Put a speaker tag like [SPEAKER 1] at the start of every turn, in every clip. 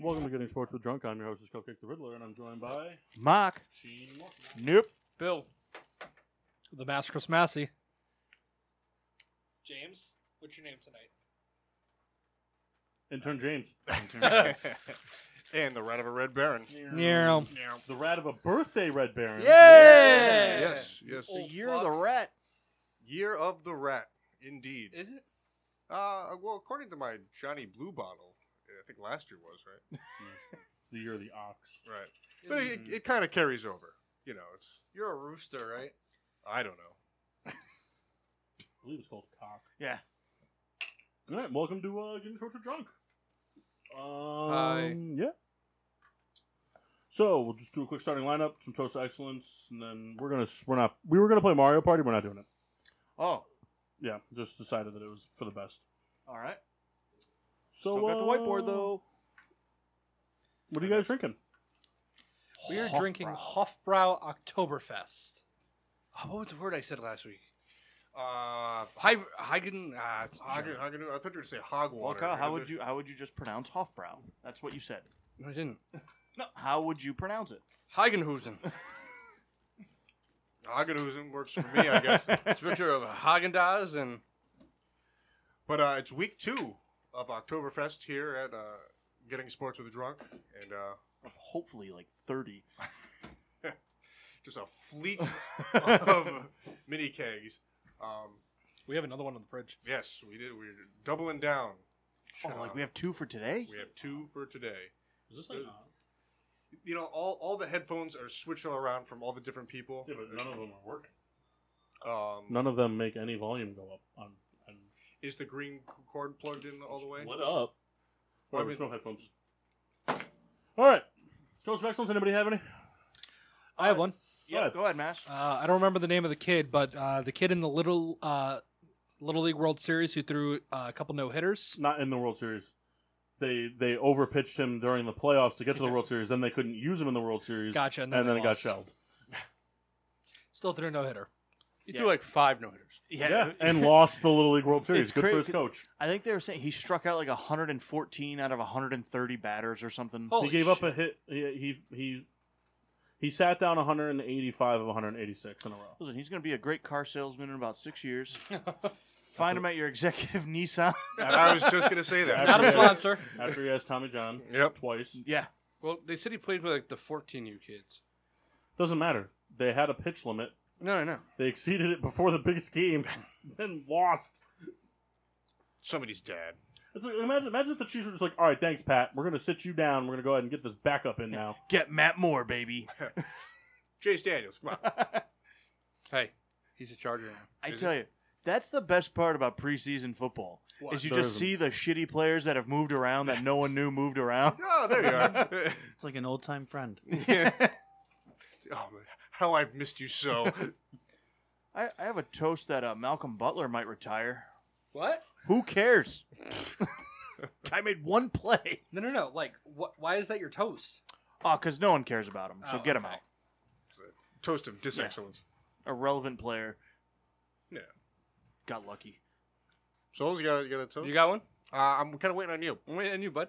[SPEAKER 1] Welcome to Getting Sports with Drunk. I'm your host, Cupcake the Riddler, and I'm joined by
[SPEAKER 2] Mark.
[SPEAKER 1] Sheen Wilson.
[SPEAKER 2] Nope.
[SPEAKER 3] Bill. The Master Chris Massey. James, what's your name tonight?
[SPEAKER 1] Intern James.
[SPEAKER 4] and the rat of a red baron.
[SPEAKER 3] Yeah.
[SPEAKER 1] The rat of a birthday, Red Baron. Oh.
[SPEAKER 2] Yeah.
[SPEAKER 4] Yes, yes.
[SPEAKER 2] The
[SPEAKER 3] Old
[SPEAKER 2] year of the
[SPEAKER 3] fuck.
[SPEAKER 2] rat.
[SPEAKER 4] Year of the rat, indeed.
[SPEAKER 3] Is it?
[SPEAKER 4] Uh, well, according to my Johnny Blue Bottle, I think last year was right.
[SPEAKER 1] The year of the ox.
[SPEAKER 4] Right, but it,
[SPEAKER 1] Mhm.
[SPEAKER 4] it, kind of carries over. You know, it's
[SPEAKER 3] You're a rooster, right?
[SPEAKER 4] I don't know.
[SPEAKER 1] I believe it's called cock.
[SPEAKER 2] Yeah.
[SPEAKER 1] All right, welcome to uh, Getting Sports with Drunk. Um,
[SPEAKER 3] Hi.
[SPEAKER 1] Yeah. So we'll just do a quick starting lineup, some toast to excellence, and then we're gonna s- we're not we were gonna play Mario Party. We're not doing it.
[SPEAKER 2] Oh,
[SPEAKER 1] Yeah, just decided that it was for the best.
[SPEAKER 2] all right.
[SPEAKER 1] So
[SPEAKER 2] Still got the whiteboard
[SPEAKER 1] uh,
[SPEAKER 2] though.
[SPEAKER 1] What are you guys drinking?
[SPEAKER 3] We are
[SPEAKER 2] Hofbrau.
[SPEAKER 3] drinking Hofbrau Oktoberfest. Oh, what was the word I said last week?
[SPEAKER 4] Uh,
[SPEAKER 3] Hi, Hagen. Uh,
[SPEAKER 4] Hagen, Hagen, I thought you were gonna say hog water.
[SPEAKER 2] Walker, how
[SPEAKER 4] Is
[SPEAKER 2] would
[SPEAKER 4] it-
[SPEAKER 2] you how would you just pronounce Hofbrau? That's what you said.
[SPEAKER 3] No, I didn't.
[SPEAKER 2] No, how would you pronounce it?
[SPEAKER 3] Hagenhusen.
[SPEAKER 4] Hagenhusen works for me, I guess.
[SPEAKER 3] It's a picture of Hagen Dazs and
[SPEAKER 4] but uh, it's week two of Oktoberfest here at uh, Getting Sports with a Drunk, and uh,
[SPEAKER 2] Hopefully, like thirty.
[SPEAKER 4] just a fleet of mini kegs. Um,
[SPEAKER 3] we have another one in the fridge.
[SPEAKER 4] yes, we did. We're doubling down.
[SPEAKER 2] Oh, like we have two for today.
[SPEAKER 4] We have two for today.
[SPEAKER 1] Is this
[SPEAKER 4] like,
[SPEAKER 3] uh,
[SPEAKER 4] You know, all, all the headphones are switching around from all the different people.
[SPEAKER 1] Yeah, but none of them are working.
[SPEAKER 4] Um,
[SPEAKER 1] None of them make any volume go up on. on
[SPEAKER 4] Is the green cord plugged in all the way?
[SPEAKER 1] What up?
[SPEAKER 4] Well, I
[SPEAKER 1] Or there's
[SPEAKER 4] mean-
[SPEAKER 1] no headphones. All right. Toast of excellence. Anybody have any?
[SPEAKER 3] I have one.
[SPEAKER 1] Go ahead.
[SPEAKER 2] Go ahead, Mash.
[SPEAKER 3] Uh, I don't remember the name of the kid, but uh, the kid in the little uh, little league World Series who threw uh, a couple no hitters.
[SPEAKER 1] Not in the World Series. They they overpitched him during the playoffs to get to the World Series. Then they couldn't use him in the World Series.
[SPEAKER 3] Gotcha,
[SPEAKER 1] And
[SPEAKER 3] and
[SPEAKER 1] then,
[SPEAKER 3] then
[SPEAKER 1] it
[SPEAKER 3] they
[SPEAKER 1] got
[SPEAKER 3] lost.
[SPEAKER 1] shelled.
[SPEAKER 3] Still threw a no hitter.
[SPEAKER 5] He
[SPEAKER 2] Yeah.
[SPEAKER 5] threw like five no hitters.
[SPEAKER 1] Yeah. and lost the Little League World Series.
[SPEAKER 2] It's
[SPEAKER 1] Good
[SPEAKER 2] cra-
[SPEAKER 1] for his coach.
[SPEAKER 2] I think they were saying he struck out like 114 out of 130 batters or something.
[SPEAKER 3] Oh.
[SPEAKER 1] He
[SPEAKER 3] Holy
[SPEAKER 1] gave up
[SPEAKER 3] shit.
[SPEAKER 1] a hit. He he he, he sat down 185 of 186 in a row.
[SPEAKER 2] Listen, he's going to be a great car salesman in about six years. Find him at your executive Nissan.
[SPEAKER 4] I was just gonna say that.
[SPEAKER 3] Not a
[SPEAKER 1] Yeah.
[SPEAKER 3] sponsor.
[SPEAKER 1] After he has Tommy John
[SPEAKER 4] Yep.
[SPEAKER 1] twice.
[SPEAKER 2] yeah.
[SPEAKER 5] Well, they said he played with like the 14 U kids.
[SPEAKER 1] Doesn't matter. They had a pitch limit.
[SPEAKER 5] No, no, no.
[SPEAKER 1] They exceeded it before the biggest game, then lost.
[SPEAKER 4] Somebody's dad.
[SPEAKER 1] It's like, imagine, imagine if the Chiefs were just like, all right, thanks, Pat. We're going to sit you down. We're going to go ahead and get this backup in now.
[SPEAKER 2] Get Matt Moore, baby.
[SPEAKER 4] Jace Daniels. Come on.
[SPEAKER 5] Hey, he's a Charger now.
[SPEAKER 2] I
[SPEAKER 4] Is
[SPEAKER 2] tell you, that's the best part about preseason football
[SPEAKER 3] What?
[SPEAKER 2] is you
[SPEAKER 1] There
[SPEAKER 2] just
[SPEAKER 1] isn't.
[SPEAKER 2] see the shitty players that have moved around that no one knew moved around.
[SPEAKER 4] Oh, there you
[SPEAKER 6] It's like an old time friend.
[SPEAKER 4] are. oh, man, how I've missed you so.
[SPEAKER 2] I, I have a toast that uh, Malcolm Butler might retire.
[SPEAKER 3] What?
[SPEAKER 2] Who cares? I made one play.
[SPEAKER 3] No, no, no. Like, what? Why is that your toast?
[SPEAKER 2] Oh, because no one cares about him. So
[SPEAKER 3] Oh,
[SPEAKER 2] get him
[SPEAKER 3] okay.
[SPEAKER 2] out.
[SPEAKER 4] Toast of disexcellence.
[SPEAKER 2] Irrelevant player.
[SPEAKER 4] Yeah.
[SPEAKER 2] Got lucky.
[SPEAKER 4] Souls, you got a, you got a toast?
[SPEAKER 5] You got one?
[SPEAKER 4] uh, I'm kind of waiting on you.
[SPEAKER 5] I'm waiting on you, bud.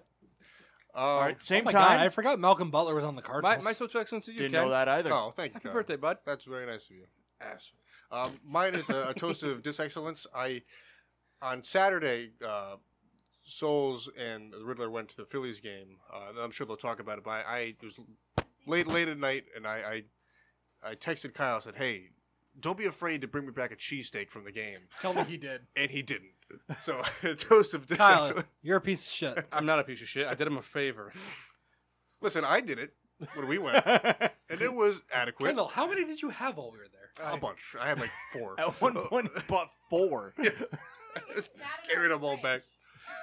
[SPEAKER 4] Uh,
[SPEAKER 2] All right,
[SPEAKER 3] Oh
[SPEAKER 2] same
[SPEAKER 3] my God, I
[SPEAKER 2] time.
[SPEAKER 3] forgot Malcolm Butler was on the
[SPEAKER 5] My,
[SPEAKER 3] Cardinals.
[SPEAKER 5] my social excellence to you,
[SPEAKER 2] Didn't
[SPEAKER 5] Ken.
[SPEAKER 2] know that either.
[SPEAKER 4] Oh, thank you.
[SPEAKER 5] Happy
[SPEAKER 4] Connor.
[SPEAKER 5] birthday, bud.
[SPEAKER 4] That's very nice of you.
[SPEAKER 5] Asshole.
[SPEAKER 4] Um, mine is a, a toast of disexcellence. I on Saturday, uh, Souls and the Riddler went to the Phillies game. Uh, I'm sure they'll talk about it. But I, I it was late, late at night, and I, I, I texted Kyle said, "Hey, don't be afraid to bring me back a cheesesteak from the game,"
[SPEAKER 3] Tell me he did.
[SPEAKER 4] and he didn't. So a toast of
[SPEAKER 3] Tyler,
[SPEAKER 4] disexcellence.
[SPEAKER 3] you're a piece of shit.
[SPEAKER 5] I'm not a piece of shit. I did him a favor.
[SPEAKER 4] Listen, I did it when we went, and it was adequate.
[SPEAKER 3] Kendall, how many did you have while we were there?
[SPEAKER 4] A bunch. I had like four.
[SPEAKER 2] At one point, he bought four.
[SPEAKER 4] carried them all back.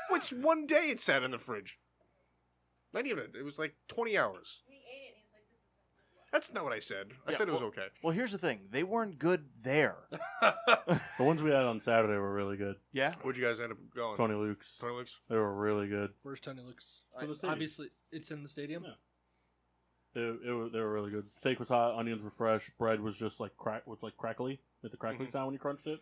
[SPEAKER 4] Which one day it sat in the fridge? Not even. It was like 20 hours.
[SPEAKER 6] We ate it, and he was like, "This is."
[SPEAKER 4] That's not what I said. I
[SPEAKER 2] Yeah,
[SPEAKER 4] said it was
[SPEAKER 2] well-
[SPEAKER 4] okay.
[SPEAKER 2] Well, here's the thing. They weren't good there.
[SPEAKER 1] The ones we had on Saturday were really good.
[SPEAKER 2] Yeah.
[SPEAKER 4] Where'd you guys end up going?
[SPEAKER 1] Tony Luke's.
[SPEAKER 4] Tony Luke's?
[SPEAKER 1] They were really good.
[SPEAKER 3] Where's Tony Luke's?
[SPEAKER 1] For the
[SPEAKER 3] I-
[SPEAKER 1] stadium.
[SPEAKER 3] obviously, it's in the stadium.
[SPEAKER 1] Yeah. It, it, wa- they were really good. Steak was hot, onions were fresh, bread was just like crack was like crackly, like the crackling
[SPEAKER 4] Mhm.
[SPEAKER 1] sound when you crunched it.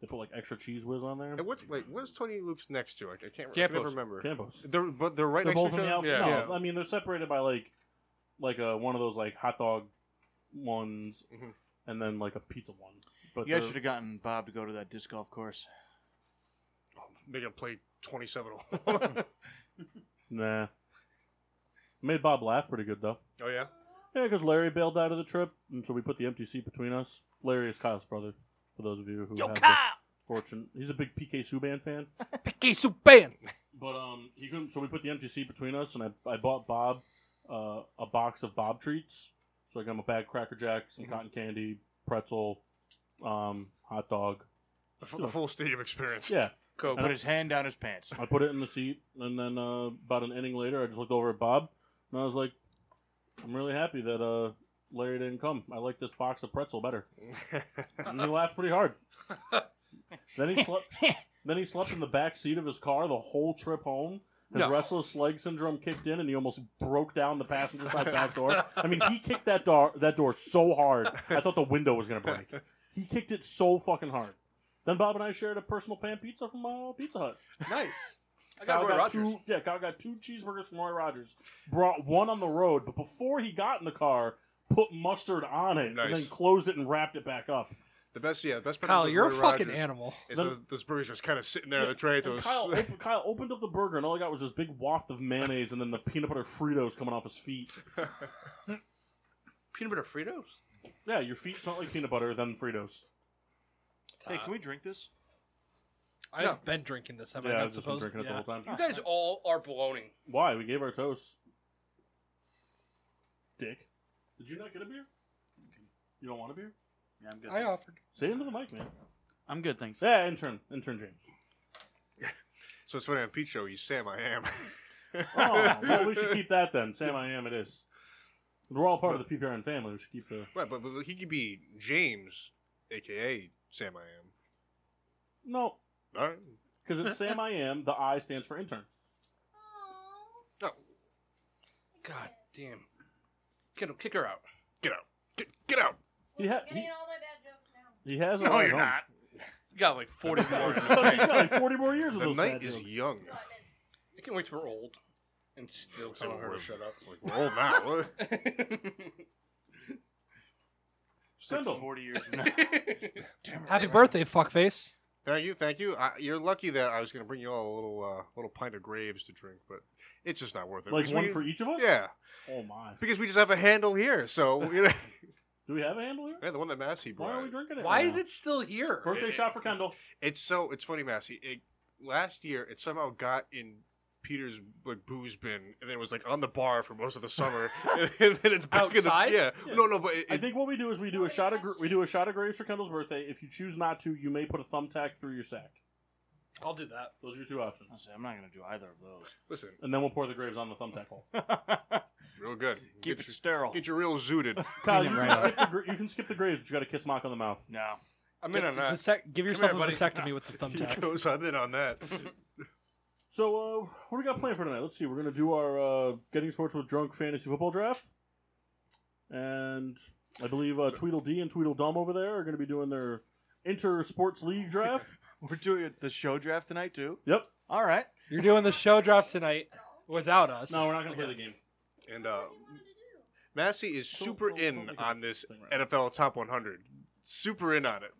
[SPEAKER 1] They put like extra cheese whiz on there.
[SPEAKER 4] And what's wait? What's Tony Luke's next to? I, I can't. I can never
[SPEAKER 5] Campos.
[SPEAKER 4] remember.
[SPEAKER 1] Campos.
[SPEAKER 4] They're but they're right
[SPEAKER 1] they're
[SPEAKER 4] next
[SPEAKER 1] both
[SPEAKER 4] to
[SPEAKER 1] in
[SPEAKER 4] each
[SPEAKER 1] the
[SPEAKER 4] other.
[SPEAKER 1] outfit.
[SPEAKER 5] Yeah.
[SPEAKER 1] No, I mean they're separated by like like uh, one of those like hot dog ones,
[SPEAKER 4] Mhm.
[SPEAKER 1] and then like a pizza one. But
[SPEAKER 2] You guys
[SPEAKER 1] they're-
[SPEAKER 2] should have gotten Bob to go to that disc golf course.
[SPEAKER 4] Make him play twenty-seven. oh
[SPEAKER 1] nah. Made Bob laugh pretty good though.
[SPEAKER 4] Oh, yeah.
[SPEAKER 1] Yeah, because Larry bailed out of the trip, and so we put the empty seat between us. Larry is Kyle's brother. For those of you who have the fortune, he's a big PK Subban fan.
[SPEAKER 5] Picky Suban.
[SPEAKER 1] But um, he couldn't. So we put the empty seat between us, and I, I bought Bob uh, a box of Bob treats. So I got him a bag of Cracker Jack, some
[SPEAKER 4] Mhm.
[SPEAKER 1] cotton candy, pretzel, um, hot dog.
[SPEAKER 4] The, f- the full stadium experience.
[SPEAKER 1] Yeah,
[SPEAKER 5] Coke.
[SPEAKER 2] Put his hand down his pants.
[SPEAKER 1] I put it in the seat, and then uh, about an inning later, I just looked over at Bob, and I was like, "I'm really happy that uh, Larry didn't come. I like this box of pretzel better." And he laughed pretty hard. then he slept. Then he slept in the back seat of his car the whole trip home. His
[SPEAKER 5] No.
[SPEAKER 1] restless leg syndrome kicked in, and he almost broke down the passenger side back door. I mean, he kicked that door that door so hard, I thought the window was gonna break. He kicked it so fucking hard. Then Bob and I shared a personal pan pizza from uh, Pizza Hut.
[SPEAKER 5] nice. I got Roy
[SPEAKER 1] Kyle
[SPEAKER 5] Rogers.
[SPEAKER 1] two, yeah, Kyle got two cheeseburgers from Roy Rogers. Brought one on the road, but before he got in the car, put mustard on it, and
[SPEAKER 4] Nice.
[SPEAKER 1] then closed it and wrapped it back up.
[SPEAKER 4] The best. Yeah. The best. part
[SPEAKER 3] Kyle,
[SPEAKER 4] of
[SPEAKER 3] you're a
[SPEAKER 4] Roy
[SPEAKER 3] fucking
[SPEAKER 4] Rogers
[SPEAKER 3] animal.
[SPEAKER 4] Is
[SPEAKER 1] The-
[SPEAKER 4] those, those burgers just kind of sitting there on
[SPEAKER 1] Yeah,
[SPEAKER 4] the tray?
[SPEAKER 1] And
[SPEAKER 4] Those,
[SPEAKER 1] Kyle, op- Kyle opened up the burger, and all I got was this big waft of mayonnaise, and then the peanut butter Fritos coming off his feet.
[SPEAKER 5] Peanut butter Fritos.
[SPEAKER 1] Yeah, your feet smell like peanut butter, then Fritos.
[SPEAKER 2] Hey, can we drink this?
[SPEAKER 3] I've
[SPEAKER 5] No.
[SPEAKER 3] been drinking this. Am
[SPEAKER 1] yeah,
[SPEAKER 3] I
[SPEAKER 1] I've
[SPEAKER 3] not
[SPEAKER 1] just been
[SPEAKER 3] supposed
[SPEAKER 1] drinking it
[SPEAKER 3] Yeah.
[SPEAKER 1] the whole time.
[SPEAKER 5] You guys all are baloney.
[SPEAKER 1] Why? We gave our toast. Dick, did you not get a beer? You don't want a beer?
[SPEAKER 7] Yeah, I'm good.
[SPEAKER 3] I
[SPEAKER 7] thanks.
[SPEAKER 3] offered.
[SPEAKER 1] Say it into the mic, man.
[SPEAKER 7] I'm good, thanks.
[SPEAKER 1] Yeah, intern, intern James.
[SPEAKER 4] so it's funny on Pete show. He's Sam. I am.
[SPEAKER 1] Oh, well, we should keep that then. Sam, I am. It is. We're all part of the PPRN family. We should keep the.
[SPEAKER 4] Right, but, but he could be James, aka Sam. I
[SPEAKER 1] No,
[SPEAKER 4] am. All right.
[SPEAKER 1] because it's Sam, I am. The I stands for intern.
[SPEAKER 6] Aw.
[SPEAKER 4] No,
[SPEAKER 5] God damn. Kick, kick her out.
[SPEAKER 4] get out. Get, get out.
[SPEAKER 1] He ha-
[SPEAKER 6] You're
[SPEAKER 1] he,
[SPEAKER 6] getting all my bad jokes now.
[SPEAKER 1] he has. a
[SPEAKER 5] No, you're
[SPEAKER 1] lot at home.
[SPEAKER 5] not. You got like 40 more.
[SPEAKER 1] He's got like Forty more years of
[SPEAKER 4] The
[SPEAKER 1] those
[SPEAKER 4] night
[SPEAKER 1] bad
[SPEAKER 4] is
[SPEAKER 1] jokes.
[SPEAKER 4] young.
[SPEAKER 6] No, I meant
[SPEAKER 5] I can't wait till we're old and still
[SPEAKER 4] So
[SPEAKER 5] tell her
[SPEAKER 4] we're-
[SPEAKER 5] to shut
[SPEAKER 4] Like, we're old now.
[SPEAKER 5] up.
[SPEAKER 2] It's like
[SPEAKER 1] Send 'em.
[SPEAKER 2] Forty years. From now.
[SPEAKER 3] Happy birthday, fuckface.
[SPEAKER 4] thank you, thank you. I, you're lucky that I was going to bring you all a little uh, little pint of Graves to drink, but it's just not worth it.
[SPEAKER 1] Like
[SPEAKER 4] Because
[SPEAKER 1] one
[SPEAKER 4] we-
[SPEAKER 1] for each of us.
[SPEAKER 4] Yeah,
[SPEAKER 1] Oh my.
[SPEAKER 4] because we just have a handle here. So you know,
[SPEAKER 1] Do we have a handle here?
[SPEAKER 4] man, the one that Massey
[SPEAKER 1] Why are we
[SPEAKER 4] brought.
[SPEAKER 1] drinking it?
[SPEAKER 3] Why
[SPEAKER 1] right
[SPEAKER 3] is
[SPEAKER 1] now?
[SPEAKER 3] it still here?
[SPEAKER 1] Birthday shot for Kendall.
[SPEAKER 4] It's so it's funny, Massey. It, last year, it somehow got in. Peter's like booze bin, and then it was like on the bar for most of the summer, and, then it's back
[SPEAKER 3] Outside?
[SPEAKER 4] In the, yeah.
[SPEAKER 1] Yeah.
[SPEAKER 4] no, no, but it,
[SPEAKER 1] I
[SPEAKER 4] it-
[SPEAKER 1] think what we do is we do a shot of gr- we do a shot of graves for Kendall's birthday. If you choose not to, you may put a thumbtack through your sack.
[SPEAKER 3] I'll do that.
[SPEAKER 1] Those are your two
[SPEAKER 2] I
[SPEAKER 1] options,
[SPEAKER 2] said, I'm not going to do either of those.
[SPEAKER 4] listen,
[SPEAKER 1] and then we'll pour the graves on the thumbtack hole.
[SPEAKER 4] real good.
[SPEAKER 2] Keep
[SPEAKER 4] get
[SPEAKER 2] it
[SPEAKER 4] your,
[SPEAKER 2] sterile.
[SPEAKER 4] get your real zooted.
[SPEAKER 1] Kyle, you
[SPEAKER 7] Clean it
[SPEAKER 1] can,
[SPEAKER 7] right
[SPEAKER 1] skip the, gra- you can skip the graves, but you got to kiss Mock on the mouth.
[SPEAKER 2] no.
[SPEAKER 5] I'm in on that.
[SPEAKER 3] Vasec- give yourself
[SPEAKER 5] here, buddy.
[SPEAKER 3] a vasectomy with the thumbtack.
[SPEAKER 4] goes on in on that.
[SPEAKER 1] So, uh, what do we got planned for tonight? Let's see. We're gonna do our uh, getting sports with drunk fantasy football draft, and I believe uh, Tweedledee and Tweedledum over there are gonna be doing their inter sports league draft.
[SPEAKER 2] We're doing it- the show draft tonight too.
[SPEAKER 1] Yep.
[SPEAKER 2] All right.
[SPEAKER 3] You're doing the show draft tonight without us.
[SPEAKER 1] No, we're not gonna play the game.
[SPEAKER 4] And uh,
[SPEAKER 6] what he wanted to do.
[SPEAKER 4] Massey is
[SPEAKER 1] Don't-
[SPEAKER 4] super
[SPEAKER 1] don't- don't
[SPEAKER 4] in
[SPEAKER 1] make it
[SPEAKER 4] on this
[SPEAKER 1] thing right now.
[SPEAKER 4] NFL Top 100. Super in on it.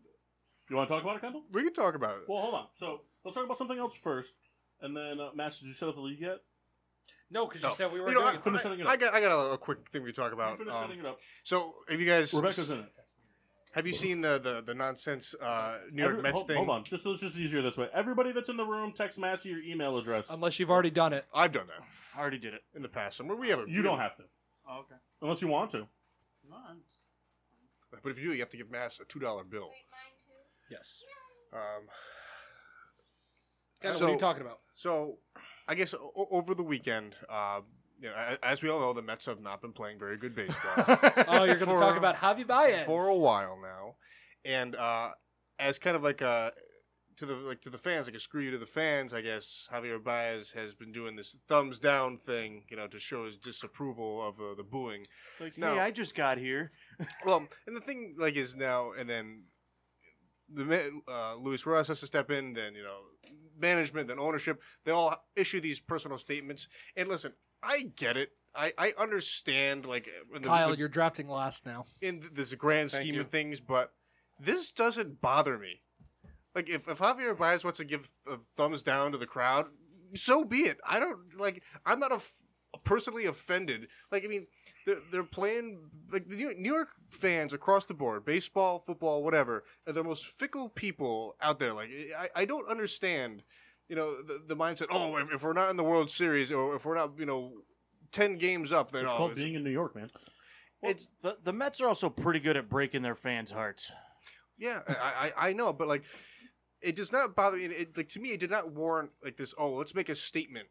[SPEAKER 1] You want to talk about it, Kendall?
[SPEAKER 4] We can talk about it.
[SPEAKER 1] Well, hold on. So let's talk about something else first, and then uh, Matt, did you set up the league yet?
[SPEAKER 5] No, because you
[SPEAKER 4] No.
[SPEAKER 5] said we were
[SPEAKER 4] You know, I,
[SPEAKER 5] doing
[SPEAKER 1] finish
[SPEAKER 4] I-
[SPEAKER 1] setting it
[SPEAKER 4] I
[SPEAKER 1] up.
[SPEAKER 4] got, I got a, a quick thing we talk
[SPEAKER 1] You
[SPEAKER 4] about.
[SPEAKER 1] finish
[SPEAKER 4] Um,
[SPEAKER 1] setting it up.
[SPEAKER 4] so, have you guys
[SPEAKER 1] Rebecca's in it.
[SPEAKER 4] have you seen the the, the nonsense uh, New York
[SPEAKER 1] Every-
[SPEAKER 4] Mets
[SPEAKER 1] hold,
[SPEAKER 4] thing?
[SPEAKER 1] hold on. Just so it's just easier this way. Everybody that's in the room, text Massey your email address.
[SPEAKER 3] Unless you've already done it.
[SPEAKER 4] I've done that
[SPEAKER 2] I already did it.
[SPEAKER 4] in the past somewhere. We haven't.
[SPEAKER 1] you don't have to,
[SPEAKER 7] Oh, okay.
[SPEAKER 1] unless you want to.
[SPEAKER 7] No, I'm just-
[SPEAKER 4] But if you do, you have to give Mass a two dollar bill.
[SPEAKER 6] Wait, mine too.
[SPEAKER 3] Yes.
[SPEAKER 4] Um,
[SPEAKER 3] Kevin,
[SPEAKER 4] So-
[SPEAKER 3] what are you talking about?
[SPEAKER 4] So, I guess o- o- over the weekend, uh, you know, a- as we all know, the Mets have not been playing very good baseball
[SPEAKER 3] Oh, you're going to
[SPEAKER 4] For-
[SPEAKER 3] talk about Javi Baez.
[SPEAKER 4] for a while now, and uh, as kind of like a to the like to the fans, like a screw you to the fans, I guess Javier Baez has been doing this thumbs down thing, you know, to show his disapproval of uh, the booing.
[SPEAKER 2] Like,
[SPEAKER 4] No.
[SPEAKER 2] hey, I just got here.
[SPEAKER 4] Well, and the thing like is now and then the ma- uh, Luis Rojas has to step in. Then you know management, then ownership. They all issue these personal statements. And listen, I get it. I, I understand like in the,
[SPEAKER 3] Kyle, you're drafting last now.
[SPEAKER 4] in this grand
[SPEAKER 5] Thank
[SPEAKER 4] scheme
[SPEAKER 5] you.
[SPEAKER 4] of things, but this doesn't bother me. Like if, if Javier Baez wants to give a thumbs down to the crowd, so be it. I don't like. I'm not a personally offended. Like I mean, they're, they're playing like the New New York fans across the board, baseball, football, whatever. Are the most fickle people out there. Like I, I don't understand. You know the, the mindset. Oh, if, if we're not in the World Series, or if we're not, you know, ten games up, then
[SPEAKER 1] It's
[SPEAKER 4] oh,
[SPEAKER 1] called
[SPEAKER 4] it's-
[SPEAKER 1] being in New York, man.
[SPEAKER 2] Well,
[SPEAKER 4] It's-
[SPEAKER 2] the, the Mets are also pretty good at breaking their fans' hearts.
[SPEAKER 4] Yeah, I, I I know, but like, it does not bother me. It, like to me, it did not warrant like this. Oh, let's make a statement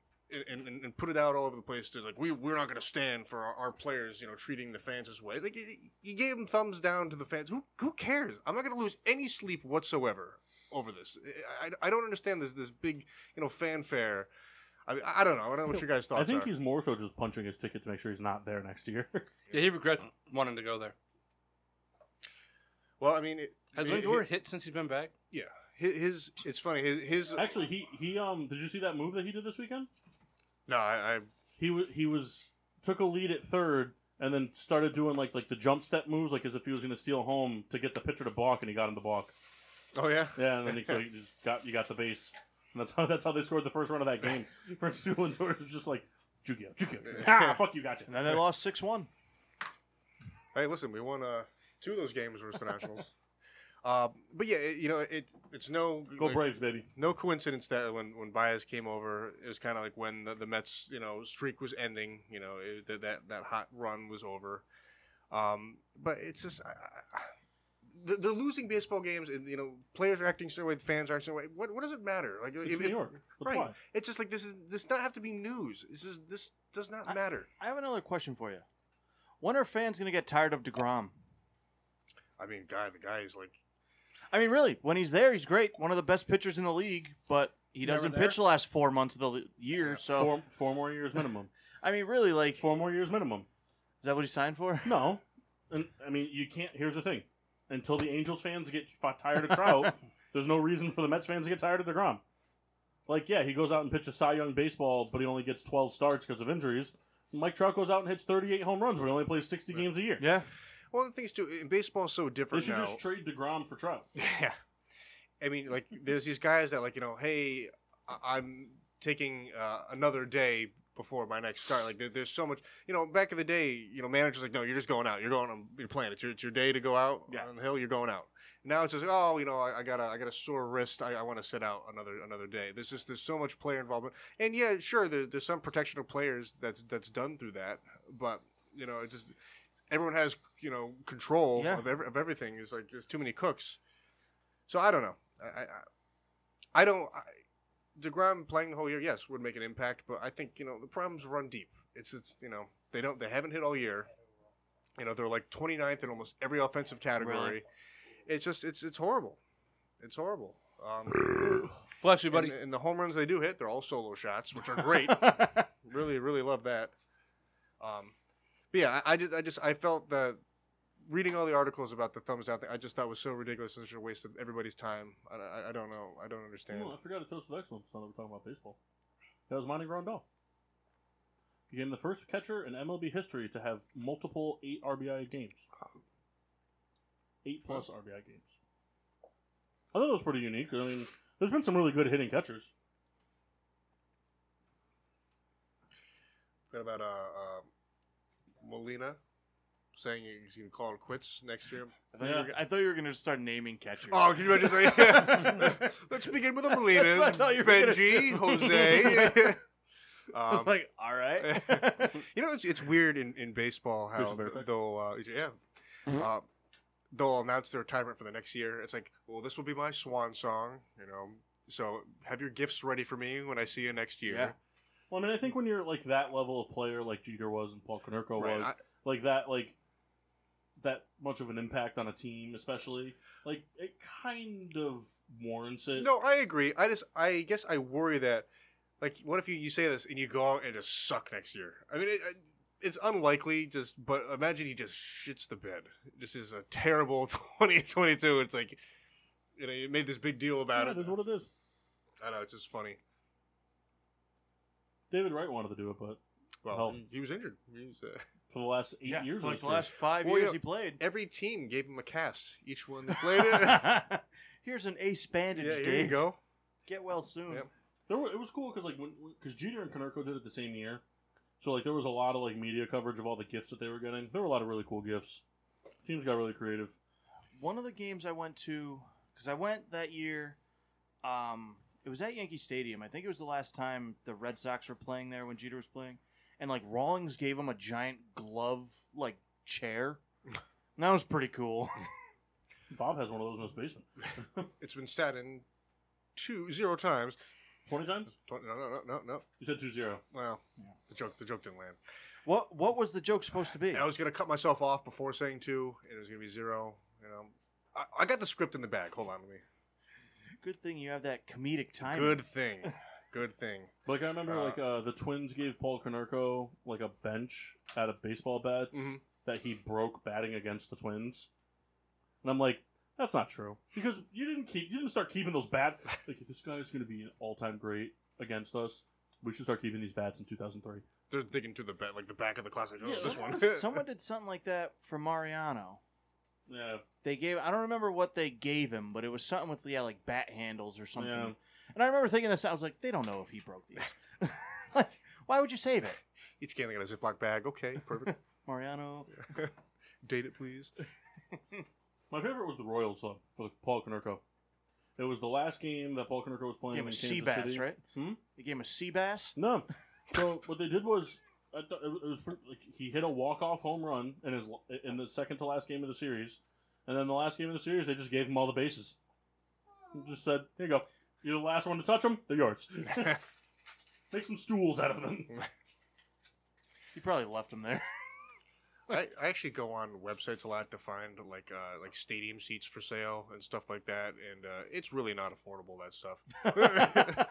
[SPEAKER 4] and, and, and put it out all over the place. To like, we we're not going to stand for our, our players, you know, treating the fans this way. Like, y- you gave them thumbs down to the fans. Who who cares? I'm not going to lose any sleep whatsoever over this. I, I, I don't understand this this big you know fanfare. I I don't know. I don't know what your guys' thoughts
[SPEAKER 1] I think
[SPEAKER 4] are.
[SPEAKER 1] he's more so just punching his ticket to make sure he's not there next year.
[SPEAKER 5] Yeah, he regrets wanting to go there.
[SPEAKER 4] Well, I mean, it,
[SPEAKER 5] Has
[SPEAKER 4] it-
[SPEAKER 5] Lindor
[SPEAKER 4] it-
[SPEAKER 5] hit since he's been back?
[SPEAKER 4] yeah, his, his it's funny. His his
[SPEAKER 1] Actually, he he um. Did you see that move that he did this weekend?
[SPEAKER 4] no, I, I
[SPEAKER 1] He was he was took a lead at third and then started doing like like the jump step moves, like as if he was going to steal home to get the pitcher to balk, and he got him to balk.
[SPEAKER 4] oh yeah.
[SPEAKER 1] Yeah, and then he, so he just got you got the base, and that's how that's how they scored the first run of that game. First two Lindor was just like. Jukio, Jukio, ah, fuck you, gotcha.
[SPEAKER 2] And then they lost 6 1.
[SPEAKER 4] Hey, listen, we won uh, two of those games versus the Nationals. Uh, but yeah, it, you know, it it's no
[SPEAKER 1] Go
[SPEAKER 4] like,
[SPEAKER 1] Braves, baby.
[SPEAKER 4] no coincidence that when when Baez came over, it was kind of like when the, the Mets you know streak was ending. You know it, that that that hot run was over. Um, but it's just. I, I, the, the losing baseball games, and you know, players are acting certain way, fans are acting certain way. What what does it matter? Like,
[SPEAKER 1] It's
[SPEAKER 4] if-
[SPEAKER 1] New
[SPEAKER 4] if-
[SPEAKER 1] York. That's
[SPEAKER 4] right.
[SPEAKER 1] why.
[SPEAKER 4] It's just like this is this not have to be news. This is this does not
[SPEAKER 2] I-
[SPEAKER 4] matter.
[SPEAKER 2] I have another question for you. When are fans going to get tired of DeGrom?
[SPEAKER 4] I mean, guy, the guy is like
[SPEAKER 2] I mean, really, when he's there, he's great. One of the best pitchers in the league, but he
[SPEAKER 3] Never
[SPEAKER 2] doesn't
[SPEAKER 3] there.
[SPEAKER 2] pitch the last four months of the l- year. So,
[SPEAKER 1] Four, four more years minimum.
[SPEAKER 2] I mean, really, like,
[SPEAKER 1] Four more years minimum.
[SPEAKER 2] is that what he signed for?
[SPEAKER 1] No, and I mean you can't. Here's the thing: until the Angels fans get f- tired of Trout, there's no reason for the Mets fans to get tired of Degrom. Like, yeah, he goes out and pitches Cy Young baseball, but he only gets 12 starts because of injuries. Mike Trout goes out and hits 38 home runs, but he only plays 60 games a year.
[SPEAKER 2] Yeah.
[SPEAKER 4] Well, the things too, in baseball is so
[SPEAKER 1] They
[SPEAKER 4] different
[SPEAKER 1] should
[SPEAKER 4] now.
[SPEAKER 1] just trade Degrom for Trout.
[SPEAKER 4] yeah, I mean, like there's these guys that like you know, hey, I- I'm taking uh, another day before my next start. Like there- there's so much, you know, back in the day, you know, managers like, no, you're just going out. You're going, on, you're playing. It's your, it's your day to go out
[SPEAKER 1] Yeah.
[SPEAKER 4] on the hill. You're going out. Now it's just, oh, you know, I, I got a, I got a sore wrist. I, I want to sit out another, another day. There's just, there's so much player involvement. And yeah, sure, there, there's some protection of players that's, that's done through that. But you know, it's just everyone has, you know, control
[SPEAKER 2] Yeah.
[SPEAKER 4] of, every, of everything. It's like there's too many cooks. So I don't know. I, I, I- I don't. I, Degrom playing the whole year, yes, would make an impact, but I think you know the problems run deep. It's it's you know they don't they haven't hit all year. You know they're like 29th in almost every offensive category.
[SPEAKER 2] Really?
[SPEAKER 4] It's just it's it's horrible. It's horrible. Um,
[SPEAKER 5] Bless you, buddy.
[SPEAKER 4] and, and the home runs they do hit, they're all solo shots, which are great. really really love that. Um, but yeah, I, I just I just I felt that reading all the articles about the thumbs down thing, I just thought was so ridiculous and such a waste of everybody's time. I, I, I don't know. I don't understand.
[SPEAKER 1] Oh, I forgot a toast of excellence. Now that we're talking about baseball, that was Monty Grondal. He became the first catcher in MLB history to have multiple eight RBI games, eight plus RBI games. I thought that was pretty unique. I mean, there's been some really good hitting catchers.
[SPEAKER 4] What about uh, uh Molina saying he's going to call it quits next year?
[SPEAKER 2] I thought, you were, I thought you were going to start naming catchers.
[SPEAKER 4] Oh, can you imagine saying? Let's begin with the
[SPEAKER 2] That's what I
[SPEAKER 4] Molinas,
[SPEAKER 2] thought you were gonna
[SPEAKER 4] Benji,
[SPEAKER 2] do.
[SPEAKER 4] Jose.
[SPEAKER 2] I was
[SPEAKER 4] um,
[SPEAKER 2] like, all right.
[SPEAKER 4] you know, it's, it's weird in, in baseball how
[SPEAKER 1] Jason Veritek.
[SPEAKER 4] they'll uh, yeah. Uh, They'll announce their retirement for the next year. It's like, well, this will be my swan song. You know, So have your gifts ready for me when I see you next year.
[SPEAKER 2] Yeah.
[SPEAKER 1] Well, I mean, I think when you're like that level of player, like Jeter was and Paul Konerko
[SPEAKER 4] Right,
[SPEAKER 1] was,
[SPEAKER 4] I-
[SPEAKER 1] like that, like that much of an impact on a team, especially, like it kind of warrants it.
[SPEAKER 4] No, I agree. I just, I guess, I worry that, like, what if you, you say this and you go out and just suck next year? I mean, it, it's unlikely. Just, but imagine he just shits the bed. This is a terrible 2022. It's like, you know, you made this big deal about
[SPEAKER 1] yeah,
[SPEAKER 4] it.
[SPEAKER 1] it is what it is.
[SPEAKER 4] I know it's just funny.
[SPEAKER 1] David Wright wanted to do it, but
[SPEAKER 4] Well, mm.
[SPEAKER 1] Well-
[SPEAKER 4] he was injured. He was, uh,
[SPEAKER 1] for the last eight
[SPEAKER 7] Yeah,
[SPEAKER 1] years,
[SPEAKER 7] for like
[SPEAKER 1] of his
[SPEAKER 7] the
[SPEAKER 1] career-
[SPEAKER 7] last five
[SPEAKER 4] Well,
[SPEAKER 7] years
[SPEAKER 4] yeah.
[SPEAKER 7] he played.
[SPEAKER 4] every team gave him a cast. Each one that played it. yeah,
[SPEAKER 2] Here's an ace bandage,
[SPEAKER 4] here
[SPEAKER 2] Dave.
[SPEAKER 4] you go.
[SPEAKER 2] Get well soon.
[SPEAKER 4] Yep.
[SPEAKER 1] There were, it was cool because like when because Jeter and Konerko did it the same year, so like there was a lot of like media coverage of all the gifts that they were getting. There were a lot of really cool gifts. Teams got really creative.
[SPEAKER 2] One of the games I went to, because I went that year, um, it was at Yankee Stadium. I think it was the last time the Red Sox were playing there when Jeter was playing. And, like, Rawlings gave him a giant glove, like, chair. And that was pretty cool.
[SPEAKER 1] Bob has one of those in his basement.
[SPEAKER 4] It's been sat in two zero times.
[SPEAKER 1] Twenty times?
[SPEAKER 4] Twen- No, no, no, no, no.
[SPEAKER 1] You said two zero.
[SPEAKER 4] Well, the joke, the joke didn't land.
[SPEAKER 2] What What was the joke supposed to be?
[SPEAKER 4] And I was gonna cut myself off before saying two, and it was gonna be zero. You know, I, I got the script in the bag. Hold on to me.
[SPEAKER 2] Good thing you have that comedic timing.
[SPEAKER 4] Good thing, good thing.
[SPEAKER 1] Like I remember,
[SPEAKER 4] Uh,
[SPEAKER 1] like uh, the Twins gave Paul Konerko like a bench out of baseball bats
[SPEAKER 4] Mhm.
[SPEAKER 1] that he broke batting against the Twins, and I'm like, that's not true because you didn't keep you didn't start keeping those bats. Like this guy's going to be an all time great against us. We should start keeping these bats in 2003.
[SPEAKER 4] They're digging through the back, like the back of the class. Like, oh,
[SPEAKER 2] Yeah,
[SPEAKER 4] this
[SPEAKER 2] someone-
[SPEAKER 4] one.
[SPEAKER 2] someone did something like that for Mariano.
[SPEAKER 1] Yeah,
[SPEAKER 2] They gave I don't remember what they gave him, but it was something with yeah, like bat handles or something.
[SPEAKER 1] Yeah.
[SPEAKER 2] And I remember thinking this, I was like, they don't know if he broke these. like, why would you save it?
[SPEAKER 4] Each game they got a Ziploc bag. Okay, perfect.
[SPEAKER 2] Mariano.
[SPEAKER 4] Date it, please.
[SPEAKER 1] My favorite was the Royals though for Paul Konerko. It was the last game that Paul Konerko was playing
[SPEAKER 2] Gave
[SPEAKER 1] in
[SPEAKER 2] him a
[SPEAKER 1] Kansas
[SPEAKER 2] sea bass,
[SPEAKER 1] City.
[SPEAKER 2] right?
[SPEAKER 1] Hmm?
[SPEAKER 2] They gave him a sea bass.
[SPEAKER 1] No. So what they did was, I thought it was pretty, like, he hit a walk off home run in his in the second to last game of the series, and then the last game of the series they just gave him all the bases. Just said, "Here you go. You're the last one to touch them. They're yours. Make some stools out of them."
[SPEAKER 2] You probably left him there.
[SPEAKER 4] I, I actually go on websites a lot to find like uh, like stadium seats for sale and stuff like that, and uh, it's really not affordable. That stuff.
[SPEAKER 1] I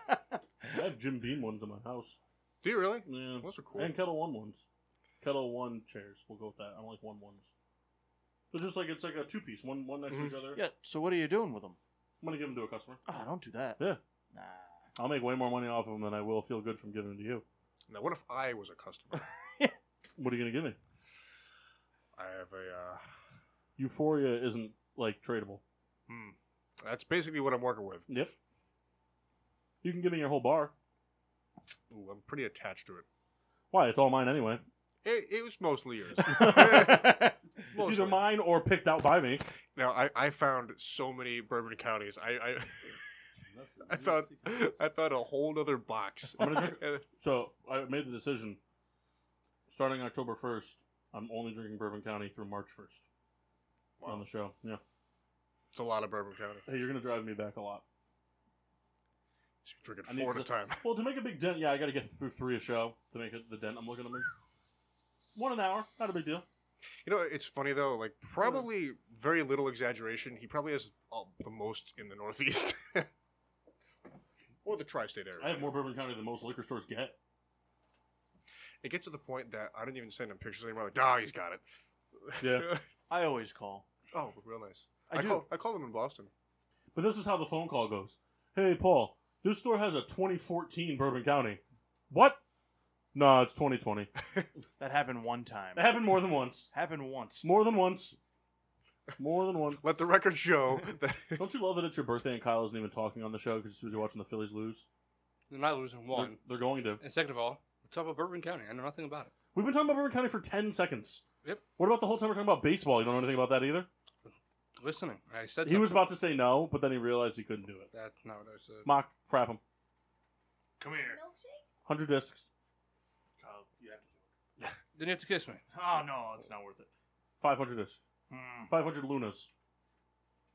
[SPEAKER 1] have Jim Beam ones in my house.
[SPEAKER 4] Do you really?
[SPEAKER 1] Yeah,
[SPEAKER 4] Those are cool.
[SPEAKER 1] and Kettle One ones. Kettle One chairs. We'll go with that. I don't like one ones. So just like it's like a two piece, one one next
[SPEAKER 4] Mhm.
[SPEAKER 1] to each other.
[SPEAKER 2] Mm-hmm. yeah, so what are you doing with them?
[SPEAKER 1] I'm gonna give them to a customer.
[SPEAKER 2] Ah, don't do that.
[SPEAKER 1] Yeah.
[SPEAKER 2] Nah.
[SPEAKER 1] I'll make way more money off of them than I will feel good from giving them to you.
[SPEAKER 4] Now, what if I was a customer?
[SPEAKER 1] What are you gonna give me?
[SPEAKER 4] I have a. Uh,
[SPEAKER 1] Euphoria isn't like tradable.
[SPEAKER 4] hmm. That's basically what I'm working with.
[SPEAKER 1] Yep. You can give me your whole bar.
[SPEAKER 4] Ooh, I'm pretty attached to it.
[SPEAKER 1] Why? It's all mine anyway.
[SPEAKER 4] It, it was mostly yours.
[SPEAKER 1] It's
[SPEAKER 4] Mostly.
[SPEAKER 1] either mine or picked out by me.
[SPEAKER 4] Now I, I found so many bourbon counties. I I, I found I found a whole other box.
[SPEAKER 1] I'm gonna So I made the decision. Starting October first, I'm only drinking Bourbon County through March first on
[SPEAKER 4] Wow,
[SPEAKER 1] the show. Yeah.
[SPEAKER 4] it's a lot of bourbon county.
[SPEAKER 1] Hey, you're gonna drive me back a lot.
[SPEAKER 4] Just drinking
[SPEAKER 1] I need
[SPEAKER 4] four at a
[SPEAKER 1] to-
[SPEAKER 4] time.
[SPEAKER 1] Well, to make a big dent, yeah, I got to get through three a show to make it the dent. I'm looking at me. One an hour, not a big deal.
[SPEAKER 4] You know, it's funny though. Like probably very little exaggeration. He probably has uh, the most in the Northeast, or the tri-state area.
[SPEAKER 1] I have more Bourbon County than most liquor stores get.
[SPEAKER 4] It gets to the point that I don't even send him pictures anymore. Like, ah, he's got it.
[SPEAKER 1] Yeah.
[SPEAKER 2] I always call.
[SPEAKER 4] oh, real nice.
[SPEAKER 2] I, do.
[SPEAKER 4] call I call him in Boston.
[SPEAKER 1] But this is how the phone call goes. Hey, Paul, this store has a 2014 Bourbon County. What? Nah, it's 2020.
[SPEAKER 2] That happened one time.
[SPEAKER 1] It happened more than once.
[SPEAKER 2] happened once.
[SPEAKER 1] More than once. More than once.
[SPEAKER 4] Let the record show that
[SPEAKER 1] Don't you love that it's your birthday and Kyle isn't even talking on the show because you're watching the Phillies lose?
[SPEAKER 5] They're not losing
[SPEAKER 1] They're-
[SPEAKER 5] one.
[SPEAKER 1] They're, going to.
[SPEAKER 5] And second of all, what's up with Bourbon County? I know nothing about it.
[SPEAKER 1] We've been talking about Bourbon County for 10 seconds.
[SPEAKER 5] Yep.
[SPEAKER 1] What about the whole time we're talking about baseball? You don't know anything about that either?
[SPEAKER 5] Listening, I said
[SPEAKER 1] he was
[SPEAKER 5] something.
[SPEAKER 1] about to say no, but then he realized he couldn't do it.
[SPEAKER 5] That's not what I said.
[SPEAKER 1] Mock, frap him.
[SPEAKER 7] Come here.
[SPEAKER 6] Milkshake?
[SPEAKER 1] 100 discs.
[SPEAKER 7] Kyle, you have to do it.
[SPEAKER 5] Then you have to kiss me.
[SPEAKER 2] Ah,
[SPEAKER 7] Oh, no, it's not worth it.
[SPEAKER 1] 500 discs.
[SPEAKER 2] Hmm.
[SPEAKER 1] 500 Lunas.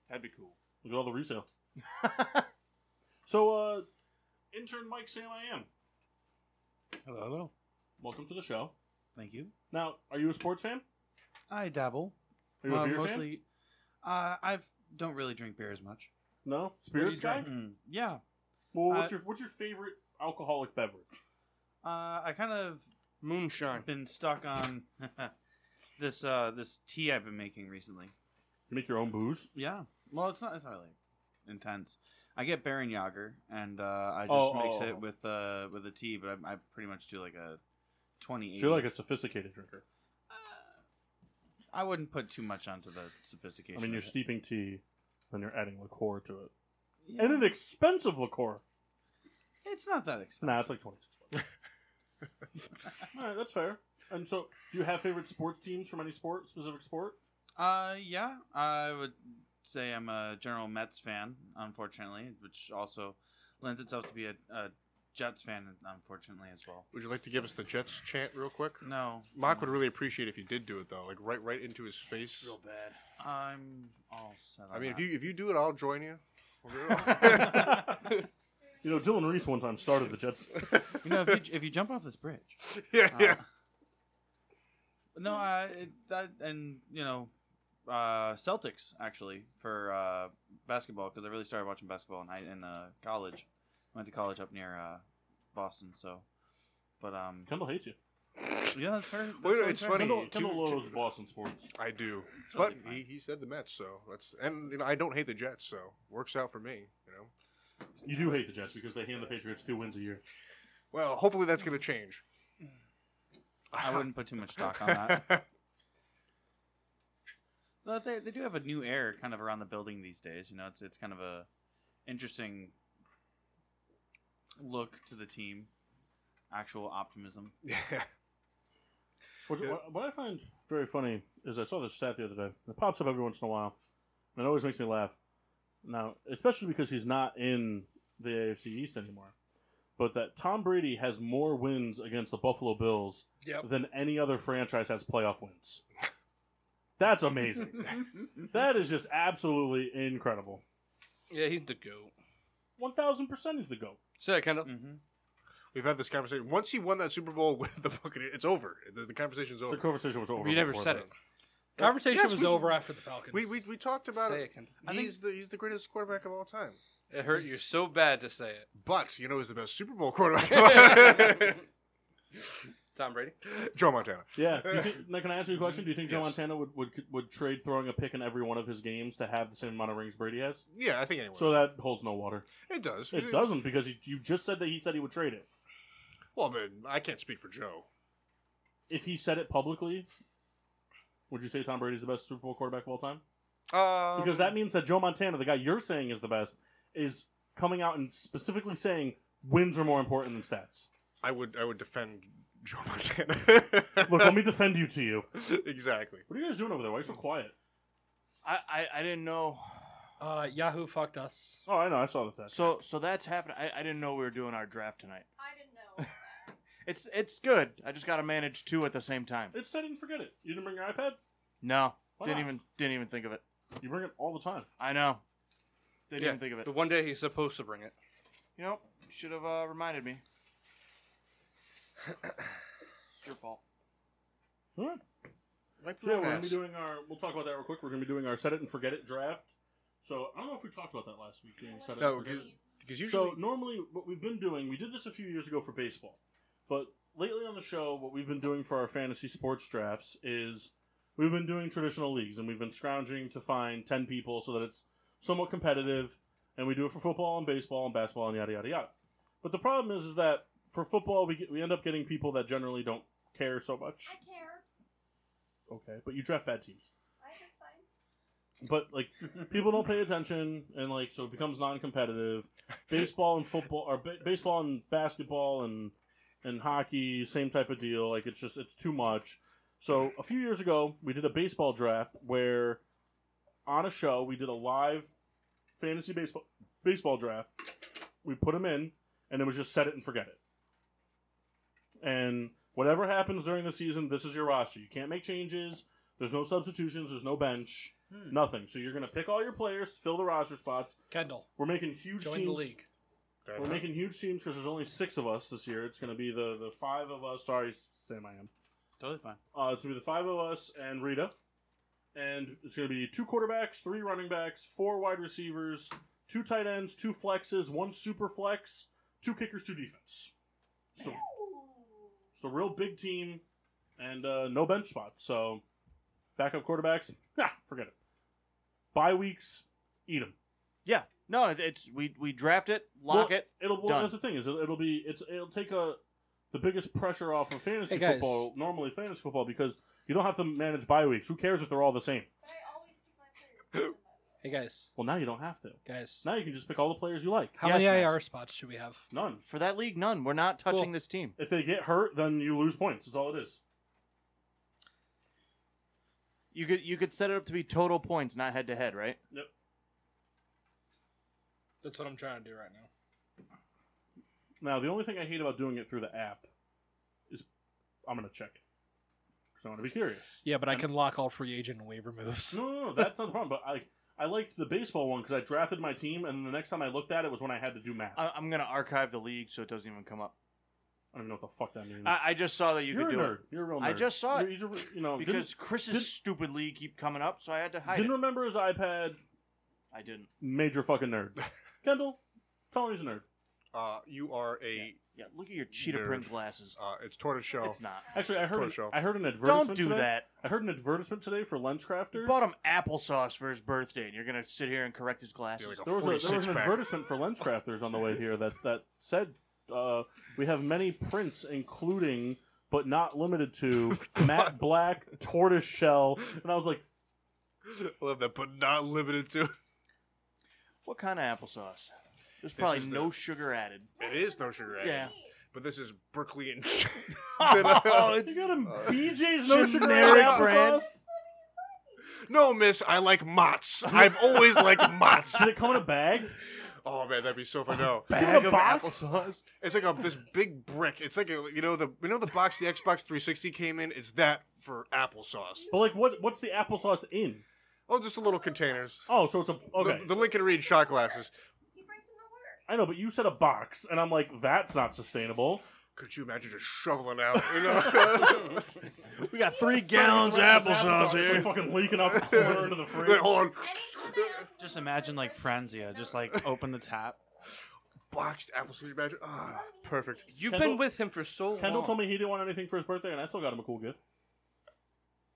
[SPEAKER 7] That'd be cool.
[SPEAKER 1] Look at all the resale. So, uh, intern Mike Sam, I am.
[SPEAKER 8] Hello, hello.
[SPEAKER 1] Welcome to the show.
[SPEAKER 8] Thank you.
[SPEAKER 1] Now, are you a sports fan?
[SPEAKER 8] I dabble.
[SPEAKER 1] Are you
[SPEAKER 8] Uh,
[SPEAKER 1] a beer fan?
[SPEAKER 8] mostly, uh, I don't really drink beer as much.
[SPEAKER 1] No, spirits
[SPEAKER 3] you
[SPEAKER 1] guy.
[SPEAKER 8] Mm, yeah,
[SPEAKER 1] Well, what's
[SPEAKER 8] Uh,
[SPEAKER 1] your what's your favorite alcoholic beverage?
[SPEAKER 8] uh, I kind of
[SPEAKER 5] Moonshine.
[SPEAKER 8] been stuck on this uh, this tea I've been making recently.
[SPEAKER 1] You make your own booze.
[SPEAKER 8] Yeah. Well, it's not. It's not really intense. I get Baron Yager, and uh, I just
[SPEAKER 1] Oh,
[SPEAKER 8] mix
[SPEAKER 1] oh, oh.
[SPEAKER 8] it with uh, with a tea. But I, I pretty much do like a twenty.
[SPEAKER 1] So you're like a sophisticated drinker.
[SPEAKER 8] I wouldn't put too much onto the sophistication.
[SPEAKER 1] I mean,
[SPEAKER 8] of
[SPEAKER 1] you're
[SPEAKER 8] it.
[SPEAKER 1] steeping tea, then you're adding liqueur to it,
[SPEAKER 8] Yeah.
[SPEAKER 1] and an expensive liqueur.
[SPEAKER 8] It's not that expensive.
[SPEAKER 1] Nah, it's like twenty six bucks. All right, that's fair. And so, do you have favorite sports teams from any sport, specific sport?
[SPEAKER 8] Uh, yeah, I would say I'm a general Mets fan, unfortunately, which also lends itself to be a, a Jets fan, unfortunately, as well.
[SPEAKER 4] Would you like to give us the Jets chant real quick?
[SPEAKER 8] No,
[SPEAKER 4] Mock would really appreciate if you did do it though, like right right into his face.
[SPEAKER 7] bad.
[SPEAKER 8] I'm all set. On
[SPEAKER 4] I mean, if
[SPEAKER 8] that.
[SPEAKER 4] you if you do it, I'll join you.
[SPEAKER 1] You know, Dylan Reese one time started the Jets.
[SPEAKER 8] you know, if you, if you jump off this bridge,
[SPEAKER 4] yeah, yeah.
[SPEAKER 8] Uh, no, I it, that and you know, uh, Celtics actually for uh, basketball because I really started watching basketball in high, in uh, college. went to college up near uh, Boston, so. But um,
[SPEAKER 1] Kendall hates you.
[SPEAKER 8] yeah, that's her.
[SPEAKER 4] Well, you know,
[SPEAKER 8] that's
[SPEAKER 4] it's
[SPEAKER 8] her-
[SPEAKER 4] funny.
[SPEAKER 1] Kendall,
[SPEAKER 4] to-
[SPEAKER 1] Kendall
[SPEAKER 4] to-
[SPEAKER 1] loves Boston sports.
[SPEAKER 4] I do,
[SPEAKER 8] It's
[SPEAKER 4] but
[SPEAKER 8] totally
[SPEAKER 4] he,
[SPEAKER 8] fine.
[SPEAKER 4] he said the Mets, so that's and you know I don't hate the Jets, so works out for me. You know,
[SPEAKER 1] You do hate the Jets because they hand the Patriots two wins a year.
[SPEAKER 4] well, hopefully that's gonna change.
[SPEAKER 8] I wouldn't put too much stock on that. But they, they do have a new air kind of around the building these days. You know, it's it's kind of a interesting look to the team, actual optimism.
[SPEAKER 4] yeah.
[SPEAKER 1] What,
[SPEAKER 4] Yeah.
[SPEAKER 1] what, what I find very funny is I saw this stat the other day. It pops up every once in a while, and it always makes me laugh. Now, especially because he's not in the AFC East anymore, but that Tom Brady has more wins against the Buffalo Bills
[SPEAKER 5] Yep.
[SPEAKER 1] than any other franchise has playoff wins. That's amazing. that is just absolutely incredible.
[SPEAKER 3] Yeah, he's the goat.
[SPEAKER 1] One thousand percent is the goat.
[SPEAKER 5] Say that, Kendall.
[SPEAKER 8] Mm-hmm.
[SPEAKER 4] We've had this conversation. Once he won that Super Bowl with the Buccaneers, it's over. The, the conversation's
[SPEAKER 1] The
[SPEAKER 4] over.
[SPEAKER 1] conversation was over.
[SPEAKER 5] You never
[SPEAKER 1] before
[SPEAKER 5] said
[SPEAKER 1] that.
[SPEAKER 5] it.
[SPEAKER 3] Conversation
[SPEAKER 4] yes,
[SPEAKER 3] was
[SPEAKER 4] we-
[SPEAKER 3] over after the Falcons.
[SPEAKER 4] we, we we talked about
[SPEAKER 5] say
[SPEAKER 4] it.
[SPEAKER 5] it, Kendall.
[SPEAKER 4] He's the he's the greatest quarterback of all time.
[SPEAKER 5] It hurt you so bad to say
[SPEAKER 4] But you know who's the best Super Bowl quarterback? of all
[SPEAKER 5] it.
[SPEAKER 4] time?
[SPEAKER 5] Tom Brady.
[SPEAKER 4] Joe Montana.
[SPEAKER 1] Yeah. Do you think, now, can I ask you a question? Do you think Joe
[SPEAKER 4] Yes.
[SPEAKER 1] Montana would, would would trade throwing a pick in every one of his games to have the same amount of rings Brady has?
[SPEAKER 4] Yeah, I think anyone.
[SPEAKER 1] So that holds no water.
[SPEAKER 4] it does.
[SPEAKER 1] It doesn't because you- you just said that he said he would trade it.
[SPEAKER 4] Well, I mean, I can't speak for Joe.
[SPEAKER 1] If he said it publicly, would you say Tom Brady's the best Super Bowl quarterback of all time?
[SPEAKER 4] Um,
[SPEAKER 1] Because that means that Joe Montana, the guy you're saying is the best, is coming out and specifically saying wins are more important than stats.
[SPEAKER 4] I would I would defend Joe Montana.
[SPEAKER 1] Look, let me defend you to you.
[SPEAKER 4] exactly.
[SPEAKER 1] What are you guys doing over there? Why are you so quiet?
[SPEAKER 2] I, I, I didn't know.
[SPEAKER 3] uh, Yahoo fucked us.
[SPEAKER 1] Oh, I know. I saw the stats.
[SPEAKER 2] So so that's happening. I, I didn't know we were doing our draft tonight.
[SPEAKER 6] I didn't know.
[SPEAKER 2] It's it's good. I just got to manage two at the same time.
[SPEAKER 1] It's set and forget it. You didn't bring your iPad?
[SPEAKER 2] No,
[SPEAKER 1] Why
[SPEAKER 2] didn't
[SPEAKER 1] not?
[SPEAKER 2] even didn't even think of it.
[SPEAKER 1] You bring it all the time.
[SPEAKER 2] I know. Didn't
[SPEAKER 5] Yeah,
[SPEAKER 2] even think of it.
[SPEAKER 5] The one day he's supposed to bring it.
[SPEAKER 2] You know, should have uh, reminded me. It's your fault.
[SPEAKER 1] All right.
[SPEAKER 5] Wipe
[SPEAKER 1] So yeah,
[SPEAKER 5] your
[SPEAKER 1] we're gonna
[SPEAKER 5] ass.
[SPEAKER 1] be doing our. We'll talk about that real quick. We're gonna be doing our set it and forget it draft. So I don't know if we talked about that last week. Doing set it
[SPEAKER 4] No,
[SPEAKER 1] and forget it.
[SPEAKER 4] Because usually,
[SPEAKER 1] So normally, what we've been doing, we did this a few years ago for baseball, but lately on the show, what we've been doing for our fantasy sports drafts is we've been doing traditional leagues, and we've been scrounging to find ten people so that it's somewhat competitive, and we do it for football and baseball and basketball and yada yada yada. But the problem is, is that for football, we get, we end up getting people that generally don't care so much.
[SPEAKER 6] I care.
[SPEAKER 1] Okay, but you draft bad teams.
[SPEAKER 6] I just fine.
[SPEAKER 1] but like people don't pay attention and like so it becomes non-competitive baseball and football or ba- baseball and basketball and and hockey same type of deal like it's just it's too much so a few years ago we did a baseball draft where on a show we did a live fantasy baseball baseball draft we put them in and it was just set it and forget it and whatever happens during the season this is your roster you can't make changes there's no substitutions there's no bench
[SPEAKER 3] Hmm.
[SPEAKER 1] nothing so you're going to pick all your players fill the roster spots
[SPEAKER 3] Kendall
[SPEAKER 1] we're making huge
[SPEAKER 3] joined
[SPEAKER 1] teams
[SPEAKER 3] the league.
[SPEAKER 4] Fair
[SPEAKER 1] We're
[SPEAKER 4] enough.
[SPEAKER 1] making huge teams because there's only six of us this year. It's going to be the, the five of us. Sorry, Sam, I am.
[SPEAKER 8] Totally fine.
[SPEAKER 1] Uh, it's going to be the five of us and Rita. And it's going to be two quarterbacks, three running backs, four wide receivers, two tight ends, two flexes, one super flex, two kickers, two defense. It's a, it's a real big team and uh, no bench spots. So backup quarterbacks, nah, forget it. Bye weeks, eat them.
[SPEAKER 2] Yeah. No, it- it's we we draft it, lock
[SPEAKER 1] Well,
[SPEAKER 2] it.
[SPEAKER 1] It'll well,
[SPEAKER 2] Done.
[SPEAKER 1] that's the thing is it'll, it'll be it's it'll take a the biggest pressure off of fantasy
[SPEAKER 3] Hey, guys.
[SPEAKER 1] football normally fantasy football because you don't have to manage bye weeks. Who cares if they're all the same?
[SPEAKER 6] But I always keep my players.
[SPEAKER 3] Hey guys,
[SPEAKER 1] Well, now you don't have to.
[SPEAKER 3] guys,
[SPEAKER 1] Now you can just pick all the players you like.
[SPEAKER 3] how
[SPEAKER 2] Yes,
[SPEAKER 3] many
[SPEAKER 2] Matt.
[SPEAKER 3] IR spots should we have?
[SPEAKER 1] None.
[SPEAKER 2] For that league, none. We're not touching
[SPEAKER 3] Well-
[SPEAKER 2] this team.
[SPEAKER 1] If they get hurt, then you lose points. That's all it is.
[SPEAKER 2] You could you could set it up to be total points, not head to head, right?
[SPEAKER 3] That's what I'm trying to do right now.
[SPEAKER 1] Now, the only thing I hate about doing it through the app is I'm going to check it because I want to be curious.
[SPEAKER 3] Yeah, but I can lock all free agent and waiver moves.
[SPEAKER 1] No, no, no, that's not the problem. But I I liked the baseball one because I drafted my team, and the next time I looked at it was when I had to do math. I,
[SPEAKER 2] I, I'm gonna archive the league so it doesn't even come up.
[SPEAKER 1] don't even know what the fuck that means.
[SPEAKER 2] I, I just saw that you
[SPEAKER 1] are
[SPEAKER 2] could
[SPEAKER 1] a
[SPEAKER 2] do
[SPEAKER 1] nerd.
[SPEAKER 2] it
[SPEAKER 1] You're a real nerd.
[SPEAKER 2] I just saw
[SPEAKER 1] You're- you're- you know,
[SPEAKER 2] because Chris's
[SPEAKER 1] didn't-
[SPEAKER 2] stupid league keep coming up, so I had to hide
[SPEAKER 1] didn't, didn't
[SPEAKER 2] it.
[SPEAKER 1] remember his iPad.
[SPEAKER 2] I didn't.
[SPEAKER 1] Major fucking nerd. Kendall, tell him he's a nerd.
[SPEAKER 4] Uh, you are a.
[SPEAKER 2] Yeah, look at your cheetah
[SPEAKER 4] Nerd.
[SPEAKER 2] print glasses.
[SPEAKER 4] Uh, it's tortoiseshell.
[SPEAKER 2] It's not.
[SPEAKER 1] Actually, I heard
[SPEAKER 4] Tortoiseshell.
[SPEAKER 1] I heard an advertisement.
[SPEAKER 2] Don't do
[SPEAKER 1] today.
[SPEAKER 2] that.
[SPEAKER 1] I heard an advertisement today for Lens
[SPEAKER 2] You
[SPEAKER 1] Crafter.
[SPEAKER 2] bought him applesauce for his birthday, and you're gonna sit here and correct his glasses.
[SPEAKER 4] Yeah, like a
[SPEAKER 1] There was, a, there was
[SPEAKER 4] 46
[SPEAKER 1] an
[SPEAKER 4] pack.
[SPEAKER 1] advertisement for lens crafters on the way here that, that said uh, we have many prints, including but not limited to matte black, tortoise shell. And I was like,
[SPEAKER 4] I love that, but not limited to.
[SPEAKER 2] what kind of applesauce? There's probably
[SPEAKER 4] just
[SPEAKER 2] no
[SPEAKER 4] the-
[SPEAKER 2] sugar added.
[SPEAKER 4] It is no sugar added.
[SPEAKER 2] Yeah.
[SPEAKER 4] But this is Berkeley and.
[SPEAKER 2] Oh,
[SPEAKER 1] you
[SPEAKER 2] it's
[SPEAKER 1] got him
[SPEAKER 4] uh,
[SPEAKER 1] BJ's no sugar
[SPEAKER 2] generic
[SPEAKER 1] applesauce?"
[SPEAKER 2] brand.
[SPEAKER 4] no, miss, I like Mott's. I've always liked Mott's.
[SPEAKER 1] Did it come in a bag?
[SPEAKER 4] Oh, man, that'd be so fun. No.
[SPEAKER 1] Bag of box?
[SPEAKER 4] applesauce. It's like a this big brick. It's like a you know the you know the box the Xbox 360 came in. It's that for applesauce.
[SPEAKER 1] But like, what what's the applesauce in?
[SPEAKER 4] Oh, just the little containers.
[SPEAKER 1] Oh, so it's a okay.
[SPEAKER 4] The, the Lincoln Reed shot glasses.
[SPEAKER 6] He brings them to work.
[SPEAKER 1] I know, but you said a box, and I'm like, that's not sustainable.
[SPEAKER 4] Could you imagine just shoveling out? You know?
[SPEAKER 2] we got three
[SPEAKER 1] Gallons of applesauce here, fucking leaking out the corner into the fridge.
[SPEAKER 4] Wait, hold on.
[SPEAKER 6] Anytime I ask
[SPEAKER 8] Just
[SPEAKER 6] for
[SPEAKER 8] imagine like
[SPEAKER 6] Christmas,
[SPEAKER 8] Franzia, just like open the tap.
[SPEAKER 4] Boxed applesauce. Imagine. Ah, perfect.
[SPEAKER 5] You've
[SPEAKER 1] Kendall-
[SPEAKER 5] been with him for so long.
[SPEAKER 1] Kendall told me he didn't want anything for his birthday, and I still got him a cool gift.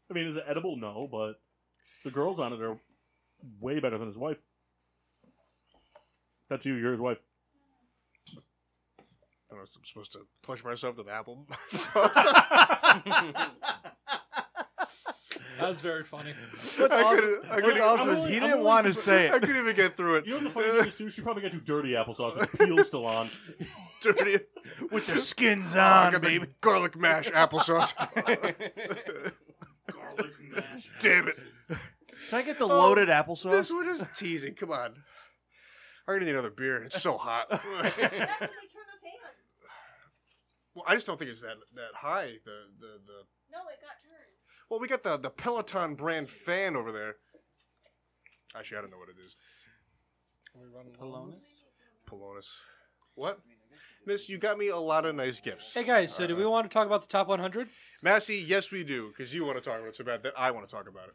[SPEAKER 1] I mean, is it edible? No, but the girls on it are way better than his wife. That's you. You're his wife.
[SPEAKER 4] I don't know. I'm supposed to push myself to the apple.
[SPEAKER 3] That was very funny.
[SPEAKER 4] I
[SPEAKER 2] awesome-
[SPEAKER 4] couldn't- I
[SPEAKER 2] what's
[SPEAKER 4] couldn't-
[SPEAKER 2] awesome
[SPEAKER 1] I'm
[SPEAKER 2] is
[SPEAKER 1] only-
[SPEAKER 2] he
[SPEAKER 1] I'm
[SPEAKER 2] didn't
[SPEAKER 1] only
[SPEAKER 2] want to
[SPEAKER 1] surprised-
[SPEAKER 2] say
[SPEAKER 4] I
[SPEAKER 2] it.
[SPEAKER 4] couldn't even get through it.
[SPEAKER 1] You know what the funny thing is too? She probably got you dirty applesauce with the peel still on.
[SPEAKER 4] Dirty.
[SPEAKER 2] With the skins
[SPEAKER 4] Oh, I
[SPEAKER 2] on,
[SPEAKER 4] got the
[SPEAKER 2] baby.
[SPEAKER 4] garlic mash applesauce.
[SPEAKER 7] Garlic mash.
[SPEAKER 4] Damn it. Oh,
[SPEAKER 2] Can I get the loaded applesauce?
[SPEAKER 4] This we're just teasing. Come on. I already need another beer. It's so hot.
[SPEAKER 6] That's 'cause they turn the fan.
[SPEAKER 4] well, I just don't think it's that that high. The the the.
[SPEAKER 6] No, it got turned.
[SPEAKER 4] Well, we got the the Peloton brand fan over there. Actually, I don't know what it is. Polonus. What? Miss, you got me a lot of nice gifts.
[SPEAKER 3] Hey guys, so do we want to talk about the top 100?
[SPEAKER 4] Massey, yes, we do, because you want to talk about it so bad that I want to talk about it.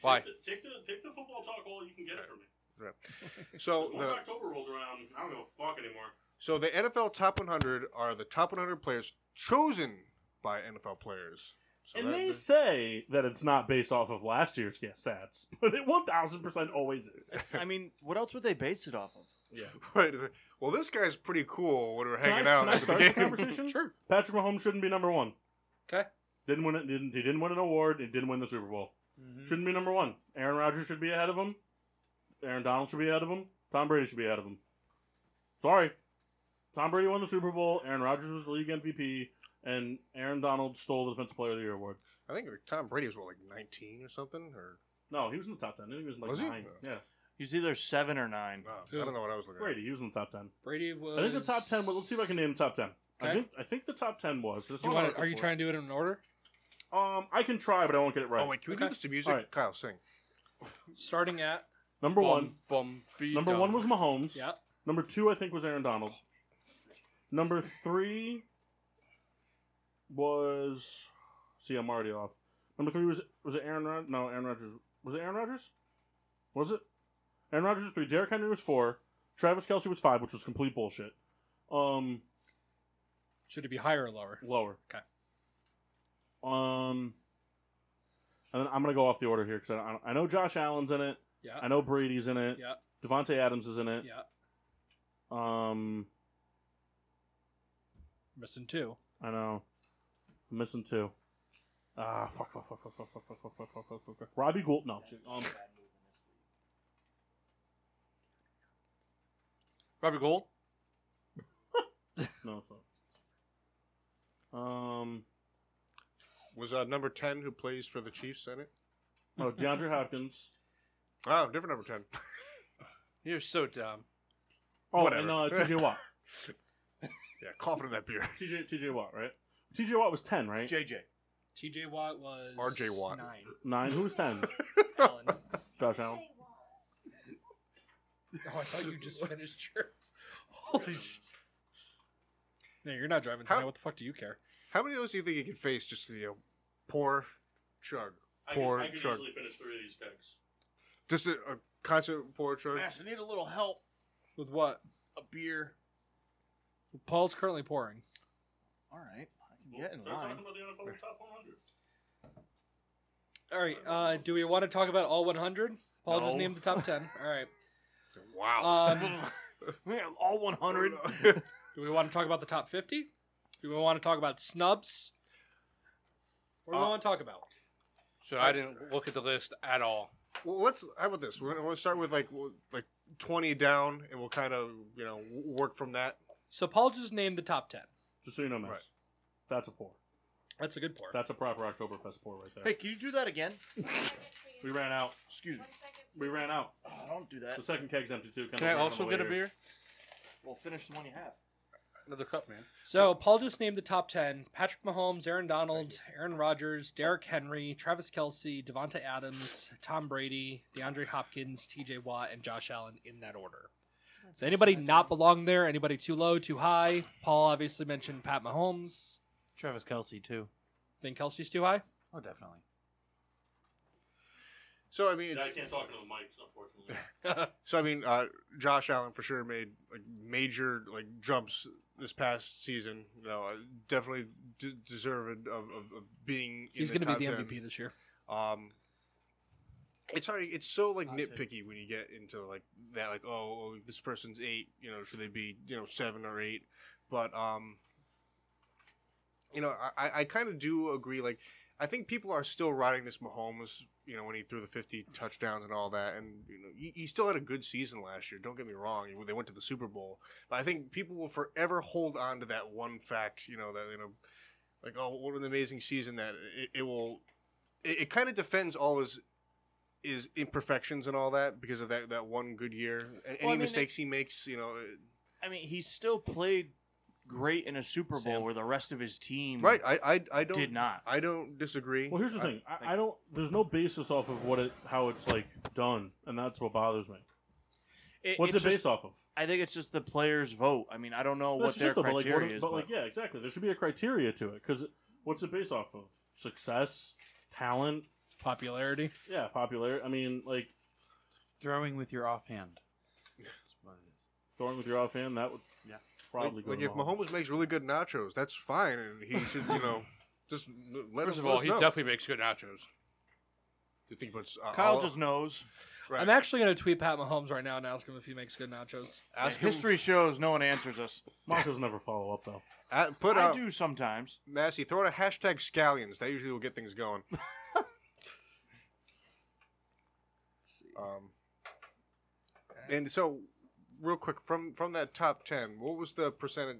[SPEAKER 5] Why?
[SPEAKER 1] Take the, take the football talk all you can get from me.
[SPEAKER 4] So the
[SPEAKER 1] October rolls around, I don't give a fuck anymore.
[SPEAKER 4] so the NFL top 100 are the top 100 players chosen by NFL players. So
[SPEAKER 1] and
[SPEAKER 4] that-
[SPEAKER 1] they say that it's not based off of last year's guest stats, but it 1000% always is.
[SPEAKER 2] I mean, what else would they base it off of?
[SPEAKER 4] Yeah. Right. it's like, Well, this guy's pretty cool when we're
[SPEAKER 1] Can I-
[SPEAKER 4] hanging out
[SPEAKER 1] can I
[SPEAKER 4] after the
[SPEAKER 1] start the
[SPEAKER 4] game.
[SPEAKER 1] conversation?
[SPEAKER 3] Sure.
[SPEAKER 1] Patrick Mahomes shouldn't be number one.
[SPEAKER 3] Okay.
[SPEAKER 1] Didn't win it. Didn't he? Didn't win an award. He didn't win the Super Bowl.
[SPEAKER 3] Mm-hmm.
[SPEAKER 1] Shouldn't be number one. Aaron Rodgers should be ahead of him. Aaron Donald should be ahead of him. Tom Brady should be ahead of him. Sorry. Tom Brady won the Super Bowl. Aaron Rodgers was the league MVP, and Aaron Donald stole the Defensive Player of the Year award.
[SPEAKER 4] I think Tom Brady was what, like 19 or something, or
[SPEAKER 1] No, he was in the top ten. I think he was like
[SPEAKER 4] Was he? Oh.
[SPEAKER 1] nine. Yeah,
[SPEAKER 2] He was either seven or nine.
[SPEAKER 4] wow,
[SPEAKER 3] Who?
[SPEAKER 4] I don't know what I was looking
[SPEAKER 1] Brady. He was in the top ten.
[SPEAKER 3] Brady was.
[SPEAKER 1] I think the top ten. was let's see if I can name the top ten. I
[SPEAKER 3] Okay.
[SPEAKER 1] think I think the top ten was.
[SPEAKER 3] Do you wanna- are you trying to do it in order?
[SPEAKER 1] Um, I can try, but I won't get it
[SPEAKER 4] at.
[SPEAKER 1] right.
[SPEAKER 4] Oh wait, can we do this to music?
[SPEAKER 1] All right.
[SPEAKER 4] Kyle, sing.
[SPEAKER 3] Starting at.
[SPEAKER 1] Number one.
[SPEAKER 5] Bum, bum, be
[SPEAKER 1] Number
[SPEAKER 5] dum.
[SPEAKER 1] one was Mahomes.
[SPEAKER 3] Yeah.
[SPEAKER 1] Number two, I think, was Aaron Donald. Number three was. See, I'm already off. Number three was was it Aaron Rodgers? No, Aaron Rodgers. Was it Aaron Rodgers? Was it? Aaron Rodgers was three. Derrick Henry was four. Travis Kelsey was five, which was complete bullshit. Um,
[SPEAKER 3] Should it be higher or lower?
[SPEAKER 1] lower.
[SPEAKER 3] Okay.
[SPEAKER 1] Um, and then I'm gonna go off the order here because I, I know Josh Allen's in it.
[SPEAKER 3] Yeah.
[SPEAKER 1] I know Brady's in it.
[SPEAKER 3] Yeah.
[SPEAKER 1] Devonte Adams is in it.
[SPEAKER 3] Yeah.
[SPEAKER 1] Um,
[SPEAKER 3] Missing two.
[SPEAKER 1] I know. I'm missing two. Ah, fuck, fuck, fuck, fuck, fuck, fuck, fuck, fuck, fuck, fuck, fuck, fuck, fuck. Robbie Gould. No. Um,
[SPEAKER 5] Robert Gold.
[SPEAKER 1] no. it's not. Um.
[SPEAKER 4] Was uh, number 10 who plays for the Chiefs in it?
[SPEAKER 1] Oh, DeAndre Hopkins.
[SPEAKER 4] Oh, different number 10.
[SPEAKER 5] You're so dumb.
[SPEAKER 1] Oh,
[SPEAKER 4] Whatever.
[SPEAKER 1] and uh, T.J. Watt.
[SPEAKER 4] Yeah, coughing in that beer.
[SPEAKER 1] T.J. T.J. Watt, right? T.J. Watt was ten, right?
[SPEAKER 2] JJ.
[SPEAKER 3] TJ Watt was
[SPEAKER 4] RJ Watt.
[SPEAKER 3] nine.
[SPEAKER 1] Nine. Who was ten?
[SPEAKER 3] Allen.
[SPEAKER 1] Josh Allen.
[SPEAKER 3] Oh, I thought you just finished yours. Holy sh! No, you're not driving
[SPEAKER 4] How-
[SPEAKER 3] tonight. What the fuck do you care?
[SPEAKER 4] How many of those do you think you can face just to, you know, pour, chug? Poor
[SPEAKER 1] I can, I can
[SPEAKER 4] Chuck.
[SPEAKER 1] easily finish three of these picks.
[SPEAKER 4] Just a, a constant pour, chug?
[SPEAKER 2] Mash, I need a little help.
[SPEAKER 3] With what?
[SPEAKER 2] A beer.
[SPEAKER 3] Paul's currently pouring.
[SPEAKER 2] All right. I can get in
[SPEAKER 1] Start
[SPEAKER 2] line.
[SPEAKER 1] talking about the NFL top 100.
[SPEAKER 3] All right. Uh, do we want to talk about all 100? Paul just
[SPEAKER 4] No.
[SPEAKER 3] named the top 10. All right.
[SPEAKER 4] Wow.
[SPEAKER 3] Um,
[SPEAKER 2] Man, all 100.
[SPEAKER 3] do we want to talk about the top 50? Do we want to talk about snubs? What do we
[SPEAKER 4] Uh,
[SPEAKER 3] want to talk about?
[SPEAKER 5] So I didn't look at the list at all.
[SPEAKER 4] well, let's, how about this? We're going to start with like w- like 20 down and we'll kind of, you know, w- work from that.
[SPEAKER 3] So Paul just named the top 10.
[SPEAKER 1] Just so you know, Max.
[SPEAKER 4] Right.
[SPEAKER 1] That's a pour.
[SPEAKER 3] That's a good pour.
[SPEAKER 1] That's a proper Oktoberfest pour right there.
[SPEAKER 2] hey, can you do that again?
[SPEAKER 1] We ran out.
[SPEAKER 2] Excuse me.
[SPEAKER 1] We ran out.
[SPEAKER 2] Oh, don't do that.
[SPEAKER 1] The second keg's empty too.
[SPEAKER 5] Can I
[SPEAKER 1] Kendall's
[SPEAKER 5] also
[SPEAKER 1] running
[SPEAKER 5] get
[SPEAKER 1] on
[SPEAKER 5] a
[SPEAKER 1] the way here.
[SPEAKER 5] beer?
[SPEAKER 2] Well, finish the one you have.
[SPEAKER 5] Another cup, man.
[SPEAKER 3] So Paul just named the top ten: Patrick Mahomes, Aaron Donald, Aaron Rodgers, Derrick Henry, Travis Kelsey, Devonta Adams, Tom Brady, DeAndre Hopkins, T.J. Watt, and Josh Allen in that order. So anybody not belong there? Anybody too low, too high? Paul obviously mentioned Pat Mahomes.
[SPEAKER 8] Travis Kelsey too.
[SPEAKER 3] Think Kelsey's too high?
[SPEAKER 8] Oh, definitely.
[SPEAKER 4] So, I mean,
[SPEAKER 1] Yeah, I
[SPEAKER 4] it's,
[SPEAKER 1] can't talk into the mics, unfortunately.
[SPEAKER 4] So I mean, uh, Josh Allen for sure made like major like jumps this past season. You know, uh, definitely d- deserved of, of, of being.
[SPEAKER 3] He's
[SPEAKER 4] going to
[SPEAKER 3] be the MVP this year.
[SPEAKER 4] Um, it's hard. It's so like
[SPEAKER 8] Hot take.
[SPEAKER 4] nitpicky when you get into like that. Like, oh, oh, this person's eight. You know, should they be you know seven or eight? But um, you know, I- I, I kind of do agree. Like, I think people are still riding this Mahomes. You know, when he threw the fifty touchdowns and all that, and you know, he, he still had a good season last year. Don't get me wrong. They went to the Super Bowl, but I think people will forever hold on to that one fact. You know that you know. Like oh, what an amazing season that it, it will it, it kind of defends all his his imperfections and all that because of that that one good year. A- Any
[SPEAKER 2] I mean,
[SPEAKER 4] mistakes he makes, you know, it-
[SPEAKER 2] I mean, he still played great in a Super Bowl
[SPEAKER 3] Sam.
[SPEAKER 2] where the rest of his team
[SPEAKER 4] right? I I, I don't
[SPEAKER 2] did not.
[SPEAKER 4] I don't disagree.
[SPEAKER 1] Well, here's the
[SPEAKER 4] I-
[SPEAKER 1] thing. I, I don't. There's no basis off of what it, how it's like done, and that's what bothers me.
[SPEAKER 2] It-
[SPEAKER 1] What's it
[SPEAKER 2] it's just-
[SPEAKER 1] based off of?
[SPEAKER 2] I think it's just the players' vote. I mean, I don't know
[SPEAKER 1] That's
[SPEAKER 2] what their
[SPEAKER 1] just it, but, like, what
[SPEAKER 2] criteria
[SPEAKER 1] it-
[SPEAKER 2] is.
[SPEAKER 1] But,
[SPEAKER 2] but-
[SPEAKER 1] like, yeah, exactly. There should be a criteria to it because what's it based off of? Success, talent,
[SPEAKER 3] Popularity.
[SPEAKER 1] yeah, popularity. I mean, like
[SPEAKER 8] Throwing with your offhand. That's what it is.
[SPEAKER 1] throwing with your offhand. That would
[SPEAKER 8] Yeah.
[SPEAKER 1] probably
[SPEAKER 4] like,
[SPEAKER 1] go
[SPEAKER 4] like
[SPEAKER 1] to
[SPEAKER 4] if Mahomes makes really good nachos, that's fine, and he should you know just n- let
[SPEAKER 5] First
[SPEAKER 4] him
[SPEAKER 5] of
[SPEAKER 4] let
[SPEAKER 5] all,
[SPEAKER 4] us
[SPEAKER 5] he
[SPEAKER 4] know.
[SPEAKER 5] definitely makes good nachos.
[SPEAKER 4] You think, but uh,
[SPEAKER 2] Kyle
[SPEAKER 4] I'll
[SPEAKER 2] just knows.
[SPEAKER 4] right.
[SPEAKER 3] I'm actually going to tweet Pat Mahomes right now and ask him if he makes good nachos.
[SPEAKER 4] ask
[SPEAKER 2] Yeah, history shows no one ansers us.
[SPEAKER 1] Marcos never follow up though.
[SPEAKER 4] Him, at, put
[SPEAKER 2] I
[SPEAKER 4] out
[SPEAKER 2] do sometimes.
[SPEAKER 4] Massey. Throw out a hashtag scallions. That usually will get things going. um, and so, real quick from from that top ten, what was the percentage?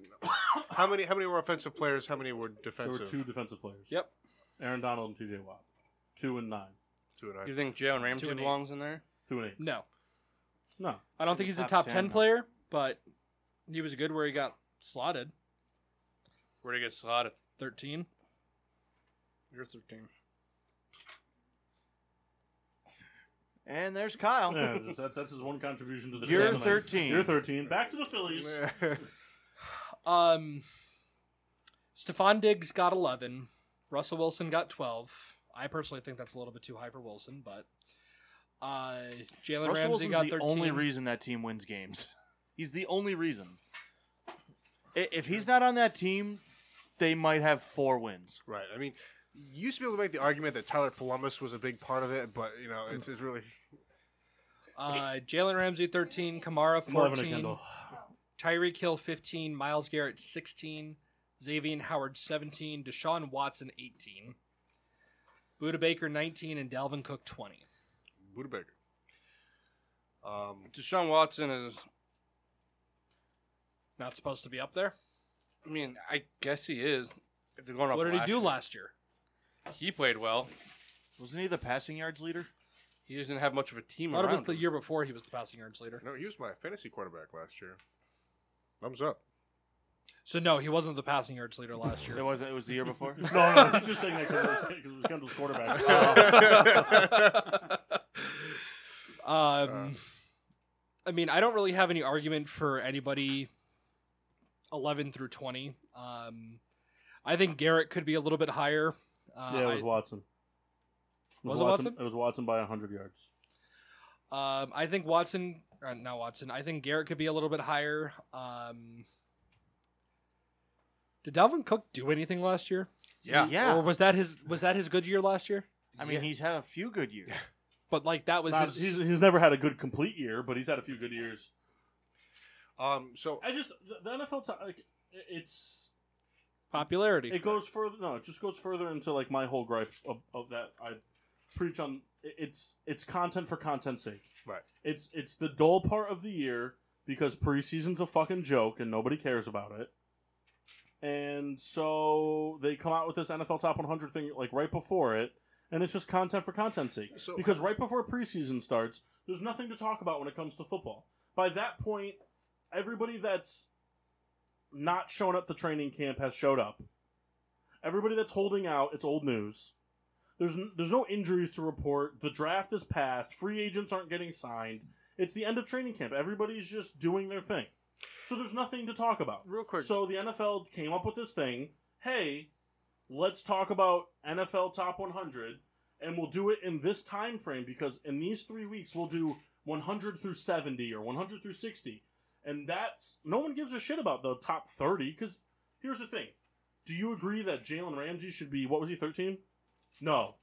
[SPEAKER 4] how many how many were offensive players? How many were
[SPEAKER 1] There were
[SPEAKER 4] defensive?
[SPEAKER 1] two defensive players.
[SPEAKER 3] Yep.
[SPEAKER 1] Aaron Donald and T.J. Watt, two and nine,
[SPEAKER 4] Two and
[SPEAKER 5] You
[SPEAKER 4] nine.
[SPEAKER 5] think Jalen Ramsey
[SPEAKER 3] Two and eight.
[SPEAKER 5] belongs in there?
[SPEAKER 1] two and eight.
[SPEAKER 3] No,
[SPEAKER 1] No,
[SPEAKER 3] I don't think he's a top ten
[SPEAKER 2] though.
[SPEAKER 3] player, but he was good where he got slotted.
[SPEAKER 5] Where do you get slotted?
[SPEAKER 3] Thirteen.
[SPEAKER 5] You're 13.
[SPEAKER 2] And there's Kyle.
[SPEAKER 1] yeah, just- that, that's his one contribution to the.
[SPEAKER 2] You're
[SPEAKER 1] show tonight.
[SPEAKER 2] 13.
[SPEAKER 1] You're thirteen. Back to the Phillies.
[SPEAKER 4] Yeah.
[SPEAKER 3] Um, Stephon Diggs got 11. Russell Wilson got 12. I personally think that's a little bit too high for Wilson, but uh, Jalen
[SPEAKER 2] Russell
[SPEAKER 3] Ramsey
[SPEAKER 2] Wilson's
[SPEAKER 3] got
[SPEAKER 2] the
[SPEAKER 3] 13.
[SPEAKER 2] only reason that team wins games. He's the only reason. I- If he's not on that team, they might have four wins.
[SPEAKER 4] Right. I mean, you used to be able to make the argument that Tyler Columbus was a big part of it, but you know, it's, it's really
[SPEAKER 3] Uh, Jalen Ramsey 13, Kamara
[SPEAKER 1] I'm loving it,
[SPEAKER 3] 14,
[SPEAKER 1] Kendall.
[SPEAKER 3] Tyreek Hill 15, Miles Garrett 16, Xavier Howard 17, Deshaun Watson 18, Buda Baker 19, and Dalvin Cook 20.
[SPEAKER 4] Budabaker. Um,
[SPEAKER 5] Deshaun Watson is.
[SPEAKER 3] Not supposed to be up there.
[SPEAKER 5] I mean, I guess he is. If they're going off
[SPEAKER 3] What did he
[SPEAKER 5] last
[SPEAKER 3] do
[SPEAKER 5] year.
[SPEAKER 3] last year?
[SPEAKER 5] He played well.
[SPEAKER 2] Wasn't he the passing yards leader?
[SPEAKER 5] He just didn't have much of a
[SPEAKER 3] I
[SPEAKER 5] team
[SPEAKER 3] thought it
[SPEAKER 5] around.
[SPEAKER 3] was the
[SPEAKER 5] him.
[SPEAKER 3] year before he was the passing yards leader.
[SPEAKER 4] no, he was my fantasy quarterback last year. Thumbs up.
[SPEAKER 3] So no, he wasn't the passing yards leader last year.
[SPEAKER 2] It was. It was the year before.
[SPEAKER 1] No, no, he's just saying that because it, was- 'cause it was Kendall's quarterback.
[SPEAKER 4] Uh.
[SPEAKER 3] Um, I mean, I don't really have any argument for anybody 11 through 20. Um, I think Garrett could be a little bit higher. Uh,
[SPEAKER 1] yeah, it was Watson.
[SPEAKER 3] Was it Watson?
[SPEAKER 1] It was Watson by 100 yards.
[SPEAKER 3] I, um, I think Watson, uh, not Watson, I think Garrett could be a little bit higher. Um, did Dalvin Cook do anything last year?
[SPEAKER 5] yeah.
[SPEAKER 2] Yeah.
[SPEAKER 3] Or was that his was that his good year last year?
[SPEAKER 2] I mean, he's had a few good years.
[SPEAKER 3] But like that was
[SPEAKER 1] Not-
[SPEAKER 3] his
[SPEAKER 1] he's, he's never had a good complete year, but he's had a few good years.
[SPEAKER 4] Um, so
[SPEAKER 1] I just the- the NFL, to- like, it- it's
[SPEAKER 3] popularity.
[SPEAKER 1] it goes further. No, it just goes further into like my whole gripe of, of that I preach on. it- It's it's content for content's sake.
[SPEAKER 4] Right.
[SPEAKER 1] It's it's the dull part of the year because preseason's a fucking joke and nobody cares about it. And so they come out with this NFL Top 100 thing like right before it, and it's just content for content's sake.
[SPEAKER 4] So-
[SPEAKER 1] because right before preseason starts, there's nothing to talk about when it comes to football. By that point, everybody that's not shown up to training camp has showed up. Everybody that's holding out, it's old news. There's n- there's no injuries to report. The draft is passed. Free agents aren't getting signed. It's the end of training camp. Everybody's just doing their thing. So there's nothing to talk about.
[SPEAKER 4] real quick,
[SPEAKER 1] So the NFL came up with this thing. Hey, let's talk about NFL Top 100, and we'll do it in this time frame because in these three weeks we'll do 100 through 70 or 100 through 60, and that's no one gives a shit about the top 30 because here's the thing: Do you agree that Jalen Ramsey should be what was he 13? No,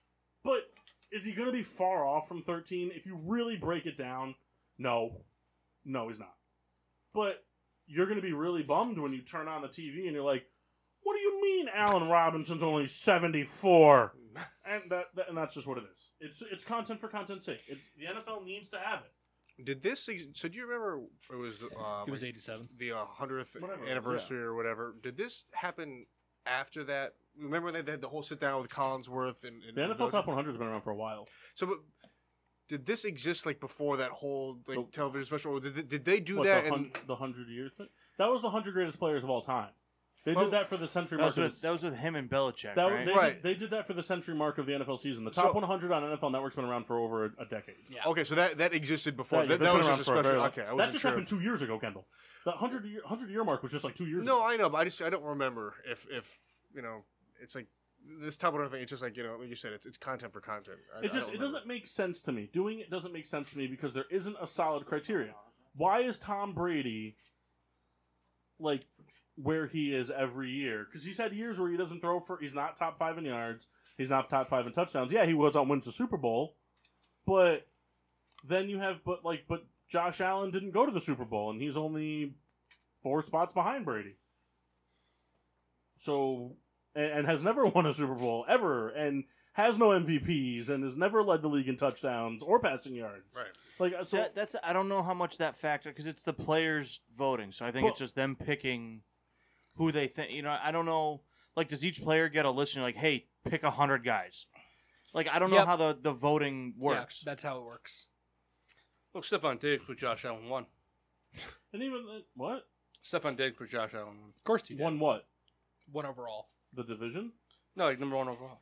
[SPEAKER 1] but is he going to be far off from 13 if you really break it down? No, no, he's not. But you're going to be really bummed when you turn on the TV and you're like, "What do you mean Allen Robinson's only 74?" And that, that and that's just what it is. It's it's content for content's sake. It's, the NFL needs to have it.
[SPEAKER 4] did this? ex- So do you remember it was um,
[SPEAKER 3] he was 87.
[SPEAKER 4] the uh, 100th
[SPEAKER 1] Whatever,
[SPEAKER 4] anniversary or whatever? Did this happen after that? Remember when they had the whole sit down with Collinsworth and, and
[SPEAKER 1] The NFL
[SPEAKER 4] those-
[SPEAKER 1] Top 100 has been around for a while.
[SPEAKER 4] So, but did this exist like before that whole like
[SPEAKER 1] Nope.
[SPEAKER 4] television special? Or did, they- did they do
[SPEAKER 1] What,
[SPEAKER 4] that?
[SPEAKER 1] the, hun-
[SPEAKER 4] And
[SPEAKER 1] the hundred year thing? That was the hundred greatest players of all time. They
[SPEAKER 4] Well,
[SPEAKER 1] did that for the century
[SPEAKER 2] That
[SPEAKER 1] mark.
[SPEAKER 2] was
[SPEAKER 1] Of
[SPEAKER 2] with
[SPEAKER 1] the,
[SPEAKER 2] that was with him and Belichick,
[SPEAKER 1] that,
[SPEAKER 2] right?
[SPEAKER 1] they,
[SPEAKER 4] Right.
[SPEAKER 1] did, they did that for the century mark of the NFL season. The top
[SPEAKER 4] So-
[SPEAKER 1] 100 on NFL Network's been around for over a, a decade.
[SPEAKER 4] okay, so that that existed before.
[SPEAKER 1] yeah,
[SPEAKER 4] That,
[SPEAKER 1] it's
[SPEAKER 4] that
[SPEAKER 1] been
[SPEAKER 4] was
[SPEAKER 1] around
[SPEAKER 4] just a
[SPEAKER 1] for a very
[SPEAKER 4] special.
[SPEAKER 1] long-
[SPEAKER 4] okay, I
[SPEAKER 1] that
[SPEAKER 4] wasn't
[SPEAKER 1] just
[SPEAKER 4] sure.
[SPEAKER 1] happened two years ago, Kendall. The hundred year hundred year mark was just like two years. ago.
[SPEAKER 4] No, I know, but I just I don't remember if if you know it's like this top order thing. It's just like you know, like you said, it's, it's content for content. I,
[SPEAKER 1] It
[SPEAKER 4] I
[SPEAKER 1] just
[SPEAKER 4] don't
[SPEAKER 1] it
[SPEAKER 4] remember.
[SPEAKER 1] doesn't make sense to me. Doing it doesn't make sense to me because there isn't a solid criteria. Why is Tom Brady like where he is every year? Because he's had years where he doesn't throw for he's not top five in yards, he's not top five in touchdowns. Yeah, he was on wins the Super Bowl, but then you have but like but Josh Allen didn't go to the Super Bowl and he's only four spots behind Brady. So and, and has never won a Super Bowl ever and has no MVPs and has never led the league in touchdowns or passing yards.
[SPEAKER 4] Right.
[SPEAKER 1] Like uh, so,
[SPEAKER 2] That- that's I don't know how much that factor because it's the players voting, so I think it's
[SPEAKER 1] Well-
[SPEAKER 2] just them picking who they think. You know, I don't know. Like, does each player get a list? And you're like, hey, pick a hundred guys. Like, I don't
[SPEAKER 3] Yep.
[SPEAKER 2] know how the the voting works.
[SPEAKER 3] Yeah, that's how it works.
[SPEAKER 5] Well, Stephon Diggs with Josh Allen won.
[SPEAKER 1] and even the- what
[SPEAKER 5] Stephon Diggs with Josh Allen won.
[SPEAKER 3] Of course he did.
[SPEAKER 1] won what
[SPEAKER 3] one overall.
[SPEAKER 1] the division?
[SPEAKER 5] No, he's number one overall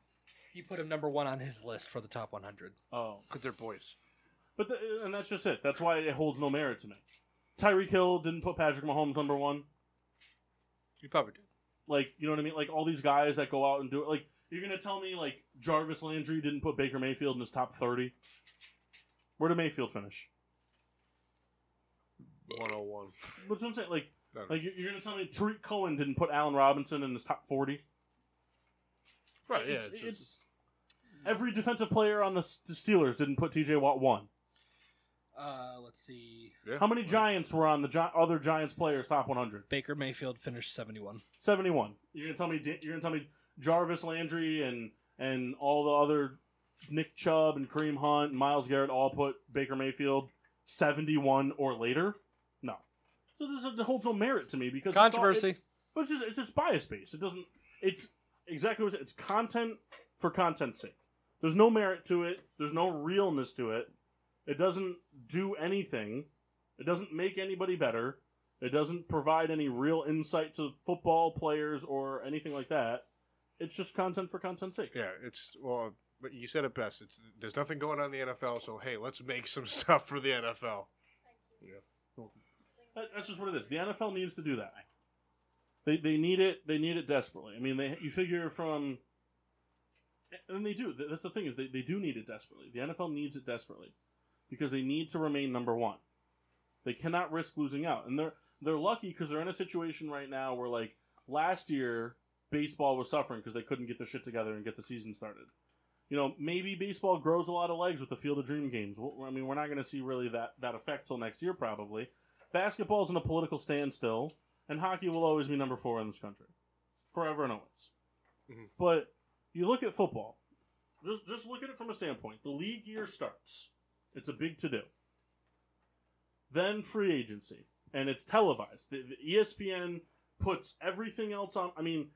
[SPEAKER 3] He put him number one on his list for the top 100.
[SPEAKER 1] Oh,
[SPEAKER 5] because they're boys.
[SPEAKER 1] but the, and that's just it. That's why it holds no merit to me. Tyreek Hill didn't put Patrick Mahomes number one.
[SPEAKER 5] You probably did.
[SPEAKER 1] Like, you know what I mean? Like all these guys that go out and do it. Like, you're gonna tell me like Jarvis Landry didn't put Baker Mayfield in his top thirty? Where did Mayfield finish?
[SPEAKER 4] 101.
[SPEAKER 1] That's what I'm saying. Like,
[SPEAKER 4] I don't know.
[SPEAKER 1] like you- you're gonna tell me Tariq Cohen didn't put Allen Robinson in his top forty?
[SPEAKER 4] Right, yeah.
[SPEAKER 1] It's-
[SPEAKER 4] it's-
[SPEAKER 1] it's-
[SPEAKER 4] it's-
[SPEAKER 1] every defensive player on the, S- the Steelers didn't put T.J. Watt one.
[SPEAKER 3] Uh, let's see.
[SPEAKER 4] yeah.
[SPEAKER 1] How many Giants were on the gi- other Giants players top 100?
[SPEAKER 3] Baker Mayfield finished 71.
[SPEAKER 1] 71. You're gonna tell me Da- you're gonna tell me Jarvis Landry and and all the other Nick Chubb and Kareem Hunt and Miles Garrett all put Baker Mayfield 71 or later? No. So this is- it holds no merit to me because it's all-
[SPEAKER 3] Controversy.
[SPEAKER 1] But it's just it's just bias based. It doesn't. It's exactly what it- it's content for content's sake. There's no merit to it. There's no realness to it. It doesn't do anything. It doesn't make anybody better. It doesn't provide any real insight to football players or anything like that. It's just content for content's sake.
[SPEAKER 4] Yeah, it's well. but You said it best. It's there's nothing going on in the NFL, so hey, let's make some stuff for the NFL.
[SPEAKER 1] That- that's just what it is. The NFL needs to do that. They, they need it. They need it desperately. I mean, they you figure from, and they do. That's the thing is they, they do need it desperately. The NFL needs it desperately because they need to remain number one. They cannot risk losing out, and they're they're lucky because they're in a situation right now where like last year baseball was suffering because they couldn't get their shit together and get the season started. You know, maybe baseball grows a lot of legs with the Field of Dream games. Well, I mean, we're not going to see really that that effect till next year probably basketball's in a political standstill, and hockey will always be number four in this country, forever and always.
[SPEAKER 4] Mhm.
[SPEAKER 1] But you look at football. Just just look at it from a standpoint. The league year starts. It's a big to do. Then free agency, and it's televised. The, E the ESPN puts everything else on. I mean,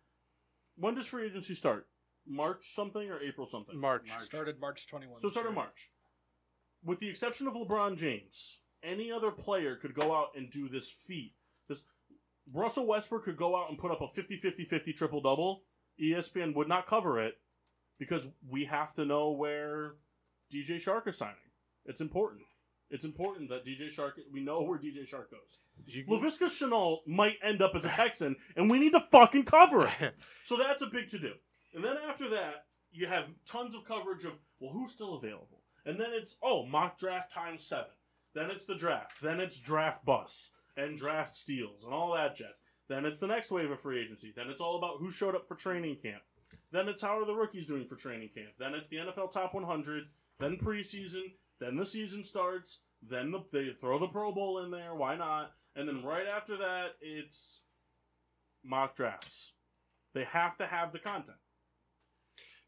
[SPEAKER 1] when does free agency start? March something or April something?
[SPEAKER 5] March.
[SPEAKER 3] Started March 21.
[SPEAKER 1] So it started
[SPEAKER 3] Sure.
[SPEAKER 1] March. With the exception of LeBron James, any other player could go out and do this feat. This Russell Westbrook could go out and put up a E 50-50-50 triple double. ESPN would not cover it because we have to know where DJ Shark is signing. It's important. It's important that DJ Shark we know where DJ Shark goes.
[SPEAKER 4] You,
[SPEAKER 1] LaVisca Chenault might end up as a Texan, and we need to fucking cover it. So that's a big to do. And then after that, you have tons of coverage of, well, who's still available? And then it's, oh, mock draft times seven. Then it's the draft. Then it's draft bus and draft steals and all that jazz. Then it's the next wave of free agency. Then it's all about who showed up for training camp. Then it's how are the rookies doing for training camp. Then it's the NFL Top 100. Then preseason. Then the season starts. Then the, they throw the Pro Bowl in there. Why not? And then right after that, it's mock drafts. They have to have the content.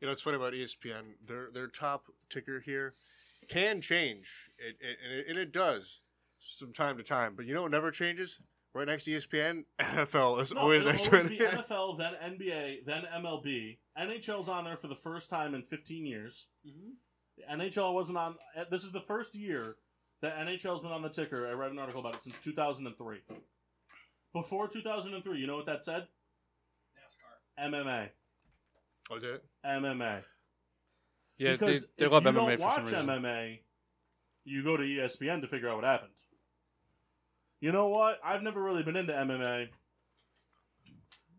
[SPEAKER 4] you know, it's funny about E ESPN. Their their top ticker here can change, it, it, and, it, and it does from time to time. But you know, what never changes. Right next to E ESPN, NFL is
[SPEAKER 1] No,
[SPEAKER 4] always
[SPEAKER 1] it'll
[SPEAKER 4] next
[SPEAKER 1] always
[SPEAKER 4] to
[SPEAKER 1] be
[SPEAKER 4] it.
[SPEAKER 1] NFL, then NBA, then MLB. NHL's on there for the first time in 15 years.
[SPEAKER 8] Mm-hmm.
[SPEAKER 1] The NHL wasn't on. eh, This is the first year that NHL's been on the ticker. I read an article about it since 2003. Before 2003, you know what that said? MMA,
[SPEAKER 4] Oh, did it?
[SPEAKER 1] MMA.
[SPEAKER 5] Yeah,
[SPEAKER 1] because
[SPEAKER 5] they, they
[SPEAKER 1] if
[SPEAKER 5] love
[SPEAKER 1] you
[SPEAKER 5] MMA
[SPEAKER 1] don't
[SPEAKER 5] for some
[SPEAKER 1] watch
[SPEAKER 5] reason.
[SPEAKER 1] MMA, you go to E ESPN to figure out what happened. You know what? I've never really been into MMA,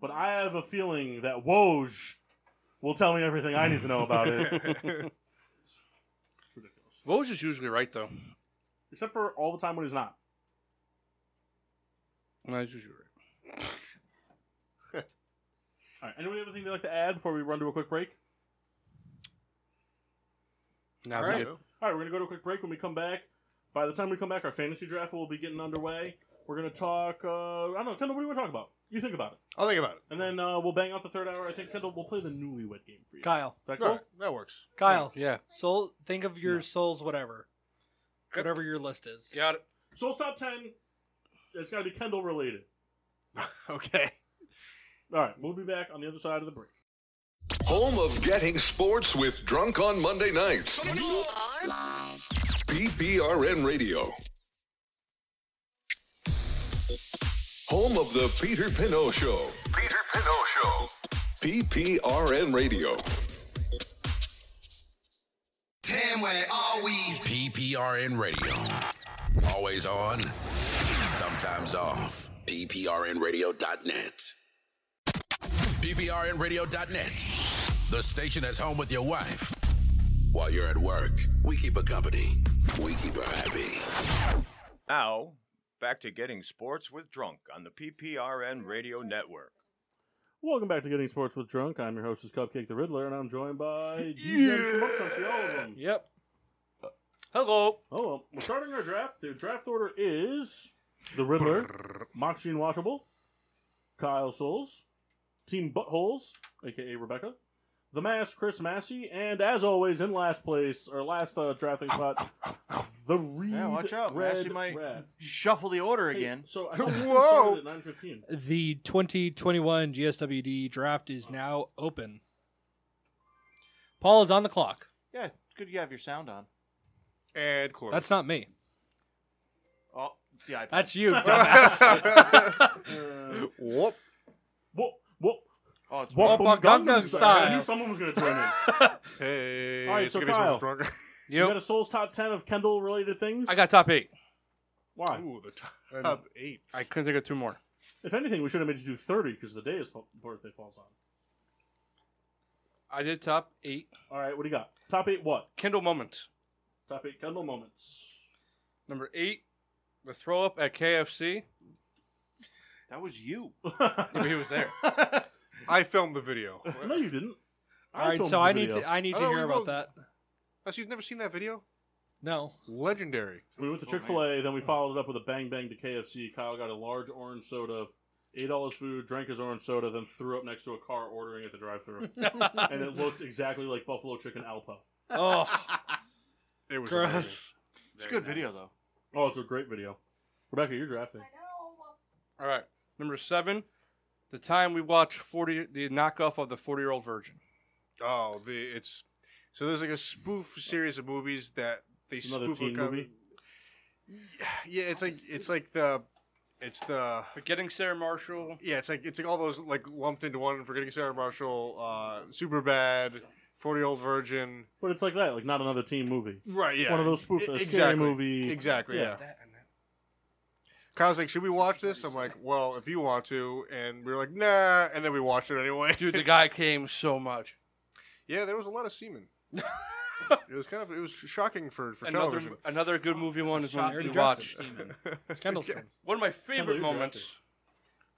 [SPEAKER 1] but I have a feeling that Woj will tell me everything I need to know about it. It's ridiculous.
[SPEAKER 5] Woj is usually right though.
[SPEAKER 1] Except for all the time when he's not.
[SPEAKER 5] No, he's usually right.
[SPEAKER 1] All right. Anybody have anything they'd like to add before we run to a quick break?
[SPEAKER 5] Now
[SPEAKER 3] All
[SPEAKER 5] we
[SPEAKER 3] right.
[SPEAKER 5] get-
[SPEAKER 1] All right, we're going to go to a quick break. When we come back, by the time we come back, our fantasy draft will be getting underway. We're going to talk, uh, I don't know, Kendall, what do you want to talk about? You think about it.
[SPEAKER 4] I'll think about it.
[SPEAKER 1] And then uh, we'll bang out the third hour. I think Kendall will play the newlywed game for you. Is
[SPEAKER 3] Kyle.
[SPEAKER 1] that
[SPEAKER 4] All
[SPEAKER 1] cool?
[SPEAKER 4] right, that works.
[SPEAKER 3] Kyle.
[SPEAKER 5] Yeah.
[SPEAKER 3] Soul. Think of your
[SPEAKER 1] No.
[SPEAKER 3] souls, whatever.
[SPEAKER 5] Okay.
[SPEAKER 3] Whatever your list is.
[SPEAKER 5] Got it.
[SPEAKER 1] Soul's top ten. It's got to be Kendall related.
[SPEAKER 4] okay.
[SPEAKER 1] All right, we'll be back on the other side of the break.
[SPEAKER 9] Home of getting sports with Drunk on Monday nights. BPRN Radio. Home of the Peter Pinot Show. Peter Pinot Show. PPRN Radio.
[SPEAKER 10] Damn, where are we? PPRN Radio. Always on, sometimes off. PPRNradio.net. PPRNradio.net. The station that's home with your wife. While you're at work, we keep her company. We keep her happy.
[SPEAKER 11] Now, back to getting sports with drunk on the PPRN radio network.
[SPEAKER 1] Welcome back to Getting Sports with Drunk. I'm your host, is Cupcake the Riddler, and I'm joined by DJ Sports Country, all of them.
[SPEAKER 3] Yep.
[SPEAKER 1] Hello. Hello. We're starting our draft. The draft order is the Riddler, Moxie Washable, Kyle Souls, Team Buttholes, aka Rebecca, The Mask, Chris Massey, and as always, in last place, or last uh, drafting spot, the Reed.
[SPEAKER 2] Yeah, watch out.
[SPEAKER 1] Red
[SPEAKER 2] Massey might
[SPEAKER 1] Rat.
[SPEAKER 2] shuffle the order
[SPEAKER 1] Hey,
[SPEAKER 2] again.
[SPEAKER 1] so I thought this
[SPEAKER 2] Whoa!
[SPEAKER 1] started at 9:15.
[SPEAKER 3] The 2021 GSWD draft is now open. Paul is on the clock.
[SPEAKER 2] Yeah, it's good you have your sound on.
[SPEAKER 4] And Clover.
[SPEAKER 3] That's not me.
[SPEAKER 2] Oh, it's the iPad.
[SPEAKER 3] That's you, dumbass.
[SPEAKER 2] Uh,
[SPEAKER 4] Whoop.
[SPEAKER 1] Whoop. Whoop.
[SPEAKER 2] Oh, it's
[SPEAKER 1] Whoop,
[SPEAKER 3] Wumpa
[SPEAKER 1] whoop,
[SPEAKER 3] Gunga
[SPEAKER 1] Gunga
[SPEAKER 3] style.
[SPEAKER 1] I knew someone was going to join in.
[SPEAKER 4] Hey,
[SPEAKER 1] All right,
[SPEAKER 4] it's
[SPEAKER 1] so
[SPEAKER 4] gonna be
[SPEAKER 1] Kyle,
[SPEAKER 4] someone drunk.
[SPEAKER 1] you got a Souls top 10 of Kendall related things?
[SPEAKER 5] I got top eight.
[SPEAKER 1] Why?
[SPEAKER 4] Ooh, the top, top eight.
[SPEAKER 5] I couldn't think of two more.
[SPEAKER 1] If anything, we should have made you do 30 because the day his fa- birthday falls on.
[SPEAKER 5] I did top eight.
[SPEAKER 1] All right, what do you got? Top eight what?
[SPEAKER 5] Kindle moments.
[SPEAKER 1] Top eight Kendall moments.
[SPEAKER 5] Number eight, the throw up at KFC.
[SPEAKER 2] That was you.
[SPEAKER 5] Maybe he was there.
[SPEAKER 4] I filmed the video.
[SPEAKER 1] No, you didn't.
[SPEAKER 3] All right,
[SPEAKER 1] filmed
[SPEAKER 3] so
[SPEAKER 1] the
[SPEAKER 3] I need
[SPEAKER 1] video.
[SPEAKER 3] to I need
[SPEAKER 4] I
[SPEAKER 3] to
[SPEAKER 4] know,
[SPEAKER 3] hear
[SPEAKER 4] we
[SPEAKER 3] about
[SPEAKER 4] both-
[SPEAKER 3] that.
[SPEAKER 4] Oh, so you've never seen that video?
[SPEAKER 3] No.
[SPEAKER 4] Legendary.
[SPEAKER 1] We
[SPEAKER 2] Oh,
[SPEAKER 1] went to Chick Fil A, then we followed it up with a bang bang to KFC. Kyle got a large orange soda, ate all his food, drank his orange soda, then threw up next to a car ordering at the drive-through, and it looked exactly like buffalo chicken alpo.
[SPEAKER 3] Oh,
[SPEAKER 4] It was
[SPEAKER 3] Gross.
[SPEAKER 4] amazing.
[SPEAKER 2] It's a good video though.
[SPEAKER 1] Oh, it's a great video. Rebecca, you're drafting.
[SPEAKER 5] All right. Number seven, the time we watched 40, the knockoff of the 40 year old virgin.
[SPEAKER 4] Oh, the it's so there's like a spoof series of movies that they
[SPEAKER 1] It's another
[SPEAKER 4] spoof
[SPEAKER 1] teen
[SPEAKER 4] a com-
[SPEAKER 1] movie.
[SPEAKER 4] Yeah, it's like it's like the it's the
[SPEAKER 5] Forgetting Sarah Marshall.
[SPEAKER 4] yeah, it's like it's like all those like lumped into one. Forgetting Sarah Marshall, uh, Super Bad, Forty Year Old Virgin.
[SPEAKER 1] But it's like that, like not another teen movie.
[SPEAKER 4] Right, yeah,
[SPEAKER 1] One of those spoof,
[SPEAKER 4] E-
[SPEAKER 1] a scary
[SPEAKER 4] exactly.
[SPEAKER 1] movie.
[SPEAKER 4] Exactly, yeah.
[SPEAKER 5] That and that.
[SPEAKER 4] Kyle's like, should we watch this? I'm like, well, if you want to, and we were like, nah, and then we watched it anyway.
[SPEAKER 5] Dude, the guy came so much.
[SPEAKER 4] yeah, there was a lot of semen. it was kind of it was shocking for for
[SPEAKER 5] Another,
[SPEAKER 4] television.
[SPEAKER 5] another good movie one is
[SPEAKER 3] Shot
[SPEAKER 5] when we
[SPEAKER 3] already
[SPEAKER 5] watched.
[SPEAKER 3] drafted. Semen. It's Kendall's turn.
[SPEAKER 5] One of my
[SPEAKER 1] Kendall,
[SPEAKER 5] favorite
[SPEAKER 1] you're
[SPEAKER 5] moments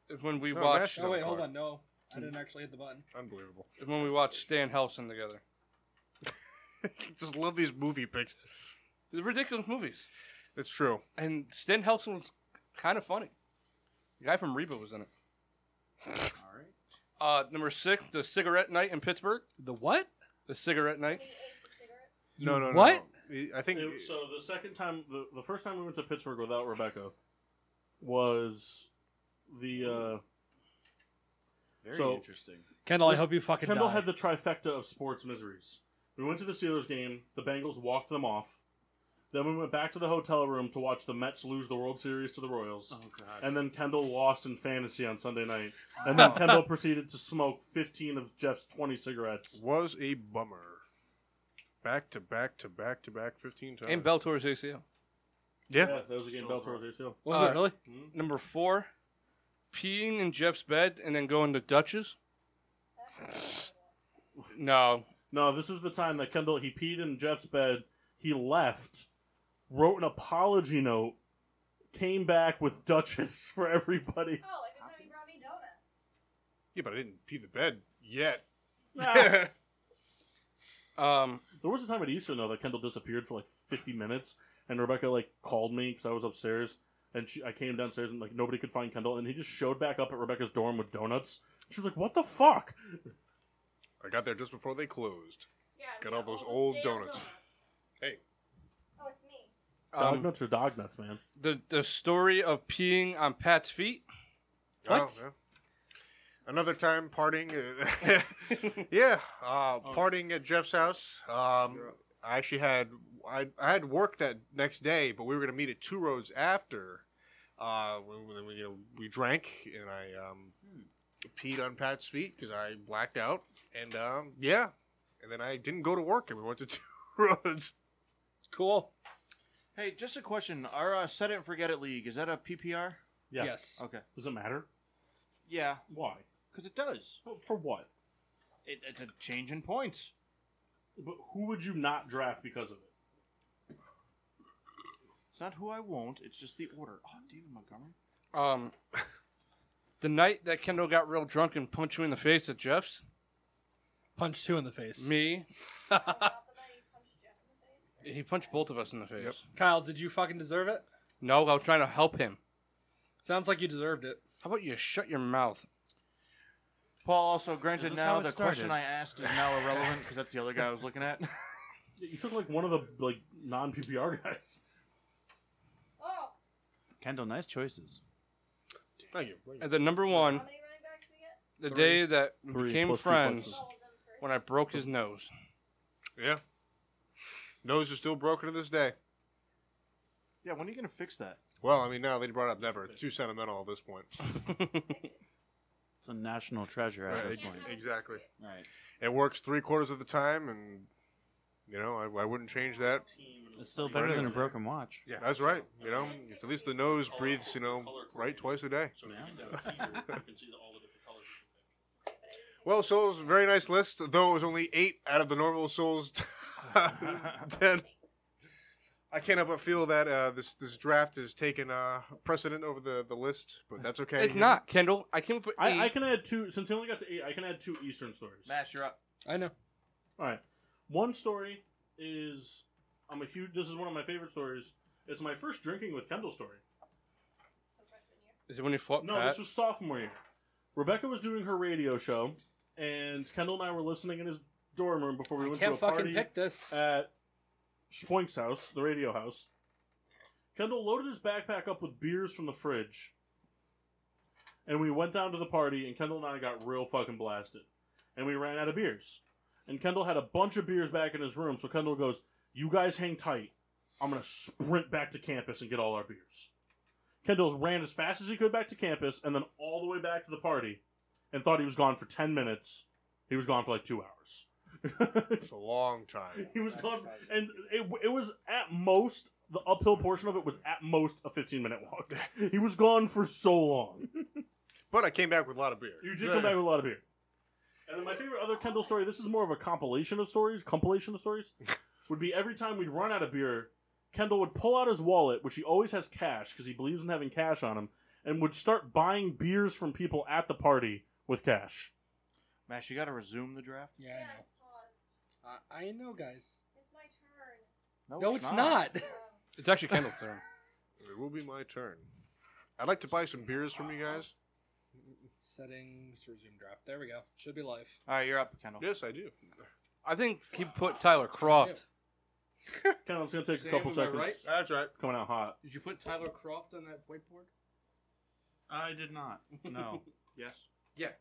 [SPEAKER 5] is when we
[SPEAKER 4] No, Mash
[SPEAKER 5] watched
[SPEAKER 4] is on
[SPEAKER 3] Oh wait,
[SPEAKER 4] the
[SPEAKER 3] hold
[SPEAKER 4] clock.
[SPEAKER 3] on. No, I didn't actually hit the button.
[SPEAKER 4] Unbelievable.
[SPEAKER 5] is when we watched Stan Helsen together.
[SPEAKER 4] Just love these movie picks.
[SPEAKER 5] They're ridiculous movies.
[SPEAKER 4] It's true.
[SPEAKER 5] And Stan Helsen was kind of funny. The guy from Reba was in it. All right. Uh, number six, the cigarette night in Pittsburgh.
[SPEAKER 3] The what?
[SPEAKER 5] The cigarette night.
[SPEAKER 4] No, no, no.
[SPEAKER 3] What?
[SPEAKER 4] no. I think
[SPEAKER 1] It- so the second time, the, the first time we went to Pittsburgh without Rebecca was the uh,
[SPEAKER 2] Very
[SPEAKER 1] So-
[SPEAKER 2] interesting.
[SPEAKER 3] Kendall, I
[SPEAKER 1] This-
[SPEAKER 3] hope you
[SPEAKER 1] uh,
[SPEAKER 3] fucking
[SPEAKER 1] Kendall
[SPEAKER 3] die.
[SPEAKER 1] had the trifecta of sports miseries. We went to the Steelers game. The Bengals walked them off. Then we went back to the hotel room to watch the Mets lose the World Series to the Royals.
[SPEAKER 7] God.
[SPEAKER 1] And then Kendall lost in fantasy on Sunday night. And then Kendall proceeded to smoke 15 of Jeff's 20 cigarettes.
[SPEAKER 4] was a bummer. Back to back to back to back, fifteen times.
[SPEAKER 5] And Bellator's ACL.
[SPEAKER 4] yeah.
[SPEAKER 1] that was a Hmm? game Bell Torres ACL.
[SPEAKER 3] was
[SPEAKER 5] uh,
[SPEAKER 3] it really?
[SPEAKER 5] Number four, peeing in Jeff's bed and then going to Dutch's. No.
[SPEAKER 1] No, this was the time that Kendall he peed in Jeff's bed. He left, wrote an apology note, came back with Duchess for everybody.
[SPEAKER 6] Oh, every time you brought me donuts.
[SPEAKER 4] yeah, but I didn't pee the bed yet.
[SPEAKER 1] Nah.
[SPEAKER 4] yeah,
[SPEAKER 5] Um,
[SPEAKER 1] There was a time at Easter though that Kendall disappeared for like 50 minutes, and Rebecca like called me because I was upstairs, and she, I came downstairs and like nobody could find Kendall, and he just showed back up at Rebecca's dorm with donuts. She was like, "What the fuck?"
[SPEAKER 4] I got there just before they closed.
[SPEAKER 6] Yeah,
[SPEAKER 4] Got
[SPEAKER 6] we
[SPEAKER 4] all those old
[SPEAKER 6] stale
[SPEAKER 4] donuts. Hey.
[SPEAKER 6] Oh, it's me.
[SPEAKER 1] Dog
[SPEAKER 5] um
[SPEAKER 1] nuts or dog nuts, man.
[SPEAKER 5] the the story of peeing on Pat's feet.
[SPEAKER 4] What? Oh, Another time partying. uh, yeah, uh, partying at Jeff's house. Um, I actually had I, I had work that next day, but we were gonna meet at Two Roads after. Uh, we, we, you know, we drank and I um, peed on Pat's feet because I blacked out, and um, yeah, and then I didn't go to work, and we went to Two Roads.
[SPEAKER 3] Cool.
[SPEAKER 2] Hey, just a question. Our uh, set it and forget it league is that a PPR?
[SPEAKER 1] Yeah.
[SPEAKER 3] Yes.
[SPEAKER 2] Okay.
[SPEAKER 1] Does it matter?
[SPEAKER 2] Yeah,
[SPEAKER 1] Why?
[SPEAKER 2] Because it does.
[SPEAKER 1] But for what?
[SPEAKER 2] It, it's a change in points.
[SPEAKER 1] But who would you not draft because of it?
[SPEAKER 2] It's not who I won't. It's just the order. Oh, David Montgomery.
[SPEAKER 5] Um, the night that Kendall got real drunk and punched you in the face at Jeff's.
[SPEAKER 3] Punched who in the face?
[SPEAKER 5] Me. he punched both of us in the face.
[SPEAKER 3] Kyle, did you fucking deserve it?
[SPEAKER 5] No, I was trying to help him.
[SPEAKER 3] Sounds like you deserved it.
[SPEAKER 5] How about you shut your mouth?
[SPEAKER 2] Paul also granted
[SPEAKER 5] Is this
[SPEAKER 2] now
[SPEAKER 5] how it
[SPEAKER 2] the
[SPEAKER 5] started?
[SPEAKER 2] question I asked is now irrelevant because that's the other guy I was looking at.
[SPEAKER 1] You took like one of the like non PPR guys.
[SPEAKER 6] Oh,
[SPEAKER 8] Kendall, nice choices.
[SPEAKER 4] Thank you.
[SPEAKER 5] And the number one,
[SPEAKER 6] how many running backs do we get?
[SPEAKER 5] the
[SPEAKER 8] Three.
[SPEAKER 5] day that we
[SPEAKER 8] Three
[SPEAKER 5] became
[SPEAKER 8] plus two
[SPEAKER 5] friends,
[SPEAKER 8] punches.
[SPEAKER 5] when I broke his nose.
[SPEAKER 4] Yeah. Nose is still broken to this day.
[SPEAKER 2] Yeah, when are you going to fix that?
[SPEAKER 4] Well, I mean, now they brought up never. It's Too sentimental at this point.
[SPEAKER 8] It's a national treasure at
[SPEAKER 4] Right,
[SPEAKER 8] this
[SPEAKER 4] e-
[SPEAKER 8] point.
[SPEAKER 4] Exactly.
[SPEAKER 8] Right.
[SPEAKER 4] It works three quarters of the time, and you know, I, I wouldn't change that.
[SPEAKER 8] It's still
[SPEAKER 4] for
[SPEAKER 8] better than a
[SPEAKER 4] anything.
[SPEAKER 8] broken watch.
[SPEAKER 4] Yeah, that's right. You know, it's at least the nose breathes. You know, right twice a day. Well, Souls, very nice list, though it was only eight out of the normal Souls ten. I can't help but feel that uh, this this draft has taken uh, precedent over the, the list, but that's okay.
[SPEAKER 5] It's not Kendall. I came up with eight.
[SPEAKER 1] I, I can add two since he only got to eight. I can add two Eastern stories.
[SPEAKER 2] Matt, you're up.
[SPEAKER 3] I know.
[SPEAKER 1] All right, one story is I'm a huge. This is one of my favorite stories. It's my first drinking with Kendall story.
[SPEAKER 5] Is it when you fought
[SPEAKER 1] No,
[SPEAKER 5] Pat?
[SPEAKER 1] this was sophomore year. Rebecca was doing her radio show, and Kendall and I were listening in his dorm room before we went
[SPEAKER 3] can't
[SPEAKER 1] to a
[SPEAKER 3] fucking
[SPEAKER 1] party
[SPEAKER 3] pick this.
[SPEAKER 1] at Schpoink's house, the radio house. Kendall loaded his backpack up with beers from the fridge, and we went down to the party. And Kendall and I got real fucking blasted, and we ran out of beers. And Kendall had a bunch of beers back in his room, so Kendall goes, "You guys hang tight. I'm gonna sprint back to campus and get all our beers." Kendall ran as fast as he could back to campus and then all the way back to the party and thought he was gone for 10 minutes. He was gone for like two hours.
[SPEAKER 4] It's a long time.
[SPEAKER 1] He was gone. For, and it, it was at most, the uphill portion of it was at most a 15 minute walk. He was gone for so long.
[SPEAKER 4] But I came back with a lot of beer.
[SPEAKER 1] You did come back with a lot of beer. And then my favorite other Kendall story, this is more of a compilation of stories, compilation of stories, would be every time we'd run out of beer, Kendall would pull out his wallet, which he always has cash because he believes in having cash on him, and would start buying beers from people at the party with cash.
[SPEAKER 2] Matt, you got to resume the draft.
[SPEAKER 3] Yeah, I know. I- Uh, I know, guys.
[SPEAKER 6] It's my turn.
[SPEAKER 2] No,
[SPEAKER 3] No,
[SPEAKER 2] it's,
[SPEAKER 3] it's
[SPEAKER 2] not.
[SPEAKER 3] not.
[SPEAKER 5] It's actually Kendall's turn.
[SPEAKER 4] It will be my turn. I'd like to buy some beers from you guys.
[SPEAKER 3] Settings, resume draft. There we go. Should be live.
[SPEAKER 2] All right, you're up, Kendall.
[SPEAKER 4] Yes, I do.
[SPEAKER 5] I think he put Tyler Croft.
[SPEAKER 1] Kendall's going to take
[SPEAKER 5] Sam,
[SPEAKER 1] a couple
[SPEAKER 5] am I
[SPEAKER 1] seconds.
[SPEAKER 5] right?
[SPEAKER 4] That's right.
[SPEAKER 1] Coming out hot.
[SPEAKER 5] Did you put Tyler Croft on that whiteboard?
[SPEAKER 8] I did not. No.
[SPEAKER 2] Yes.
[SPEAKER 5] Yeah.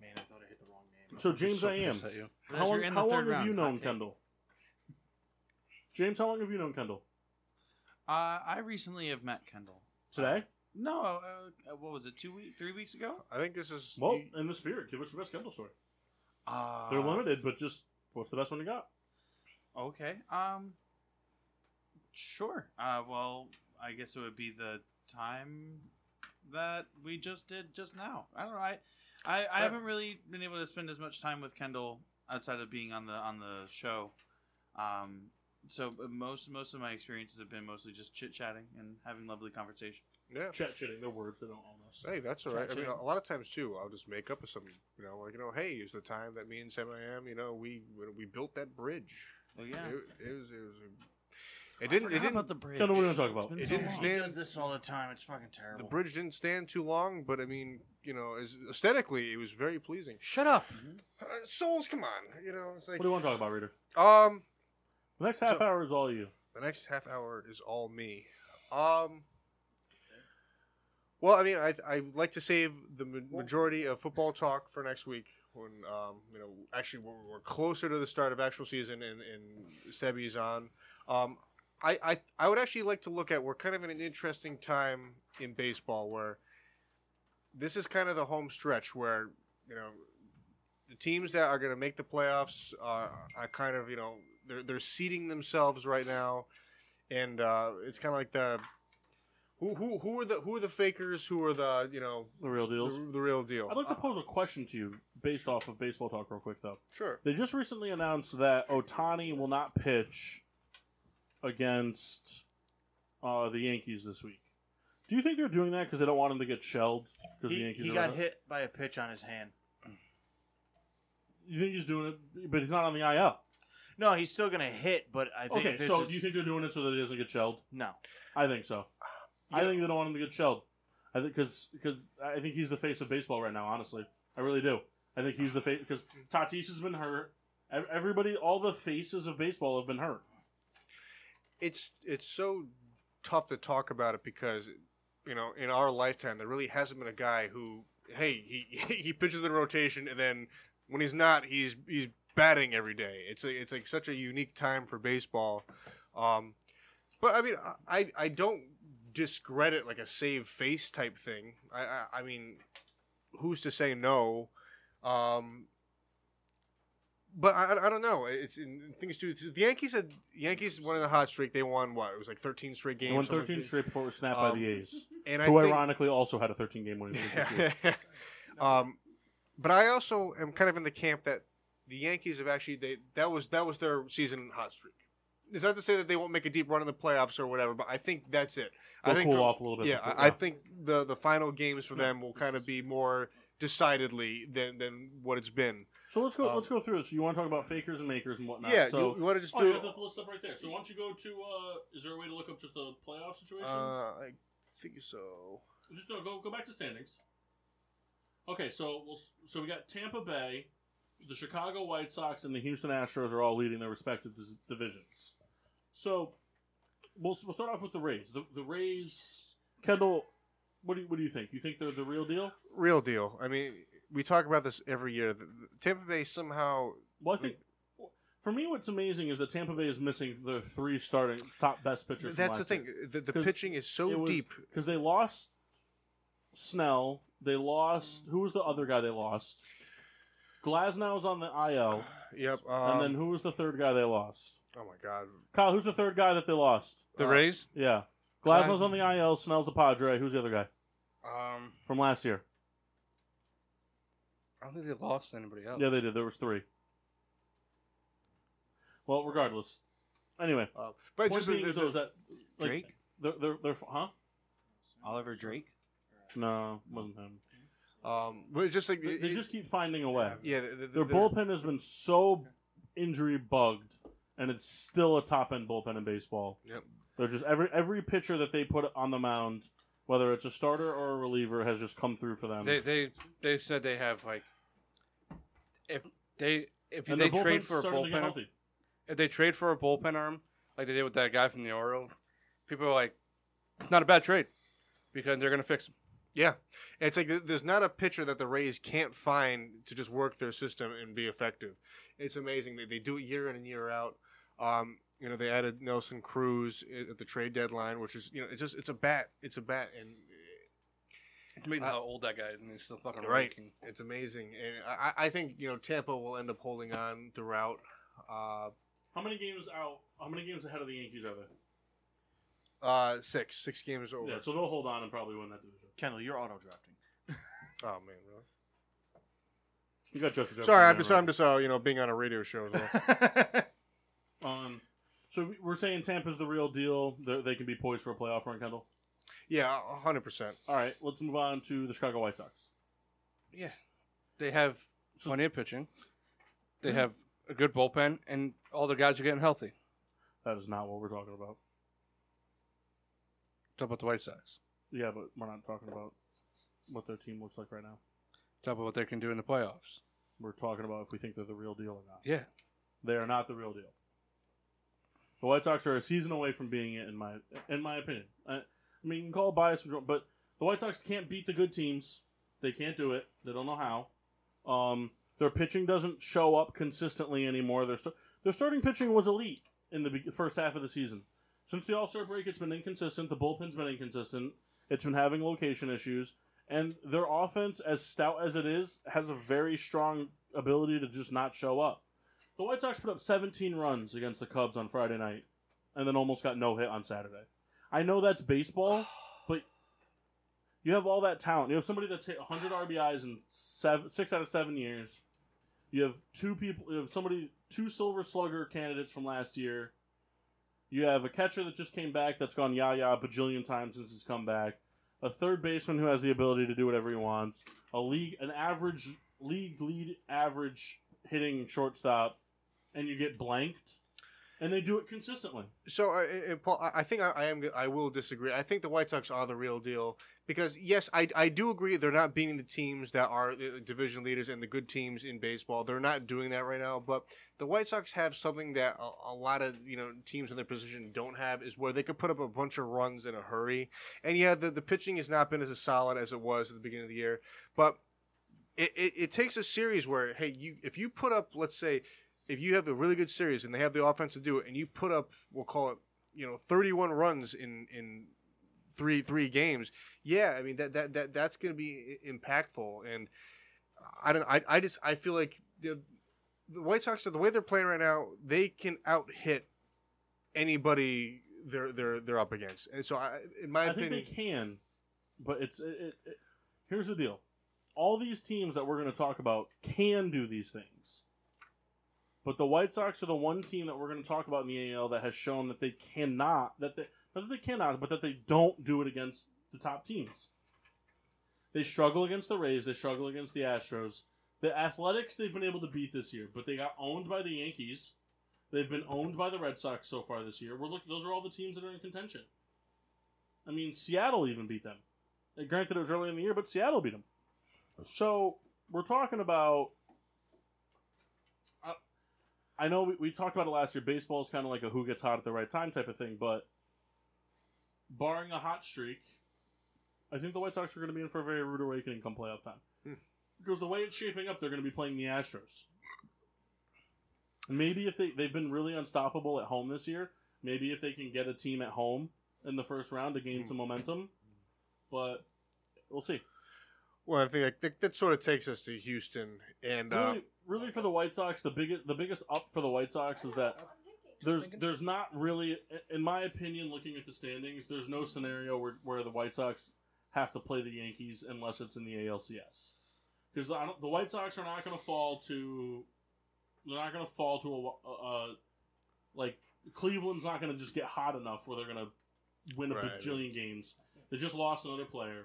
[SPEAKER 2] Man, I thought I hit the wrong name.
[SPEAKER 1] So, James,
[SPEAKER 5] so
[SPEAKER 1] I am.
[SPEAKER 5] pissed at you.
[SPEAKER 1] How
[SPEAKER 8] Guys, you're
[SPEAKER 1] long,
[SPEAKER 8] in the
[SPEAKER 1] how long
[SPEAKER 8] third
[SPEAKER 1] have
[SPEAKER 8] round.
[SPEAKER 1] you
[SPEAKER 8] Hot
[SPEAKER 1] known
[SPEAKER 8] take.
[SPEAKER 1] Kendall? James, how long have you known Kendall?
[SPEAKER 8] Uh, I recently have met Kendall.
[SPEAKER 1] Today?
[SPEAKER 8] No, uh, uh, what was it? Two weeks, three weeks ago?
[SPEAKER 4] I think this is.
[SPEAKER 1] Well, in the spirit, give us your best Kendall story.
[SPEAKER 8] Uh,
[SPEAKER 1] They're limited, but just what's the best one you got?
[SPEAKER 8] Okay. Um. Sure. Uh. Well, I guess it would be the time that we just did just now. I don't know. I, I, I haven't really been able to spend as much time with Kendall outside of being on the on the show. Um. So uh, most most of my experiences have been mostly just chit chatting and having lovely conversation.
[SPEAKER 4] yeah.
[SPEAKER 1] Chat shitting, their words, they don't own us.
[SPEAKER 4] Hey, that's all right. I mean,
[SPEAKER 1] Gotcha.
[SPEAKER 4] a lot of times too, I'll just make up some, you know, like you know, hey, is the time that me and Sam I am, you know, we when we built that bridge.
[SPEAKER 8] Well, yeah.
[SPEAKER 4] It, it was. It was. A, it didn't. It didn't. The,
[SPEAKER 8] bridge.
[SPEAKER 1] Kendall, what are we gonna talk about?
[SPEAKER 8] It's been
[SPEAKER 4] It
[SPEAKER 8] so long.
[SPEAKER 4] didn't stay-
[SPEAKER 2] He does this all the time. It's fucking terrible.
[SPEAKER 4] bridge didn't stand too long, but I mean, you know, as, aesthetically, it was very pleasing.
[SPEAKER 5] Shut up.
[SPEAKER 4] Uh, souls, come on, you know, it's like
[SPEAKER 1] What do you want to talk about, reader?
[SPEAKER 4] um,
[SPEAKER 1] The next half
[SPEAKER 4] So-
[SPEAKER 1] hour is all you.
[SPEAKER 4] the next half hour is all me. Um. Well, I mean, I I would like to save the ma- majority of football talk for next week when um you know actually we're, we're closer to the start of actual season and and Sebby's on. Um, I, I I would actually like to look at we're kind of in an interesting time in baseball where this is kind of the home stretch where you know the teams that are going to make the playoffs are are kind of you know they're they're seeding themselves right now, and uh, it's kind of like the Who who who are the who are the fakers? Who are the you know
[SPEAKER 1] the real deals.
[SPEAKER 4] The, the real deal.
[SPEAKER 1] I'd like to pose a question to you based off of baseball talk, real quick, though.
[SPEAKER 4] Sure.
[SPEAKER 1] They just recently announced that Otani will not pitch against uh, the Yankees this week. Do you think they're doing that because they don't want him to get shelled? Because the
[SPEAKER 2] He,
[SPEAKER 1] Yankees
[SPEAKER 2] he
[SPEAKER 1] are
[SPEAKER 2] got
[SPEAKER 1] running-
[SPEAKER 2] hit by a pitch on his hand.
[SPEAKER 1] You think he's doing it, but he's not on the IL.
[SPEAKER 2] No, he's still gonna hit, but I think
[SPEAKER 1] Okay,
[SPEAKER 2] if it's
[SPEAKER 1] so
[SPEAKER 2] just-
[SPEAKER 1] do you think they're doing it so that he doesn't get shelled?
[SPEAKER 2] No.
[SPEAKER 1] I think so. I think they don't want him to get shelled. I think because I think he's the face of baseball right now. Honestly, I really do. I think he's the face because Tatis has been hurt. Ev- Everybody, all the faces of baseball have been hurt.
[SPEAKER 4] It's it's so tough to talk about it because you know in our lifetime there really hasn't been a guy who hey he he pitches in rotation and then when he's not he's he's batting every day. It's a, it's like such a unique time for baseball. Um, but I mean I I don't discredit like a save face type thing. I I, I mean who's to say no? Um, but I, I- I don't know. It's in, things do. The Yankees had Yankees won in a hot streak. They won what? It was like 13 straight games.
[SPEAKER 1] They won
[SPEAKER 4] something like
[SPEAKER 1] 13
[SPEAKER 4] that.
[SPEAKER 1] straight before it was snapped by
[SPEAKER 4] Um,
[SPEAKER 1] the A's,
[SPEAKER 4] And I
[SPEAKER 1] who
[SPEAKER 4] think-
[SPEAKER 1] ironically also had a 13 game winning streak. this year.
[SPEAKER 4] um, but I also am kind of in the camp that the Yankees have actually they that was that was their season hot streak. It's not to say that they won't make a deep run in the playoffs or whatever, but I think that's it. I
[SPEAKER 1] They'll
[SPEAKER 4] think
[SPEAKER 1] cool
[SPEAKER 4] for-
[SPEAKER 1] off a little bit
[SPEAKER 4] Yeah,
[SPEAKER 1] before-
[SPEAKER 4] I, I
[SPEAKER 1] yeah.
[SPEAKER 4] think the the final games for them will kind of be more decidedly than than what it's been.
[SPEAKER 1] So let's go.
[SPEAKER 4] Um,
[SPEAKER 1] let's go through it. So you want to talk about fakers and makers and whatnot?
[SPEAKER 4] Yeah,
[SPEAKER 1] So
[SPEAKER 4] you- you wanna just
[SPEAKER 1] oh,
[SPEAKER 4] do
[SPEAKER 1] you
[SPEAKER 4] it-
[SPEAKER 1] have the list up right there. So why don't you go to? Uh, is there a way to look up just the playoff
[SPEAKER 4] Uh,
[SPEAKER 1] situations?
[SPEAKER 4] I think so.
[SPEAKER 1] Just no, go go back to standings. Okay, so we'll, so we got Tampa Bay, the Chicago White Sox, and the Houston Astros are all leading their respective dis- divisions. So we'll we'll start off with the Rays. The, the Rays, Kendall, what do you, what do you think? You think they're the real deal?
[SPEAKER 4] Real deal. I mean, we talk about this every year. The- the- Tampa Bay somehow
[SPEAKER 1] Well, I think for me, what's amazing is that Tampa Bay is missing the three starting top best pitchers.
[SPEAKER 4] That's the thing. The, the pitching is so deep.
[SPEAKER 1] because they lost Snell. They lost. Who was the other guy they lost? Glasnow's on the IL.
[SPEAKER 4] Yep. um,
[SPEAKER 1] and then who was the third guy they lost?
[SPEAKER 4] Oh my God.
[SPEAKER 1] Kyle, who's the third guy that they lost?
[SPEAKER 5] The
[SPEAKER 4] Uh,
[SPEAKER 5] Rays?
[SPEAKER 1] Yeah. Glasnow's on the IL. Snell's a Padre. Who's the other guy
[SPEAKER 5] Um,
[SPEAKER 1] from last year?
[SPEAKER 5] I don't think they lost anybody else.
[SPEAKER 1] Yeah, they did. There was three. Well, regardless. Anyway,
[SPEAKER 4] but
[SPEAKER 1] point
[SPEAKER 4] just the-
[SPEAKER 1] being
[SPEAKER 4] the-
[SPEAKER 1] is though is that like,
[SPEAKER 8] Drake?
[SPEAKER 1] They're, they're, they're huh?
[SPEAKER 8] Oliver Drake.
[SPEAKER 1] No, wasn't him.
[SPEAKER 4] Um, but it's just like
[SPEAKER 1] they, they just keep finding a way.
[SPEAKER 4] Yeah, the- the-
[SPEAKER 1] their
[SPEAKER 4] the-
[SPEAKER 1] bullpen has been so injury bugged, and it's still a top end bullpen in baseball.
[SPEAKER 4] Yep.
[SPEAKER 1] They're just every every pitcher that they put on the mound, whether it's a starter or a reliever, has just come through for them.
[SPEAKER 5] They they they said they have like if they if
[SPEAKER 1] And
[SPEAKER 5] they
[SPEAKER 1] their
[SPEAKER 5] trade
[SPEAKER 1] bullpen's
[SPEAKER 5] for a
[SPEAKER 1] starting to get
[SPEAKER 5] bullpen
[SPEAKER 1] healthy.
[SPEAKER 5] if they trade for a bullpen arm like they did with that guy from the Orioles, people are like, it's not a bad trade because they're gonna fix him.
[SPEAKER 4] Yeah, it's like th- there's not a pitcher that the Rays can't find to just work their system and be effective. It's amazing that they do it year in and year out. Um, you know, they added Nelson Cruz i- at the trade deadline, which is you know, it's just it's a bat, it's a bat, and
[SPEAKER 5] It's amazing how old that guy is and he's still fucking
[SPEAKER 4] right,
[SPEAKER 5] raking.
[SPEAKER 4] it's amazing. And I, I I think you know Tampa will end up holding on throughout. Uh,
[SPEAKER 1] How many games out? How many games ahead of the Yankees are they?
[SPEAKER 4] uh, six, six games over.
[SPEAKER 1] Yeah, so they'll hold on and probably win that division.
[SPEAKER 2] Kendall, you're auto drafting.
[SPEAKER 4] oh man, really?
[SPEAKER 1] You got Justin.
[SPEAKER 4] Sorry, I'm
[SPEAKER 1] Jefferson
[SPEAKER 4] just
[SPEAKER 1] there,
[SPEAKER 4] I'm just uh, you know being on a radio show as well.
[SPEAKER 1] right? Um, so we- we're saying Tampa's the real deal. They're, they can be poised for a playoff run, Kendall.
[SPEAKER 4] yeah, hundred percent.
[SPEAKER 1] All right, let's move on to the Chicago White Sox.
[SPEAKER 5] Yeah, they have plenty of pitching.
[SPEAKER 4] Hmm.
[SPEAKER 5] They have a good bullpen and all the guys are getting healthy.
[SPEAKER 1] That is not what we're talking about.
[SPEAKER 5] Talk about the White Sox.
[SPEAKER 1] Yeah, but we're not talking about what their team looks like right now.
[SPEAKER 5] Talk about what they can do in the playoffs.
[SPEAKER 1] We're talking about if we think they're the real deal or not.
[SPEAKER 5] Yeah.
[SPEAKER 1] They are not the real deal. The White Sox are a season away from being it, in my in my opinion. I, I mean, you can call it bias, but the White Sox can't beat the good teams. They can't do it. They don't know how. Um, their pitching doesn't show up consistently anymore. Their st- their starting pitching was elite in the be- first half of the season. Since the All Star break, it's been inconsistent. The bullpen's been inconsistent. It's been having location issues, and their offense, as stout as it is, has a very strong ability to just not show up. The White Sox put up 17 runs against the Cubs on Friday night and then almost got no hit on Saturday. I know that's baseball, but You have all that talent. You have somebody that's hit 100 RBIs in seven, six out of seven years. You have two people. You have somebody, two Silver Slugger candidates from last year. You have a catcher that just came back that's gone yah yah bajillion times since he's come back. A third baseman who has the ability to do whatever he wants. A league, an average league lead average hitting shortstop, and you get blanked, and they do it consistently.
[SPEAKER 4] So, uh, and- and Paul, I- I think I, I am. I will disagree. I think the White Sox are the real deal because yes, I, I do agree they're not beating the teams that are the division leaders and the good teams in baseball. They're not doing that right now. But the White Sox have something that a, a lot of you know teams in their position don't have is where they could put up a bunch of runs in a hurry. And yeah, the the pitching has not been as solid as it was at the beginning of the year, but it, it, it takes a series where hey you if you put up let's say if you have a really good series and they have the offense to do it and you put up we'll call it you know 31 runs in in three three games yeah i mean that that, that that's going to be i- impactful and i don't i, I just i feel like the, the white sox the way they're playing right now they can out hit anybody they're they're they're up against and so i in my
[SPEAKER 1] I
[SPEAKER 4] opinion
[SPEAKER 1] think they can, but it's it, it, it, here's the deal: all these teams that we're going to talk about can do these things, but the White Sox are the one team that we're going to talk about in the AL that has shown that they cannot that they not that they cannot, but that they don't do it against the top teams. They struggle against the Rays. They struggle against the Astros. The Athletics they've been able to beat this year, but they got owned by the Yankees. They've been owned by the Red Sox so far this year. We're look; those are all the teams that are in contention. I mean, Seattle even beat them. And granted, it was early in the year, but Seattle beat them. So we're talking about. I- I know we, we talked about it last year. Baseball is kind of like a who gets hot at the right time type of thing, but barring a hot streak, I think the White Sox are going to be in for a very rude awakening come playoff time. Because the way it's shaping up, they're going to be playing the Astros. Maybe if they they've been really unstoppable at home this year, maybe if they can get a team at home in the first round to
[SPEAKER 4] Hmm.
[SPEAKER 1] gain some momentum, but we'll see.
[SPEAKER 4] well i think that, that, that sort of takes us to houston and uh,
[SPEAKER 1] Really, really for the White Sox, the biggest the biggest up for the White Sox is that there's there's not really, in my opinion, looking at the standings, there's no scenario where, where the White Sox have to play the Yankees unless it's in the ALCS because the, I don't- the White Sox are not going to fall to they're not going to fall to a, a, a like Cleveland's not going to just get hot enough where they're going to win a
[SPEAKER 4] Right.
[SPEAKER 1] bajillion games. They just lost another player.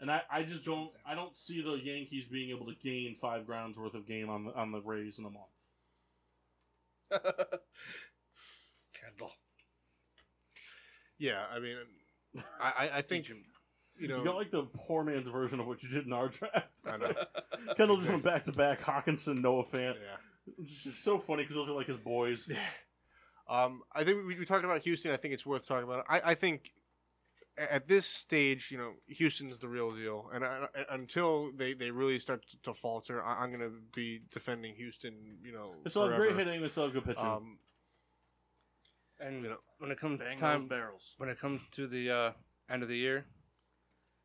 [SPEAKER 1] And I, I just don't I don't see the Yankees being able to gain five grounds worth of game on the on the Rays in a month.
[SPEAKER 3] Kendall.
[SPEAKER 4] yeah i mean i i, I think you know
[SPEAKER 1] You got like the poor man's version of what you did in our draft.
[SPEAKER 4] I know.
[SPEAKER 1] Kendall just went back to back. Hawkinson, Noah Fant.
[SPEAKER 4] Yeah.
[SPEAKER 1] It's just so funny because those are like his boys.
[SPEAKER 4] Um, I think we, we talked about Houston. I think it's worth talking about. I, I think a- at this stage, you know, Houston's the real deal, and I, I- until they, they really start to, to falter, I, I'm going to be defending Houston. You know,
[SPEAKER 1] They still have great
[SPEAKER 4] forever.
[SPEAKER 1] hitting. They still have good pitching.
[SPEAKER 4] Um,
[SPEAKER 5] And when it comes
[SPEAKER 4] Bang
[SPEAKER 5] time,
[SPEAKER 4] those barrels.
[SPEAKER 5] when it comes to the uh, end of the year,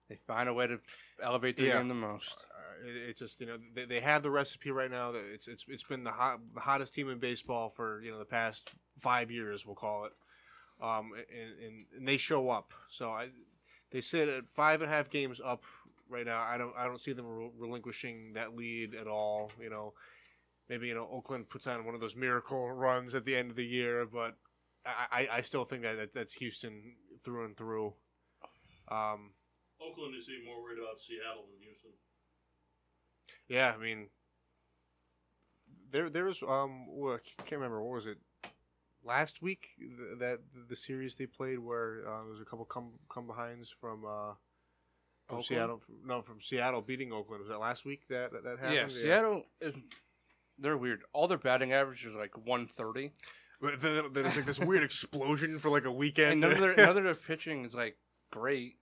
[SPEAKER 5] they find a way to elevate their
[SPEAKER 4] Yeah.
[SPEAKER 5] game the most.
[SPEAKER 4] uh, it, it's just you know they, they have the recipe right now. That it's it's it's been the hot the hottest team in baseball for you know the past five years. We'll call it. Um, and, and, and they show up. So I, they sit at five and a half games up right now. I don't I don't see them rel- relinquishing that lead at all. You know, maybe you know Oakland puts on one of those miracle runs at the end of the year, but I I, I still think that, that that's Houston through and through. Um,
[SPEAKER 1] Oakland is even more worried about Seattle than Houston.
[SPEAKER 4] Yeah, I mean, there there was um, well, I can't remember what was it last week th- that the series they played where uh, there was a couple come come behinds from uh, from
[SPEAKER 5] Oakland?
[SPEAKER 4] Seattle. From, no, from Seattle beating Oakland. Was that last week that that happened?
[SPEAKER 5] yeah, Seattle, is, they're weird. All their batting average is like 130.
[SPEAKER 4] But then, then it's like this weird explosion for like a weekend.
[SPEAKER 5] And none of, their, none of their pitching is like great.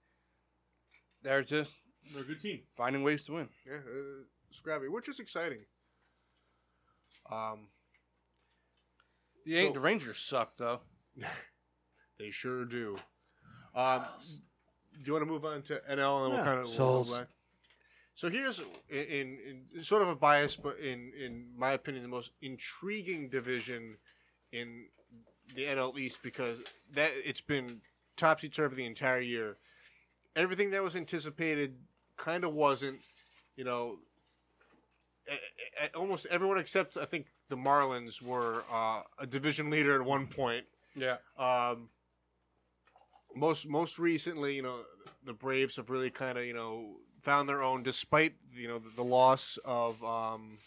[SPEAKER 5] They're just
[SPEAKER 1] They're a good team.
[SPEAKER 5] finding ways to win.
[SPEAKER 4] yeah, uh, scrappy, which is exciting. Um,
[SPEAKER 5] The,
[SPEAKER 4] So-
[SPEAKER 5] the Rangers suck though.
[SPEAKER 4] they sure do. Um, do you want to move on to NL and
[SPEAKER 5] Yeah.
[SPEAKER 4] we'll kind of
[SPEAKER 5] Souls.
[SPEAKER 4] So here's in, in sort of a bias, but in in my opinion, the most intriguing division in the NL East because that it's been topsy turvy the entire year. everything that was anticipated kind of wasn't. You know, a- a- almost everyone except I think the Marlins were uh, a division leader at one point.
[SPEAKER 5] Yeah.
[SPEAKER 4] Um, most most recently, you know, the Braves have really kind of you know found their own despite you know the, the loss of um,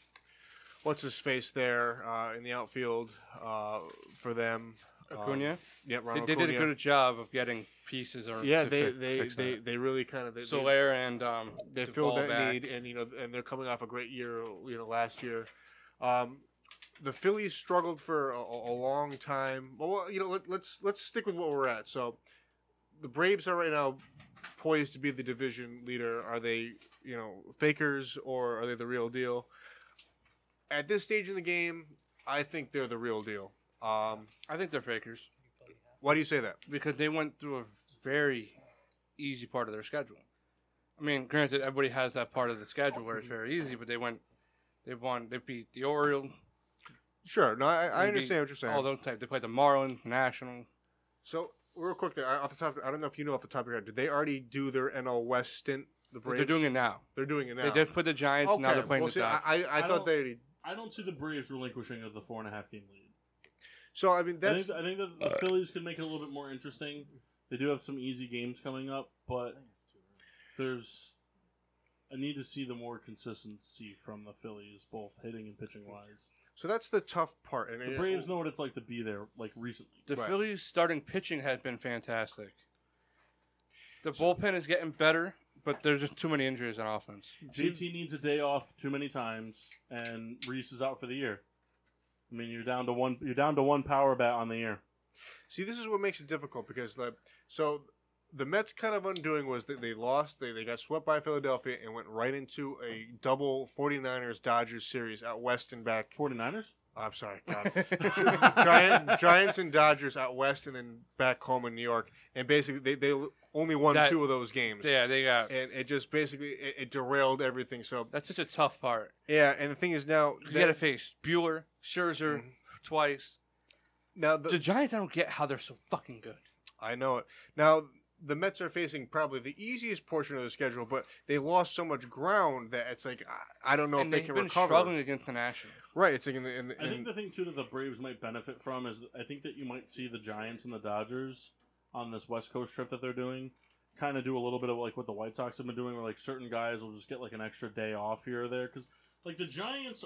[SPEAKER 4] what's his face there uh, in the outfield uh, for them. Um,
[SPEAKER 5] Acuna.
[SPEAKER 4] yeah,
[SPEAKER 5] they,
[SPEAKER 4] Ronald
[SPEAKER 5] they did a
[SPEAKER 4] Acuna.
[SPEAKER 5] good job of getting pieces. Or
[SPEAKER 4] Yeah,
[SPEAKER 5] to
[SPEAKER 4] they
[SPEAKER 5] fi-
[SPEAKER 4] they
[SPEAKER 5] fix
[SPEAKER 4] they,
[SPEAKER 5] that.
[SPEAKER 4] they really kind of they,
[SPEAKER 5] Soler and um,
[SPEAKER 4] they
[SPEAKER 5] Duvall
[SPEAKER 4] filled that
[SPEAKER 5] back.
[SPEAKER 4] need, and you know, and they're coming off a great year, you know, last year. Um, the Phillies struggled for a, a a long time. Well, you know, let, let's let's stick with what we're at. So, the Braves are right now poised to be the division leader. Are they, you know, fakers or are they the real deal? At this stage in the game, I think they're the real deal. Um,
[SPEAKER 5] I think they're fakers
[SPEAKER 4] why do you say that?
[SPEAKER 5] because they went through a very easy part of their schedule. I mean, granted, everybody has that part of the schedule where it's very easy, but they went, they won, they beat the Orioles.
[SPEAKER 4] Sure, no, I, I
[SPEAKER 5] They
[SPEAKER 4] understand
[SPEAKER 5] beat
[SPEAKER 4] what you're saying.
[SPEAKER 5] All those type, they played the Marlins, National.
[SPEAKER 4] So real quick, there, off the top, I don't know if you know off the top of your head, did they already do their NL West stint? The
[SPEAKER 5] They're
[SPEAKER 4] Braves.
[SPEAKER 5] doing it now.
[SPEAKER 4] They're doing it now.
[SPEAKER 5] They did put the Giants, now they're playing
[SPEAKER 4] well,
[SPEAKER 5] the
[SPEAKER 4] see, I,
[SPEAKER 5] Dodgers.
[SPEAKER 4] I, I,
[SPEAKER 1] don't-
[SPEAKER 4] thought they already.
[SPEAKER 1] I don't see the Braves relinquishing of the four and a half game lead.
[SPEAKER 4] So I mean,
[SPEAKER 1] I think,
[SPEAKER 4] that's
[SPEAKER 1] I think that the Phillies could make it a little bit more interesting. They do have some easy games coming up, but there's I need to see the more consistency from the Phillies, both hitting and pitching wise.
[SPEAKER 4] so that's the tough part. And
[SPEAKER 1] The
[SPEAKER 4] it-
[SPEAKER 1] Braves know what it's like to be there, like recently.
[SPEAKER 5] The Phillies' starting pitching has been fantastic. The bullpen is getting better, but there's just too many injuries on offense.
[SPEAKER 1] JT needs a day off too many times, and Reese is out for the year. I mean, you're down to one. You're down to one power bat on the year.
[SPEAKER 4] See, this is what makes it difficult because like, so the Mets kind of undoing was that they lost, they, they got swept by Philadelphia and went right into a double 49ers Dodgers series out west and back. Oh,
[SPEAKER 1] 49ers?
[SPEAKER 4] I'm sorry, God. Giant, Giants and Dodgers out west and then back home in New York. And basically, they, they only won
[SPEAKER 5] That-
[SPEAKER 4] two of those games.
[SPEAKER 5] Yeah, they got.
[SPEAKER 4] And it just basically it, it derailed everything. So
[SPEAKER 5] That's such a tough part.
[SPEAKER 4] yeah, and the thing is now
[SPEAKER 5] You
[SPEAKER 4] that- Mm-hmm.
[SPEAKER 5] got to face Bueller, Scherzer twice.
[SPEAKER 4] now the,
[SPEAKER 5] The Giants, I don't get how they're so fucking good.
[SPEAKER 4] I know it. Now the Mets are facing probably the easiest portion of the schedule, but they lost so much ground that it's like I, I don't know
[SPEAKER 5] and
[SPEAKER 4] if they
[SPEAKER 5] they've
[SPEAKER 4] can
[SPEAKER 5] been
[SPEAKER 4] recover.
[SPEAKER 5] struggling against the National.
[SPEAKER 4] Right, it's like in the, in the
[SPEAKER 1] I think
[SPEAKER 4] in,
[SPEAKER 1] the thing too that the Braves might benefit from is I think that you might see the Giants and the Dodgers on this West Coast trip that they're doing kind of do a little bit of like what the White Sox have been doing, where like certain guys will just get like an extra day off here or there because like the Giants,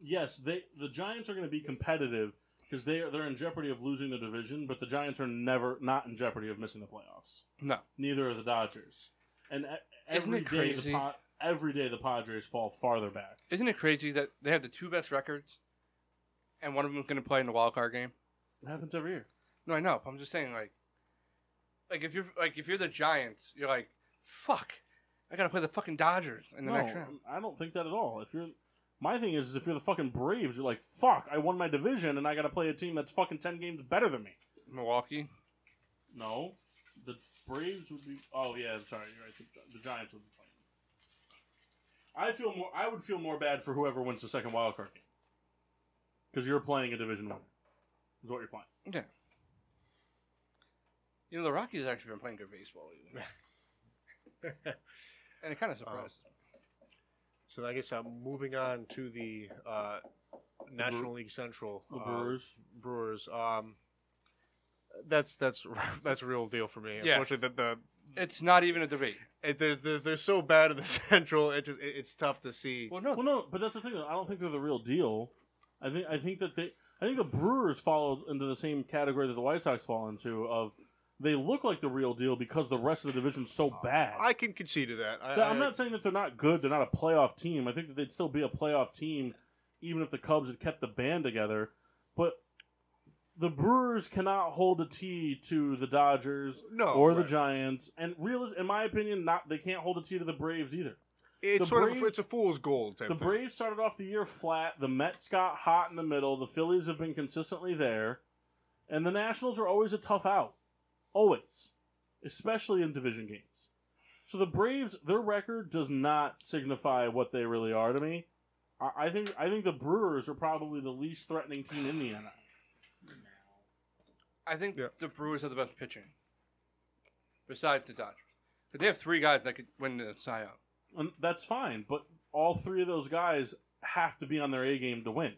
[SPEAKER 1] yes, they the Giants are going to be competitive because they are, they're in jeopardy of losing the division, but the Giants are never not in jeopardy of missing the playoffs.
[SPEAKER 5] No.
[SPEAKER 1] Neither are the Dodgers, and e-
[SPEAKER 5] Isn't
[SPEAKER 1] every
[SPEAKER 5] it
[SPEAKER 1] day the
[SPEAKER 5] crazy?
[SPEAKER 1] pa- every day the Padres fall farther back.
[SPEAKER 5] Isn't it crazy that they have the two best records, and one of them's going to play in the wild card game?
[SPEAKER 1] It happens every year.
[SPEAKER 5] No, I know. but I'm just saying, like, like if you're like if you're the Giants, you're like, fuck, I got to play the fucking Dodgers in the
[SPEAKER 1] no,
[SPEAKER 5] next round.
[SPEAKER 1] I don't think that at all. If you're, my thing is, is if you're the fucking Braves, you're like, fuck, I won my division and I got to play a team that's fucking ten games better than me.
[SPEAKER 5] Milwaukee.
[SPEAKER 1] No, the Braves would be. Oh yeah, I'm sorry, you're right. The, Gi- the Giants would be playing. I feel more. I would feel more bad for whoever wins the second wild card game because you're playing a division winner. Is what you're playing.
[SPEAKER 5] Yeah. You know the Rockies have actually been playing good baseball, lately. and it kind of surprised. me.
[SPEAKER 4] so I guess I'm moving on to the uh, National League Central
[SPEAKER 1] The
[SPEAKER 4] uh,
[SPEAKER 1] Brewers.
[SPEAKER 4] Brewers. Um, that's that's that's a real deal for me.
[SPEAKER 5] Yeah.
[SPEAKER 4] Unfortunately, the,
[SPEAKER 5] It's not even a debate.
[SPEAKER 4] the it, there's, there's they're so bad in the Central. It just it, it's tough to see.
[SPEAKER 5] Well, no,
[SPEAKER 1] Well, no, but that's the thing. though. I don't think they're the real deal. I think I think that they I think the Brewers fall into the same category that the White Sox fall into of they look like the real deal because the rest of the division's so bad.
[SPEAKER 4] Uh, I can concede to that. I,
[SPEAKER 1] Now, I'm
[SPEAKER 4] I-
[SPEAKER 1] not saying that they're not good. They're not a playoff team. I think that they'd still be a playoff team even if the Cubs had kept the band together. But the Brewers cannot hold a T to the Dodgers
[SPEAKER 4] No,
[SPEAKER 1] or the
[SPEAKER 4] right.
[SPEAKER 1] Giants, and real in my opinion, not they can't hold a T to the Braves either. the
[SPEAKER 4] It's sort of
[SPEAKER 1] Braves-
[SPEAKER 4] a, it's a fool's gold type
[SPEAKER 1] The
[SPEAKER 4] thing.
[SPEAKER 1] Braves started off the year flat. The Mets got hot in the middle. The Phillies have been consistently there. And the Nationals are always a tough out. Always. Especially in division games. So the Braves, their record does not signify what they really are to me. I, I think I think the Brewers are probably the least threatening team in the NL.
[SPEAKER 5] I think the Brewers have the best pitching, besides the Dodgers. But they have three guys that could win the psyop.
[SPEAKER 1] And that's fine, but all three of those guys have to be on their A game to win.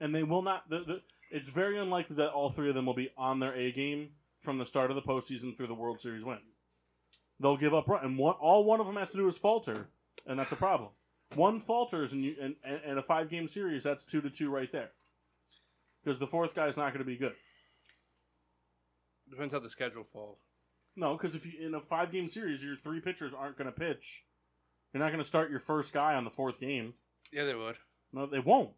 [SPEAKER 1] And they will not. The, the, it's very unlikely that all three of them will be on their A game from the start of the postseason through the World Series win. They'll give up run, and one, all one of them has to do is falter, and that's a problem. One falters, and you and, and, and a five game series, that's two to two right there, because the fourth guy's not going to be good.
[SPEAKER 5] Depends how the schedule falls.
[SPEAKER 1] No, because if you in a five game series, your three pitchers aren't going to pitch. You're not going to start your first guy on the fourth game.
[SPEAKER 5] Yeah, they would.
[SPEAKER 1] No, they won't.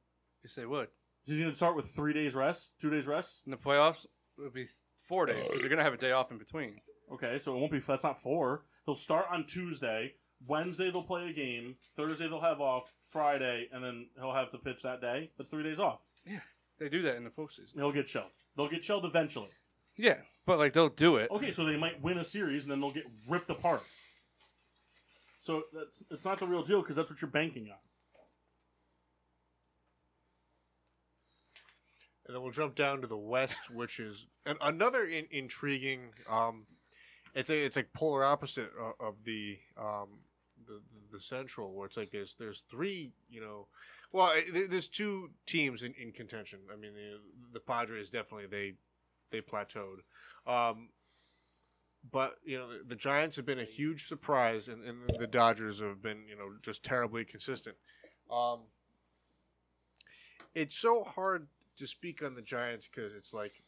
[SPEAKER 5] Yes, they would.
[SPEAKER 1] He's going to start with three days rest, two days rest.
[SPEAKER 5] In the playoffs, it would be four days. 'cause They're going to have a day off in between.
[SPEAKER 1] Okay, so it won't be. That's not four. He'll start on Tuesday. Wednesday they'll play a game. Thursday they'll have off. Friday, and then he'll have to pitch that day. That's three days off.
[SPEAKER 5] Yeah, they do that in the postseason.
[SPEAKER 1] He'll get shelled. They'll get shelled eventually.
[SPEAKER 5] Yeah, but like they'll do it.
[SPEAKER 1] Okay, so they might win a series, and then they'll get ripped apart. So that's it's not the real deal because that's what you're banking on.
[SPEAKER 4] And then we'll jump down to the West, which is an, another in, intriguing. Um, it's a it's like polar opposite of, of the um, the, the Central, where it's like there's there's three, you know, well eh, there, there's two teams in, in contention. I mean, the, the Padres definitely they they plateaued, um, but you know the, the Giants have been a huge surprise, and, and the Dodgers have been you know just terribly consistent. Um, it's so hard to speak on the Giants because it's like,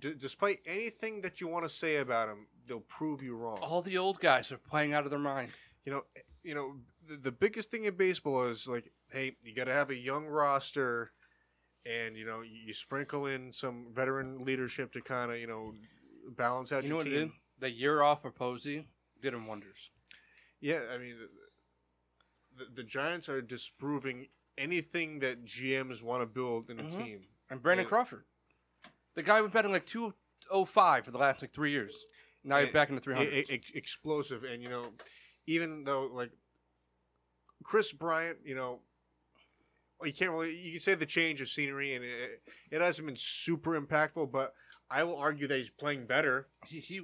[SPEAKER 4] d- despite anything that you want to say about them, they'll prove you wrong.
[SPEAKER 5] All the old guys are playing out of their mind.
[SPEAKER 4] You know, you know, the, the biggest thing in baseball is like, hey, you got to have a young roster, and you know, you, you sprinkle in some veteran leadership to kind of you know balance out
[SPEAKER 5] You know
[SPEAKER 4] your
[SPEAKER 5] what it
[SPEAKER 4] team.
[SPEAKER 5] did? That year off for Posey did him wonders.
[SPEAKER 4] Yeah, I mean, the, the, the Giants are disproving anything that GMs want to build in a
[SPEAKER 5] Mhm.
[SPEAKER 4] team.
[SPEAKER 5] And Brandon
[SPEAKER 4] Yeah.
[SPEAKER 5] Crawford, the guy was betting like two oh five for the last like three years. Now he's
[SPEAKER 4] it-
[SPEAKER 5] back in the three
[SPEAKER 4] it-
[SPEAKER 5] hundred.
[SPEAKER 4] it- e, ex- explosive, and you know, even though like Chris Bryant, you know, you can't really you can say the change of scenery, and it, it hasn't been super impactful, but I will argue that he's playing better.
[SPEAKER 5] He he,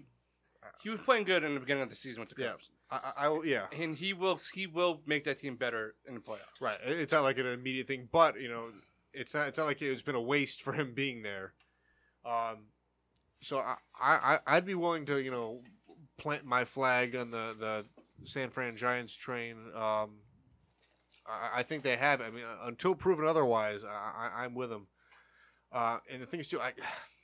[SPEAKER 5] he was playing good in the beginning of the season with the
[SPEAKER 4] Yeah,
[SPEAKER 5] Cubs,
[SPEAKER 4] I, I- I will. Yeah,
[SPEAKER 5] and he will he will make that team better in the playoffs.
[SPEAKER 4] right. It- It's not like an immediate thing, but you know, it's not. It's not like it's been a waste for him being there. Um, so I, I, I- I'd be willing to, you know, plant my flag on the, the San Fran Giants train. Um, I, I think they have. I mean, uh, until proven otherwise, I, I, I'm with them. Uh, and the things too, I,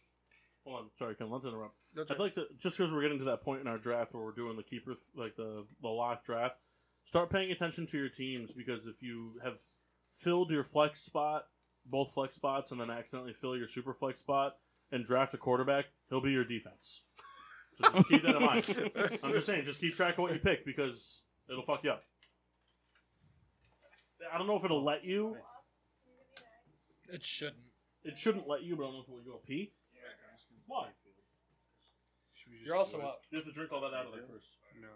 [SPEAKER 1] Hold on, sorry, Ken. Let's interrupt.
[SPEAKER 4] That's
[SPEAKER 1] I'd like to just because we're getting to that point in our draft where we're doing the keeper, like the the lock draft. Start paying attention to your teams because if you have filled your flex spot, both flex spots, and then accidentally fill your super flex spot and draft a quarterback, he'll be your defense. So just keep that in mind. I'm just saying, just keep track of what you pick because it'll fuck you up. I don't know if it'll let you.
[SPEAKER 3] It shouldn't.
[SPEAKER 1] It shouldn't let you, but I don't know if it will. You want to pee? Why?
[SPEAKER 3] You're also up.
[SPEAKER 1] You have to drink all that out of there first.
[SPEAKER 5] No.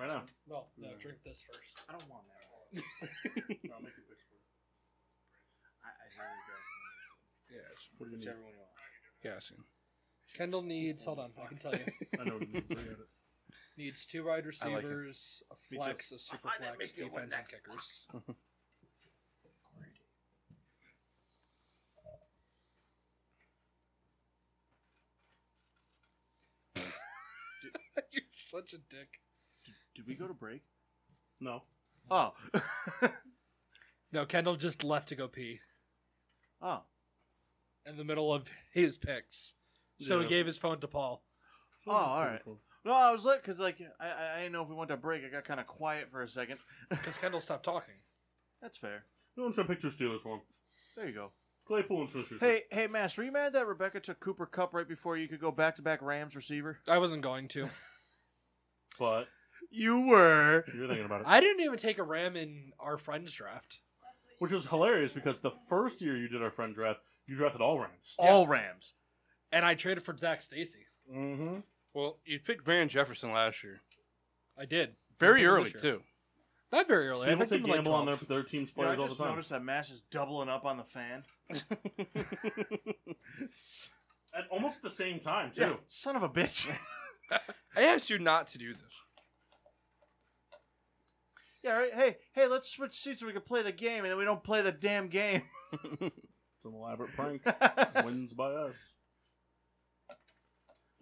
[SPEAKER 1] Right now.
[SPEAKER 3] Well, no,
[SPEAKER 1] Yeah.
[SPEAKER 3] drink this first.
[SPEAKER 7] I don't want that.
[SPEAKER 1] I'll make it fix for you.
[SPEAKER 7] I, I hear you guys.
[SPEAKER 5] Yes.
[SPEAKER 1] What do you need?
[SPEAKER 7] Whichever one you want.
[SPEAKER 5] Yes.
[SPEAKER 3] Kendall needs. Hold on, I can tell you.
[SPEAKER 1] I know what you mean. Bring it.
[SPEAKER 3] Needs two wide
[SPEAKER 5] I like it.
[SPEAKER 3] receivers, a
[SPEAKER 1] Me too.
[SPEAKER 3] flex, a super
[SPEAKER 7] I didn't
[SPEAKER 3] flex,
[SPEAKER 7] make it one
[SPEAKER 3] defense, and kickers. You're such a dick.
[SPEAKER 2] Did we go to break?
[SPEAKER 1] No.
[SPEAKER 2] Oh,
[SPEAKER 3] No, Kendall just left to go pee
[SPEAKER 2] oh.
[SPEAKER 3] in the middle of his picks, so
[SPEAKER 1] Yeah.
[SPEAKER 3] he gave his phone to Paul.
[SPEAKER 2] Oh, all right. No, I was lit because like I- I, I didn't know if we went to break. I got kind of quiet for a second.
[SPEAKER 3] Because Kendall stopped talking.
[SPEAKER 2] That's fair.
[SPEAKER 1] No one's trying to pick two Steelers one.
[SPEAKER 2] There you go.
[SPEAKER 1] Claypool and Smith Schuster.
[SPEAKER 2] Hey, hey, Mass, were you mad that Rebecca took Cooper Cup right before you could go back to back Rams receiver?
[SPEAKER 3] I wasn't going to.
[SPEAKER 1] But
[SPEAKER 2] You were.
[SPEAKER 1] you're thinking about it.
[SPEAKER 3] I didn't even take a Ram in our friends draft.
[SPEAKER 1] Which is hilarious because the first year you did our friend draft, you drafted all Rams.
[SPEAKER 2] All Rams.
[SPEAKER 3] And I traded for Zach Stacy.
[SPEAKER 1] Mm-hmm.
[SPEAKER 5] Well, you picked Van Jefferson last year,
[SPEAKER 3] I did. I
[SPEAKER 5] very
[SPEAKER 3] picked him
[SPEAKER 5] early
[SPEAKER 3] this year.
[SPEAKER 5] too.
[SPEAKER 3] Not very early. I
[SPEAKER 1] People
[SPEAKER 3] picked
[SPEAKER 1] take
[SPEAKER 3] him like
[SPEAKER 1] gamble on their,
[SPEAKER 3] 12.
[SPEAKER 1] their team's
[SPEAKER 2] You know,
[SPEAKER 1] players
[SPEAKER 2] I
[SPEAKER 1] all the
[SPEAKER 2] just
[SPEAKER 1] time.
[SPEAKER 2] noticed that Mass is doubling up on the fan.
[SPEAKER 1] At almost the same time too.
[SPEAKER 2] Yeah, son of a bitch.
[SPEAKER 5] I asked you not to do this.
[SPEAKER 2] Yeah, right. Hey, hey, let's switch seats so we can play the game, and then we don't play the damn game.
[SPEAKER 1] it's an elaborate prank. Wins by us.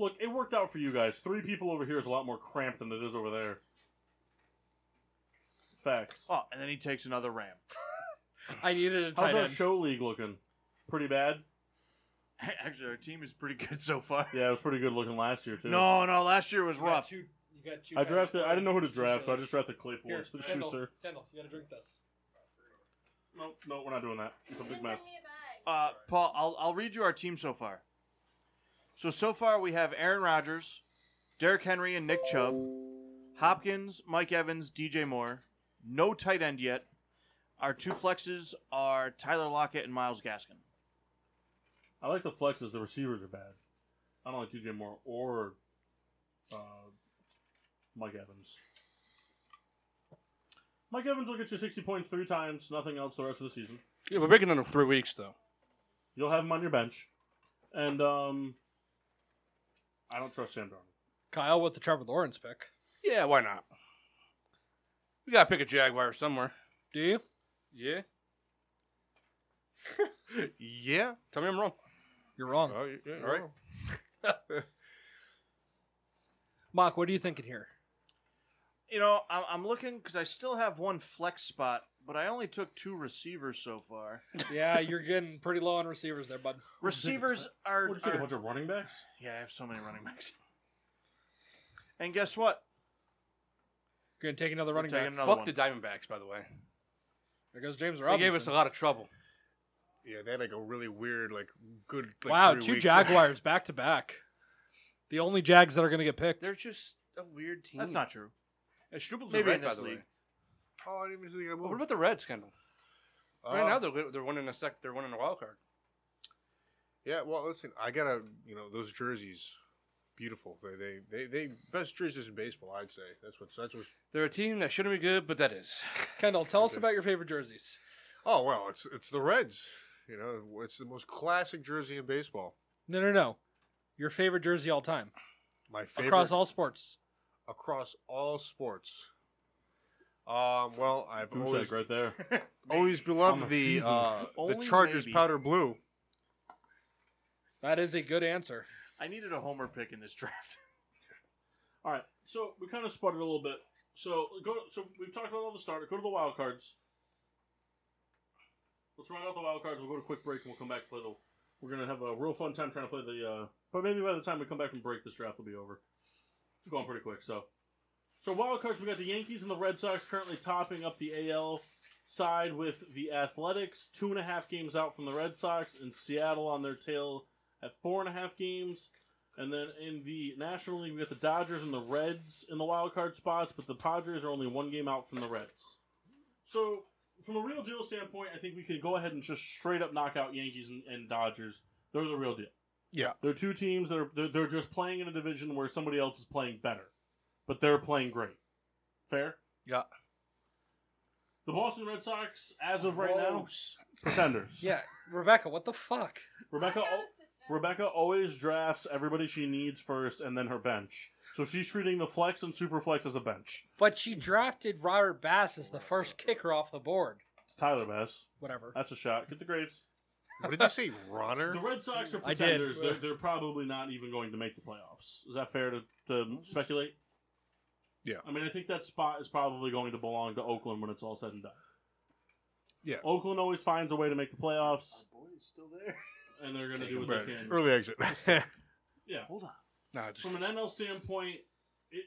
[SPEAKER 1] Look, it worked out for you guys. Three people over here is a lot more cramped than it is over there. Facts.
[SPEAKER 2] Oh, and then he takes another ram.
[SPEAKER 3] I needed a
[SPEAKER 1] How's
[SPEAKER 3] tight
[SPEAKER 1] our
[SPEAKER 3] end.
[SPEAKER 1] show league looking? Pretty bad.
[SPEAKER 2] Actually, our team is pretty good so far.
[SPEAKER 1] Yeah, it was pretty good looking last year too.
[SPEAKER 2] No, no, last year was rough.
[SPEAKER 3] You got two
[SPEAKER 1] I
[SPEAKER 3] tight
[SPEAKER 1] drafted.
[SPEAKER 3] ends.
[SPEAKER 1] I didn't know who to
[SPEAKER 3] Two
[SPEAKER 1] draft, so I
[SPEAKER 3] sailors.
[SPEAKER 1] just drafted Claypool.
[SPEAKER 3] Here,
[SPEAKER 1] It's the
[SPEAKER 3] Kendall,
[SPEAKER 1] Schuster.
[SPEAKER 3] Kendall, you gotta drink this.
[SPEAKER 1] No, no, we're not doing that. It's a big mess.
[SPEAKER 2] Uh, Paul, I'll, I'll read you our team so far. So, so far we have Aaron Rodgers, Derrick Henry, and Nick Chubb, Hopkins, Mike Evans, DJ Moore. No tight end yet. Our two flexes are Tyler Lockett and Miles Gaskin.
[SPEAKER 1] I like the flexes. The receivers are bad. I don't like DJ Moore or uh, Mike Evans. Mike Evans will get you 60 points three times, nothing else the rest of the season.
[SPEAKER 5] Yeah, we're making it in three weeks though.
[SPEAKER 1] You'll have him on your bench. And um, I don't trust Sam Darnold.
[SPEAKER 3] Kyle with the Trevor Lawrence pick.
[SPEAKER 5] Yeah, why not? We gotta pick a Jaguar somewhere.
[SPEAKER 3] Do you?
[SPEAKER 5] Yeah.
[SPEAKER 4] yeah.
[SPEAKER 5] Tell me I'm wrong.
[SPEAKER 3] You're wrong.
[SPEAKER 4] Oh, yeah, yeah,
[SPEAKER 5] All right.
[SPEAKER 3] Mock, what are you thinking here?
[SPEAKER 2] You know, I'm, I'm looking because I still have one flex spot, but I only took two receivers so far.
[SPEAKER 3] Yeah, you're getting pretty low on receivers there, bud.
[SPEAKER 2] Receivers are.
[SPEAKER 1] What do you think? A
[SPEAKER 2] are-
[SPEAKER 1] bunch of running backs?
[SPEAKER 2] yeah, I have so many running backs. And guess what?
[SPEAKER 3] You're gonna take another
[SPEAKER 2] We're
[SPEAKER 3] running
[SPEAKER 2] taking
[SPEAKER 3] back.
[SPEAKER 2] another
[SPEAKER 5] Fuck
[SPEAKER 2] one.
[SPEAKER 5] the Diamondbacks, by the way.
[SPEAKER 3] There goes James
[SPEAKER 5] They
[SPEAKER 3] Robinson.
[SPEAKER 5] gave us a lot of trouble.
[SPEAKER 4] Yeah, they had like a really weird, like good. Like,
[SPEAKER 3] wow,
[SPEAKER 4] three
[SPEAKER 3] two
[SPEAKER 4] weeks.
[SPEAKER 3] Jaguars back to back. The only Jags that are gonna get picked.
[SPEAKER 5] They're just a weird team.
[SPEAKER 2] That's not true.
[SPEAKER 5] And Strubles
[SPEAKER 2] Maybe
[SPEAKER 5] are red,
[SPEAKER 2] in
[SPEAKER 5] by
[SPEAKER 2] this
[SPEAKER 5] the
[SPEAKER 2] league.
[SPEAKER 5] way.
[SPEAKER 4] oh, I didn't even see that
[SPEAKER 5] But
[SPEAKER 4] move.
[SPEAKER 5] what about the Reds, Kendall? right
[SPEAKER 4] Oh.
[SPEAKER 5] now they're they're winning a sec. They're winning a wild card.
[SPEAKER 4] Yeah, well, listen, I gotta, you know, those jerseys, beautiful. They, they, they, they best jerseys in baseball, I'd say. That's what's, that's what's.
[SPEAKER 5] They're a team that shouldn't be good, but that is.
[SPEAKER 3] Kendall, tell us about your favorite jerseys.
[SPEAKER 4] Oh well, it's it's the Reds. You know, it's the most classic jersey in baseball.
[SPEAKER 3] No, no, no. Your favorite jersey all time
[SPEAKER 4] My favorite
[SPEAKER 3] across all sports.
[SPEAKER 4] across all sports. Um, well, I've
[SPEAKER 1] Goose
[SPEAKER 4] always
[SPEAKER 1] egg right there.
[SPEAKER 4] always
[SPEAKER 1] On the
[SPEAKER 4] beloved the
[SPEAKER 1] season.
[SPEAKER 4] uh, the
[SPEAKER 2] Only
[SPEAKER 4] Chargers
[SPEAKER 2] maybe.
[SPEAKER 4] powder blue.
[SPEAKER 3] That is a good answer.
[SPEAKER 2] I needed a homer pick in this draft.
[SPEAKER 1] All right, so we kind of sputtered a little bit. So go. So we've talked about all the starter. Go to the wild cards. Let's round out the wild cards. We'll go to a quick break and we'll come back and play the. We're gonna have a real fun time trying to play the. uh But maybe by the time we come back from break, this draft will be over. It's going pretty quick. So, so wild cards. We got the Yankees and the Red Sox currently topping up the AL side with the Athletics, two and a half games out from the Red Sox, and Seattle on their tail at four and a half games. And then in the National League, we got the Dodgers and the Reds in the wild card spots, but the Padres are only one game out from the Reds. So, from a real deal standpoint, I think we could go ahead and just straight up knock out Yankees and, and Dodgers. They're the real deal.
[SPEAKER 4] Yeah.
[SPEAKER 1] They're two teams that are they're, they're just playing in a division where somebody else is playing better, but they're playing great. Fair.
[SPEAKER 5] Yeah.
[SPEAKER 1] The Boston Red Sox, as of right now, pretenders.
[SPEAKER 3] Yeah, Rebecca, what the fuck?
[SPEAKER 1] Rebecca al- Rebecca always drafts everybody she needs first and then her bench. So she's treating the flex and super flex as a bench.
[SPEAKER 3] But she drafted Robert Bass as the first kicker off the board.
[SPEAKER 1] It's Tyler Bass.
[SPEAKER 3] Whatever.
[SPEAKER 1] That's a shot. Get the Graves.
[SPEAKER 4] What did you say, Ronner?
[SPEAKER 1] The Red Sox are
[SPEAKER 3] I did.
[SPEAKER 1] pretenders. They're, they're probably not even going to make the playoffs. Is that fair to, to speculate?
[SPEAKER 4] Yeah.
[SPEAKER 1] I mean, I think that spot is probably going to belong to Oakland when it's all said and done.
[SPEAKER 4] Yeah.
[SPEAKER 1] Oakland always finds a way to make the playoffs,
[SPEAKER 7] boy is still there.
[SPEAKER 1] and they're going to
[SPEAKER 4] Take
[SPEAKER 1] do
[SPEAKER 4] a
[SPEAKER 1] what
[SPEAKER 4] break.
[SPEAKER 1] they can.
[SPEAKER 4] Early exit.
[SPEAKER 1] Yeah.
[SPEAKER 2] Hold on.
[SPEAKER 5] Nah, just
[SPEAKER 1] From an NL standpoint, it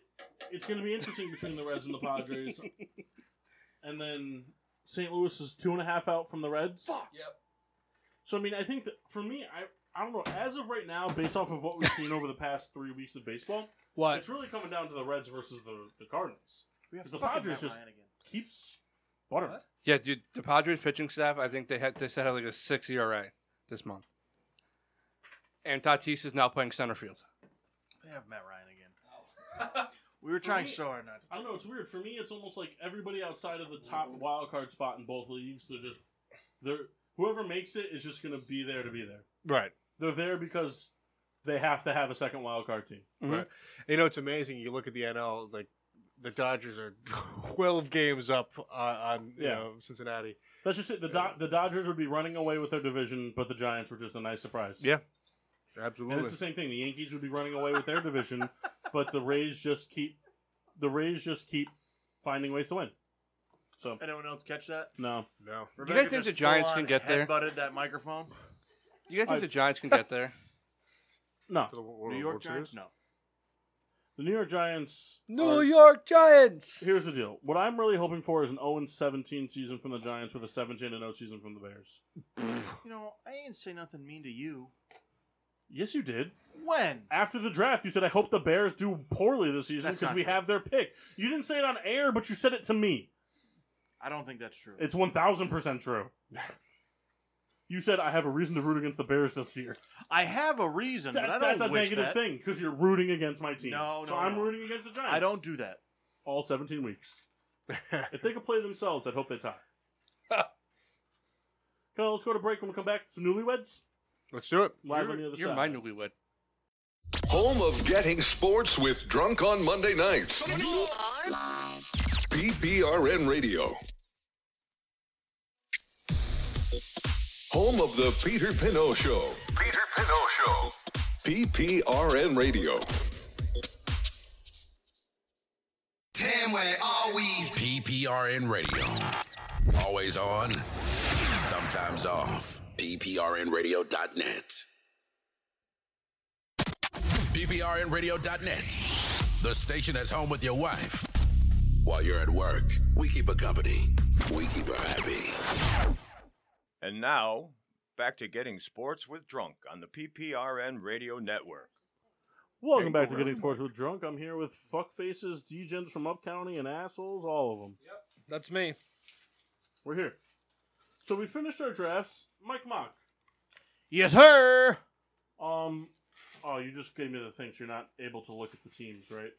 [SPEAKER 1] it's going to be interesting between the Reds and the Padres. and then St. Louis is two and a half out from the Reds.
[SPEAKER 3] Yep.
[SPEAKER 1] So I mean, I think that for me, I I don't know. As of right now, based off of what we've seen over the past three weeks of baseball,
[SPEAKER 3] What?
[SPEAKER 1] it's really coming down to the Reds versus the the Cardinals.
[SPEAKER 2] We have
[SPEAKER 1] The
[SPEAKER 2] fucking
[SPEAKER 1] Padres
[SPEAKER 2] Matt
[SPEAKER 1] just-
[SPEAKER 2] Ryan again.
[SPEAKER 1] Keeps butter.
[SPEAKER 3] What?
[SPEAKER 5] yeah, dude. The Padres pitching staff, I think they had they set out like a six ERA this month. And Tatis is now playing center field.
[SPEAKER 2] They have Matt Ryan again. we were trying
[SPEAKER 1] me-
[SPEAKER 2] so hard not to. Mm-hmm.
[SPEAKER 1] I don't know. It's weird for me. It's almost like everybody outside of the top wild card spot in both leagues. They're just they're whoever makes it is just going to be there to be there.
[SPEAKER 4] right.
[SPEAKER 1] They're there because they have to have a second wild card team.
[SPEAKER 4] Right. You know, it's amazing. You look at the NL, like the Dodgers are 12 games up on, on you
[SPEAKER 1] Yeah.
[SPEAKER 4] know, Cincinnati.
[SPEAKER 1] That's just it. The, Do- the Dodgers would be running away with their division, but the Giants were just a nice surprise.
[SPEAKER 4] Yeah, absolutely.
[SPEAKER 1] And it's the same thing. The Yankees would be running away with their division, but the Rays just keep the Rays just keep finding ways to win. So
[SPEAKER 7] Anyone else catch that?
[SPEAKER 1] no,
[SPEAKER 4] no.
[SPEAKER 5] You guys think the Giants can get there?
[SPEAKER 7] Butted that microphone.
[SPEAKER 5] You guys think
[SPEAKER 7] I-
[SPEAKER 5] the Giants can get there?
[SPEAKER 1] No.
[SPEAKER 7] New York Giants. No.
[SPEAKER 1] The New York Giants.
[SPEAKER 5] New
[SPEAKER 1] York Giants. Here's the deal. What I'm really hoping for is an 0 17 season from the Giants with a 17 0 season from the Bears.
[SPEAKER 2] You know, I ain't say nothing mean to you.
[SPEAKER 1] yes, you did.
[SPEAKER 2] When?
[SPEAKER 1] After the draft, you said, I hope the Bears do poorly this season
[SPEAKER 2] That's
[SPEAKER 1] because
[SPEAKER 2] not
[SPEAKER 1] we
[SPEAKER 2] true.
[SPEAKER 1] have their pick. You didn't say it on air, but you said it to me.
[SPEAKER 2] I don't think that's true.
[SPEAKER 1] It's 1,000% true. You said, I have a reason to root against the Bears this year.
[SPEAKER 2] I have a reason,
[SPEAKER 1] That-
[SPEAKER 2] but I don't
[SPEAKER 1] that's a
[SPEAKER 2] wish
[SPEAKER 1] negative
[SPEAKER 2] that.
[SPEAKER 1] thing because you're rooting against my team.
[SPEAKER 2] No,
[SPEAKER 1] So
[SPEAKER 2] no,
[SPEAKER 1] I'm
[SPEAKER 2] no.
[SPEAKER 1] rooting against the Giants.
[SPEAKER 2] I don't do that.
[SPEAKER 1] All 17 weeks. if they could play themselves, I'd hope they tie. Come on, let's go to break when we come back. Some newlyweds.
[SPEAKER 4] Let's do it.
[SPEAKER 1] Live
[SPEAKER 5] You're-
[SPEAKER 1] on the other
[SPEAKER 5] you're
[SPEAKER 1] side.
[SPEAKER 5] my newlywed.
[SPEAKER 9] Home of getting sports with drunk on Monday nights. PPRN Radio. Home of the Peter Pinot Show. Peter Pinot Show. PPRN Radio.
[SPEAKER 10] Damn, where are we? PPRN Radio. Always on, sometimes off. PPRNradio.net. PPRNradio.net. The station that's home with your wife. While you're at work, we keep her company. We keep her happy.
[SPEAKER 11] And now, back to getting sports with drunk on the PPRN Radio Network.
[SPEAKER 1] Welcome back to Getting Sports with Drunk. I'm here with fuckfaces, degens from up county, and assholes, all of them. Yep,
[SPEAKER 3] that's me.
[SPEAKER 1] We're here. So we finished our drafts. Mike Mock.
[SPEAKER 2] Yes, sir.
[SPEAKER 1] Um, oh, you just gave me the things. You're not able to look at the teams, right?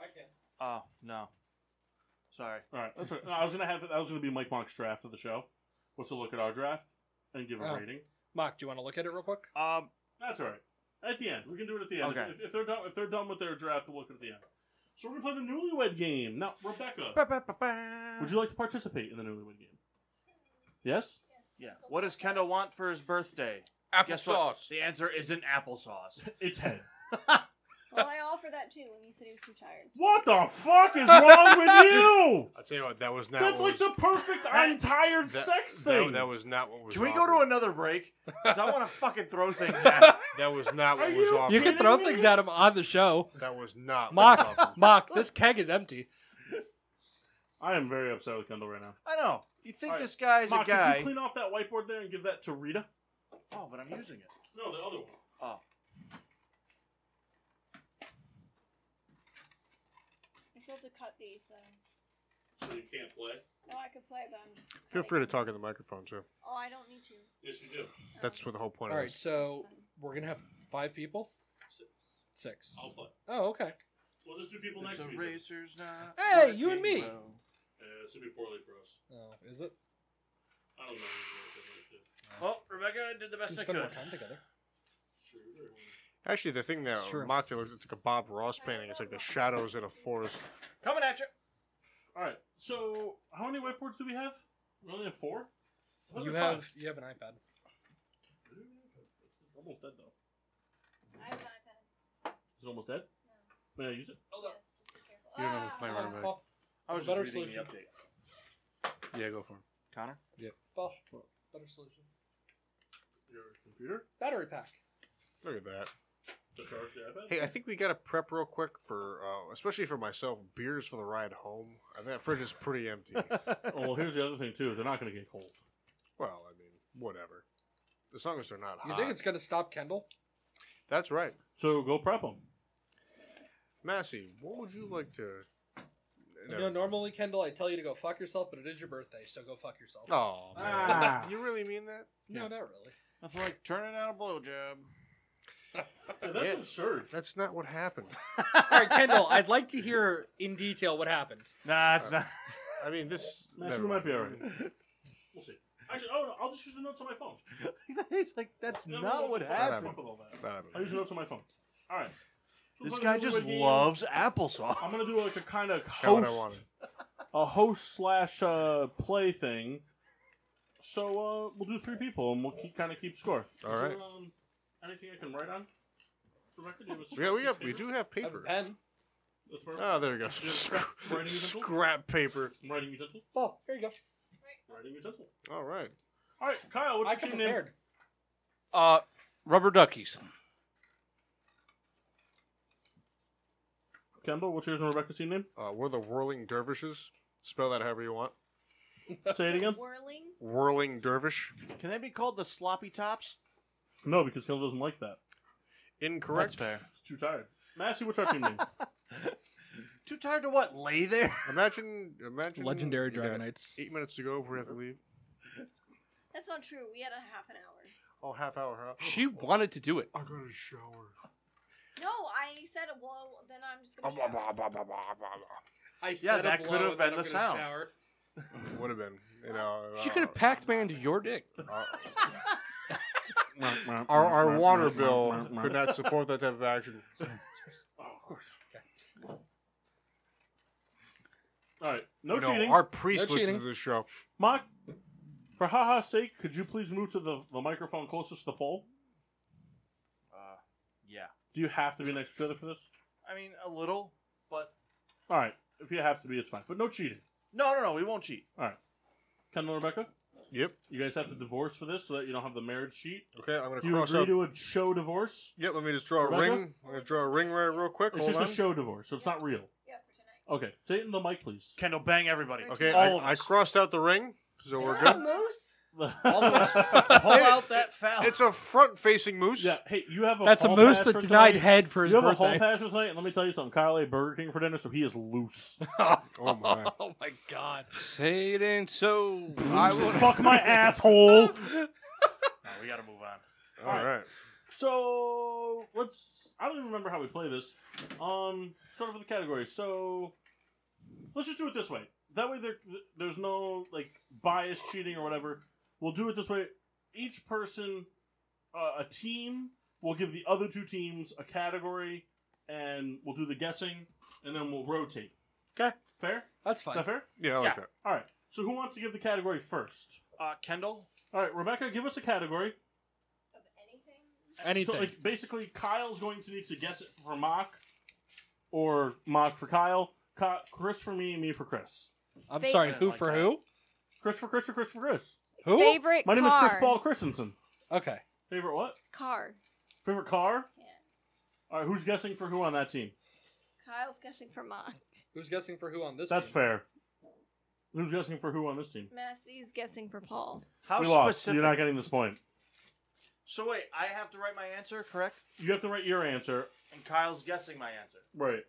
[SPEAKER 3] I can.
[SPEAKER 2] Oh no. Sorry.
[SPEAKER 1] All right, that's all right. No, I was gonna have that was gonna be Mike Mock's draft of the show. What's a look at our draft and give a
[SPEAKER 3] Oh.
[SPEAKER 1] rating.
[SPEAKER 3] Mock, do you want to look at it real quick?
[SPEAKER 2] Um,
[SPEAKER 1] That's all right. At the end, we can do it at the end. If-
[SPEAKER 2] Okay.
[SPEAKER 1] If, if they're done, if they're done with their draft, we'll look at it at the end. So we're gonna play the newlywed game now. Rebecca, would you like to participate in the newlywed game? Yes.
[SPEAKER 2] Yeah. What does Kendall want for his birthday? Guess what? The answer isn't applesauce.
[SPEAKER 1] it's head.
[SPEAKER 6] Well, I offered that too when you said he was too tired.
[SPEAKER 1] What the fuck is wrong with you?
[SPEAKER 4] I'll tell you what, that was not.
[SPEAKER 1] That's like
[SPEAKER 4] what was,
[SPEAKER 1] the perfect I'm tired
[SPEAKER 4] that-
[SPEAKER 1] sex
[SPEAKER 4] that-
[SPEAKER 1] thing.
[SPEAKER 4] That, was not what was.
[SPEAKER 7] Can we go
[SPEAKER 4] offered.
[SPEAKER 7] to another break? Because I want to fucking throw things at
[SPEAKER 4] That was not what
[SPEAKER 7] Are
[SPEAKER 4] was
[SPEAKER 7] you
[SPEAKER 4] offered.
[SPEAKER 3] You can throw things at him on the show.
[SPEAKER 4] That was not. What was
[SPEAKER 3] Mock,
[SPEAKER 4] offered.
[SPEAKER 3] mock. This keg is empty.
[SPEAKER 1] I am very upset with Kendall right now.
[SPEAKER 7] I know.
[SPEAKER 2] You
[SPEAKER 7] think
[SPEAKER 1] All right.
[SPEAKER 7] this guy's
[SPEAKER 1] Mark,
[SPEAKER 7] a guy?
[SPEAKER 1] Could you clean off that whiteboard there and give that to Rita?
[SPEAKER 2] Oh, but I'm using it.
[SPEAKER 1] No, the other one.
[SPEAKER 2] Oh.
[SPEAKER 6] I still have to cut these, so.
[SPEAKER 1] So you can't play.
[SPEAKER 6] No, I could play, but I'm just.
[SPEAKER 4] Feel free to talk in the microphone too.
[SPEAKER 6] Oh, I don't need to.
[SPEAKER 1] Yes, you do.
[SPEAKER 4] That's what the whole point
[SPEAKER 3] All
[SPEAKER 4] of
[SPEAKER 3] right,
[SPEAKER 4] this.
[SPEAKER 3] so we're gonna have five people. Six.
[SPEAKER 1] I'll play.
[SPEAKER 3] Oh, okay.
[SPEAKER 1] We'll just do people
[SPEAKER 2] It's
[SPEAKER 1] next
[SPEAKER 2] a
[SPEAKER 1] week.
[SPEAKER 2] racer's not.
[SPEAKER 3] Hey, you and me.
[SPEAKER 1] Uh, it's gonna be poorly for us.
[SPEAKER 3] Oh, is it?
[SPEAKER 1] I don't know. What
[SPEAKER 2] Well, Rebecca did the
[SPEAKER 3] We
[SPEAKER 2] best I
[SPEAKER 3] spend more
[SPEAKER 2] could.
[SPEAKER 3] time together.
[SPEAKER 4] Actually, the thing that
[SPEAKER 3] It's true.
[SPEAKER 4] mocked it was it's like a Bob Ross painting. It's like the shadows in a forest.
[SPEAKER 2] Coming at you.
[SPEAKER 1] All right. So how many whiteboards do we have? We only have four. I thought
[SPEAKER 3] You
[SPEAKER 1] there were
[SPEAKER 3] have
[SPEAKER 1] five.
[SPEAKER 3] you have an iPad.
[SPEAKER 1] It's almost dead though.
[SPEAKER 6] I have an iPad.
[SPEAKER 1] It's almost dead. May I use it?
[SPEAKER 5] You don't know if my running back.
[SPEAKER 2] I was
[SPEAKER 3] Better
[SPEAKER 2] just reading
[SPEAKER 3] solution.
[SPEAKER 2] the
[SPEAKER 5] Yeah, go for him.
[SPEAKER 2] update. Connor.
[SPEAKER 3] Well, better solution.
[SPEAKER 1] Your computer.
[SPEAKER 3] Battery pack.
[SPEAKER 4] Look at that.
[SPEAKER 1] To charge the iPad.
[SPEAKER 4] Hey, I think we gotta prep real quick for, uh, especially for myself, beers for the ride home. Uh, that fridge is pretty empty.
[SPEAKER 1] oh, well, here's the other thing too. They're not gonna get cold.
[SPEAKER 4] well, I mean, whatever. As long as they're not
[SPEAKER 3] You
[SPEAKER 4] hot.
[SPEAKER 3] think it's gonna stop Kendall?
[SPEAKER 4] That's right.
[SPEAKER 1] So go prep them.
[SPEAKER 4] Massey, what would you like to?
[SPEAKER 3] You know, normally Kendall, I tell you to go fuck yourself, but it is your birthday, so go fuck yourself.
[SPEAKER 4] Oh man,
[SPEAKER 3] Ah.
[SPEAKER 4] you really mean that?
[SPEAKER 3] No, not really.
[SPEAKER 2] Nothing like turning out a blowjob.
[SPEAKER 1] That's
[SPEAKER 4] Yeah.
[SPEAKER 1] absurd.
[SPEAKER 4] That's not what happened.
[SPEAKER 3] All right, Kendall, I'd like to hear in detail what happened.
[SPEAKER 2] Nah, it's not.
[SPEAKER 4] Uh, I mean, this.
[SPEAKER 1] Massey,
[SPEAKER 4] never
[SPEAKER 1] we might
[SPEAKER 4] mind.
[SPEAKER 1] be all right. We'll see. Actually, oh no, I'll just use the notes on my phone.
[SPEAKER 2] He's like, that's
[SPEAKER 1] No, no,
[SPEAKER 2] not
[SPEAKER 1] no,
[SPEAKER 2] what
[SPEAKER 1] just fuck
[SPEAKER 2] happened.
[SPEAKER 1] with all that. I'll use the notes on my phone. All right. So
[SPEAKER 2] This
[SPEAKER 1] we're
[SPEAKER 2] guy
[SPEAKER 1] gonna do
[SPEAKER 2] just
[SPEAKER 1] a game.
[SPEAKER 2] loves applesauce.
[SPEAKER 1] I'm gonna do like a kind of
[SPEAKER 2] Got what I
[SPEAKER 1] host,
[SPEAKER 2] wanted.
[SPEAKER 1] a host slash uh, play thing. So uh, we'll do three people and we'll keep, kind of keep score.
[SPEAKER 4] All
[SPEAKER 1] Is there,
[SPEAKER 4] right.
[SPEAKER 1] um, anything I can write on? Rebecca, do you have a-
[SPEAKER 4] Yeah, we got we do have paper.
[SPEAKER 3] pen.
[SPEAKER 1] That's where-
[SPEAKER 4] Oh, there you go.
[SPEAKER 1] Do you have a scrap writing utensil?
[SPEAKER 4] Scrap paper.
[SPEAKER 1] Writing utensil.
[SPEAKER 3] Oh, there you go.
[SPEAKER 1] Writing utensil.
[SPEAKER 4] All right.
[SPEAKER 1] All right, Kyle. What's
[SPEAKER 3] I
[SPEAKER 1] your
[SPEAKER 3] come
[SPEAKER 1] team name?
[SPEAKER 3] prepared.
[SPEAKER 5] Uh, rubber duckies.
[SPEAKER 1] Kemba, what's yours and Rebecca's team name?
[SPEAKER 4] Uh, we're the Whirling Dervishes. Spell that however you want.
[SPEAKER 1] Say it again.
[SPEAKER 6] Whirling.
[SPEAKER 4] Whirling Dervish.
[SPEAKER 2] Can they be called the sloppy tops?
[SPEAKER 1] No, because Kemba doesn't like that.
[SPEAKER 4] Incorrect.
[SPEAKER 2] That's
[SPEAKER 1] He's too tired. Massey, what's our team name?
[SPEAKER 2] Too tired to what? Lay there?
[SPEAKER 4] Imagine, imagine.
[SPEAKER 3] Legendary
[SPEAKER 4] we got
[SPEAKER 3] Dragonites.
[SPEAKER 4] Eight minutes to go before we have to leave.
[SPEAKER 6] That's not true. We had a half an hour.
[SPEAKER 4] Oh, half hour, huh?
[SPEAKER 5] She wanted to do it.
[SPEAKER 4] I gotta shower.
[SPEAKER 6] No, I said well. Then I'm just
[SPEAKER 5] Um,
[SPEAKER 6] gonna. shout.
[SPEAKER 3] I
[SPEAKER 7] said a that blow could have and then been I'm the gonna sound.
[SPEAKER 4] Would have been, you know. uh,
[SPEAKER 5] She
[SPEAKER 1] Oh,
[SPEAKER 5] could have packed man into your dick. Oh.
[SPEAKER 4] Our, our water bill could not support that type of action.
[SPEAKER 1] Oh, of course. All right, no
[SPEAKER 4] You know,
[SPEAKER 1] cheating.
[SPEAKER 4] Oh, Our priest
[SPEAKER 3] No
[SPEAKER 4] listens to
[SPEAKER 3] cheating.
[SPEAKER 4] this show.
[SPEAKER 1] Mock, for haha's sake, could you please move to the, the microphone closest to the pole?
[SPEAKER 2] Uh, yeah.
[SPEAKER 1] Do you have to be next to each other for this?
[SPEAKER 2] I mean, a little, but
[SPEAKER 1] All right, if you have to be, it's fine. But no cheating.
[SPEAKER 2] no, no, no. We won't cheat.
[SPEAKER 1] All right. Kendall and Rebecca,
[SPEAKER 4] Yep.
[SPEAKER 1] you guys have to divorce for this so that you don't have the marriage sheet.
[SPEAKER 4] Okay, I'm gonna
[SPEAKER 1] Do you
[SPEAKER 4] cross
[SPEAKER 1] agree
[SPEAKER 4] out.
[SPEAKER 1] to a show divorce?
[SPEAKER 4] Yep. Let me just draw a
[SPEAKER 1] Rebecca?
[SPEAKER 4] ring. I'm gonna draw a ring right real quick.
[SPEAKER 1] It's
[SPEAKER 4] Hold
[SPEAKER 1] just
[SPEAKER 4] on.
[SPEAKER 1] a show divorce, so it's not real.
[SPEAKER 6] Yeah, for tonight.
[SPEAKER 1] Okay, say it in the mic, please.
[SPEAKER 2] Kendall, bang everybody.
[SPEAKER 4] Okay,
[SPEAKER 2] all of
[SPEAKER 4] I, I
[SPEAKER 2] us.
[SPEAKER 4] crossed out the ring, so we're good.
[SPEAKER 6] Moose.
[SPEAKER 2] all of us. Pull out that foul.
[SPEAKER 4] It's a front-facing moose.
[SPEAKER 1] Yeah, hey, you have a
[SPEAKER 3] That's a
[SPEAKER 1] hall
[SPEAKER 3] moose
[SPEAKER 1] pass
[SPEAKER 3] that
[SPEAKER 1] for
[SPEAKER 3] denied
[SPEAKER 1] tonight?
[SPEAKER 3] head for his
[SPEAKER 1] You have a
[SPEAKER 3] birthday.
[SPEAKER 1] hall pass for tonight, and let me tell you something. Kyle ate Burger King for dinner, so he is loose.
[SPEAKER 4] Oh my!
[SPEAKER 3] Oh my god.
[SPEAKER 5] Say it ain't so. I would.
[SPEAKER 1] Fuck my asshole.
[SPEAKER 2] No, we gotta move on.
[SPEAKER 4] All right.
[SPEAKER 1] So let's. I don't even remember how we play this. Um, start off with the category. So let's just do it this way. That way, there there's no like bias cheating or whatever. We'll do it this way. Each person, uh, a team, will give the other two teams a category, and we'll do the guessing, and then we'll rotate.
[SPEAKER 3] 'Kay.
[SPEAKER 1] Fair?
[SPEAKER 3] That's
[SPEAKER 1] Is
[SPEAKER 3] fine.
[SPEAKER 1] that fair?
[SPEAKER 4] Yeah, I like
[SPEAKER 2] Yeah.
[SPEAKER 4] that.
[SPEAKER 1] All right. So who wants to give the category first?
[SPEAKER 2] Uh, Kendall,
[SPEAKER 1] All right, Rebecca, give us a category.
[SPEAKER 6] Of anything.
[SPEAKER 3] Anything.
[SPEAKER 1] So like basically, Kyle's going to need to guess it for Mock, or Mock for Kyle, Ki- Chris for me, and me for Chris.
[SPEAKER 3] I'm
[SPEAKER 6] Fake-
[SPEAKER 3] sorry, who
[SPEAKER 2] like
[SPEAKER 3] for
[SPEAKER 2] that.
[SPEAKER 3] who?
[SPEAKER 1] Chris for Chris or Chris for Chris.
[SPEAKER 3] Who?
[SPEAKER 6] Favorite
[SPEAKER 1] My
[SPEAKER 6] car.
[SPEAKER 1] name is Chris Paul Christensen.
[SPEAKER 3] Okay.
[SPEAKER 1] Favorite what?
[SPEAKER 6] Car.
[SPEAKER 1] Favorite car.
[SPEAKER 6] Yeah.
[SPEAKER 1] All right, who's guessing for who on that team?
[SPEAKER 6] Kyle's guessing for Mock.
[SPEAKER 3] Who's guessing for who on this
[SPEAKER 1] That's
[SPEAKER 3] team?
[SPEAKER 1] fair. Who's guessing for who on this team?
[SPEAKER 6] Massey's guessing for Paul.
[SPEAKER 2] how
[SPEAKER 1] we lost.
[SPEAKER 2] specific?
[SPEAKER 1] You're not getting this point.
[SPEAKER 2] So wait, I have to write my answer, correct?
[SPEAKER 1] You have to write your answer.
[SPEAKER 2] And Kyle's guessing my answer.
[SPEAKER 1] Right.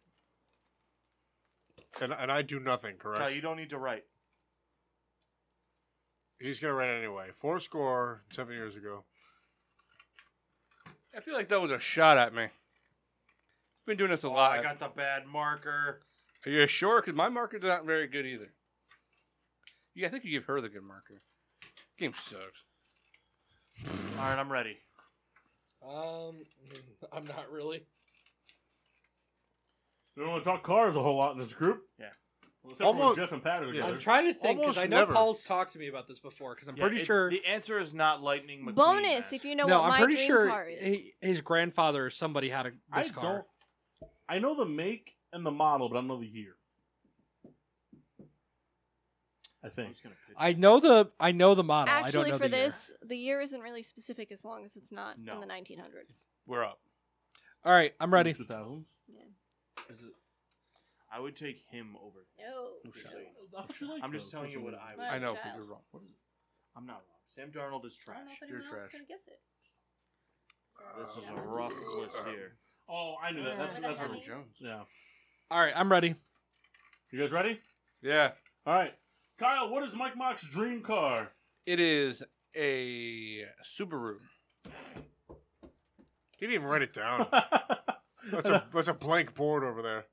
[SPEAKER 4] And, and I do nothing, correct?
[SPEAKER 2] Kyle, you don't need to write.
[SPEAKER 4] He's gonna write it anyway. Four score seven years ago.
[SPEAKER 5] I feel like that was a shot at me. Been doing this a
[SPEAKER 2] Oh,
[SPEAKER 5] lot.
[SPEAKER 2] I got the bad marker.
[SPEAKER 5] Are you sure? Because my marker's not very good either. Yeah, I think you give her the good marker. Game sucks.
[SPEAKER 2] All right, I'm ready.
[SPEAKER 3] Um, I'm not really.
[SPEAKER 1] We don't want to talk cars a whole lot in this group.
[SPEAKER 2] Yeah.
[SPEAKER 1] Well, except for when
[SPEAKER 4] Almost-
[SPEAKER 1] Jeff and Pat are
[SPEAKER 4] Yeah.
[SPEAKER 1] together.
[SPEAKER 3] I'm trying to think because
[SPEAKER 4] Almost
[SPEAKER 3] I know
[SPEAKER 4] never.
[SPEAKER 3] Paul's talked to me about this before because I'm
[SPEAKER 2] Yeah,
[SPEAKER 3] pretty
[SPEAKER 2] it's-
[SPEAKER 3] sure.
[SPEAKER 2] the answer is not lightning. McQueen
[SPEAKER 6] Bonus,
[SPEAKER 2] asked.
[SPEAKER 6] if you know
[SPEAKER 3] no,
[SPEAKER 6] what
[SPEAKER 3] I'm
[SPEAKER 6] my
[SPEAKER 3] pretty
[SPEAKER 6] dream
[SPEAKER 3] sure
[SPEAKER 6] car is.
[SPEAKER 3] he- his grandfather or somebody had a
[SPEAKER 1] I
[SPEAKER 3] this car.
[SPEAKER 1] don't. I know the make and the model, but I don't know the year. I
[SPEAKER 2] I'm
[SPEAKER 1] think.
[SPEAKER 2] just gonna pitch
[SPEAKER 3] I know the I know the model. I don't
[SPEAKER 6] Actually,
[SPEAKER 3] know
[SPEAKER 6] for
[SPEAKER 3] the year.
[SPEAKER 6] this, the year isn't really specific as long as it's not
[SPEAKER 2] No.
[SPEAKER 6] in the 1900s.
[SPEAKER 5] We're up.
[SPEAKER 3] All right, I'm ready.
[SPEAKER 1] Two thousands.
[SPEAKER 6] Yeah.
[SPEAKER 1] Is it?
[SPEAKER 2] I would take him over.
[SPEAKER 6] No.
[SPEAKER 1] I thought you liked
[SPEAKER 2] I'm just
[SPEAKER 1] those.
[SPEAKER 2] telling you what I would.
[SPEAKER 6] Right.
[SPEAKER 5] I know,
[SPEAKER 6] Child.
[SPEAKER 5] but you're wrong.
[SPEAKER 2] I'm not wrong. Sam Darnold is
[SPEAKER 6] I
[SPEAKER 2] trash.
[SPEAKER 6] don't know if
[SPEAKER 5] You're
[SPEAKER 6] anyone else
[SPEAKER 5] trash.
[SPEAKER 6] is going to guess it.
[SPEAKER 2] This is a rough list here.
[SPEAKER 1] Oh, I knew that. That's
[SPEAKER 6] Yeah.
[SPEAKER 1] that's
[SPEAKER 6] Heavy.
[SPEAKER 1] what-
[SPEAKER 5] Jones.
[SPEAKER 1] yeah.
[SPEAKER 3] All right, I'm ready.
[SPEAKER 1] You guys ready?
[SPEAKER 5] Yeah,
[SPEAKER 1] All right, Kyle. What is Mike Mock's dream car?
[SPEAKER 5] it is a Subaru.
[SPEAKER 4] He didn't even write it down. that's a that's a blank board over there.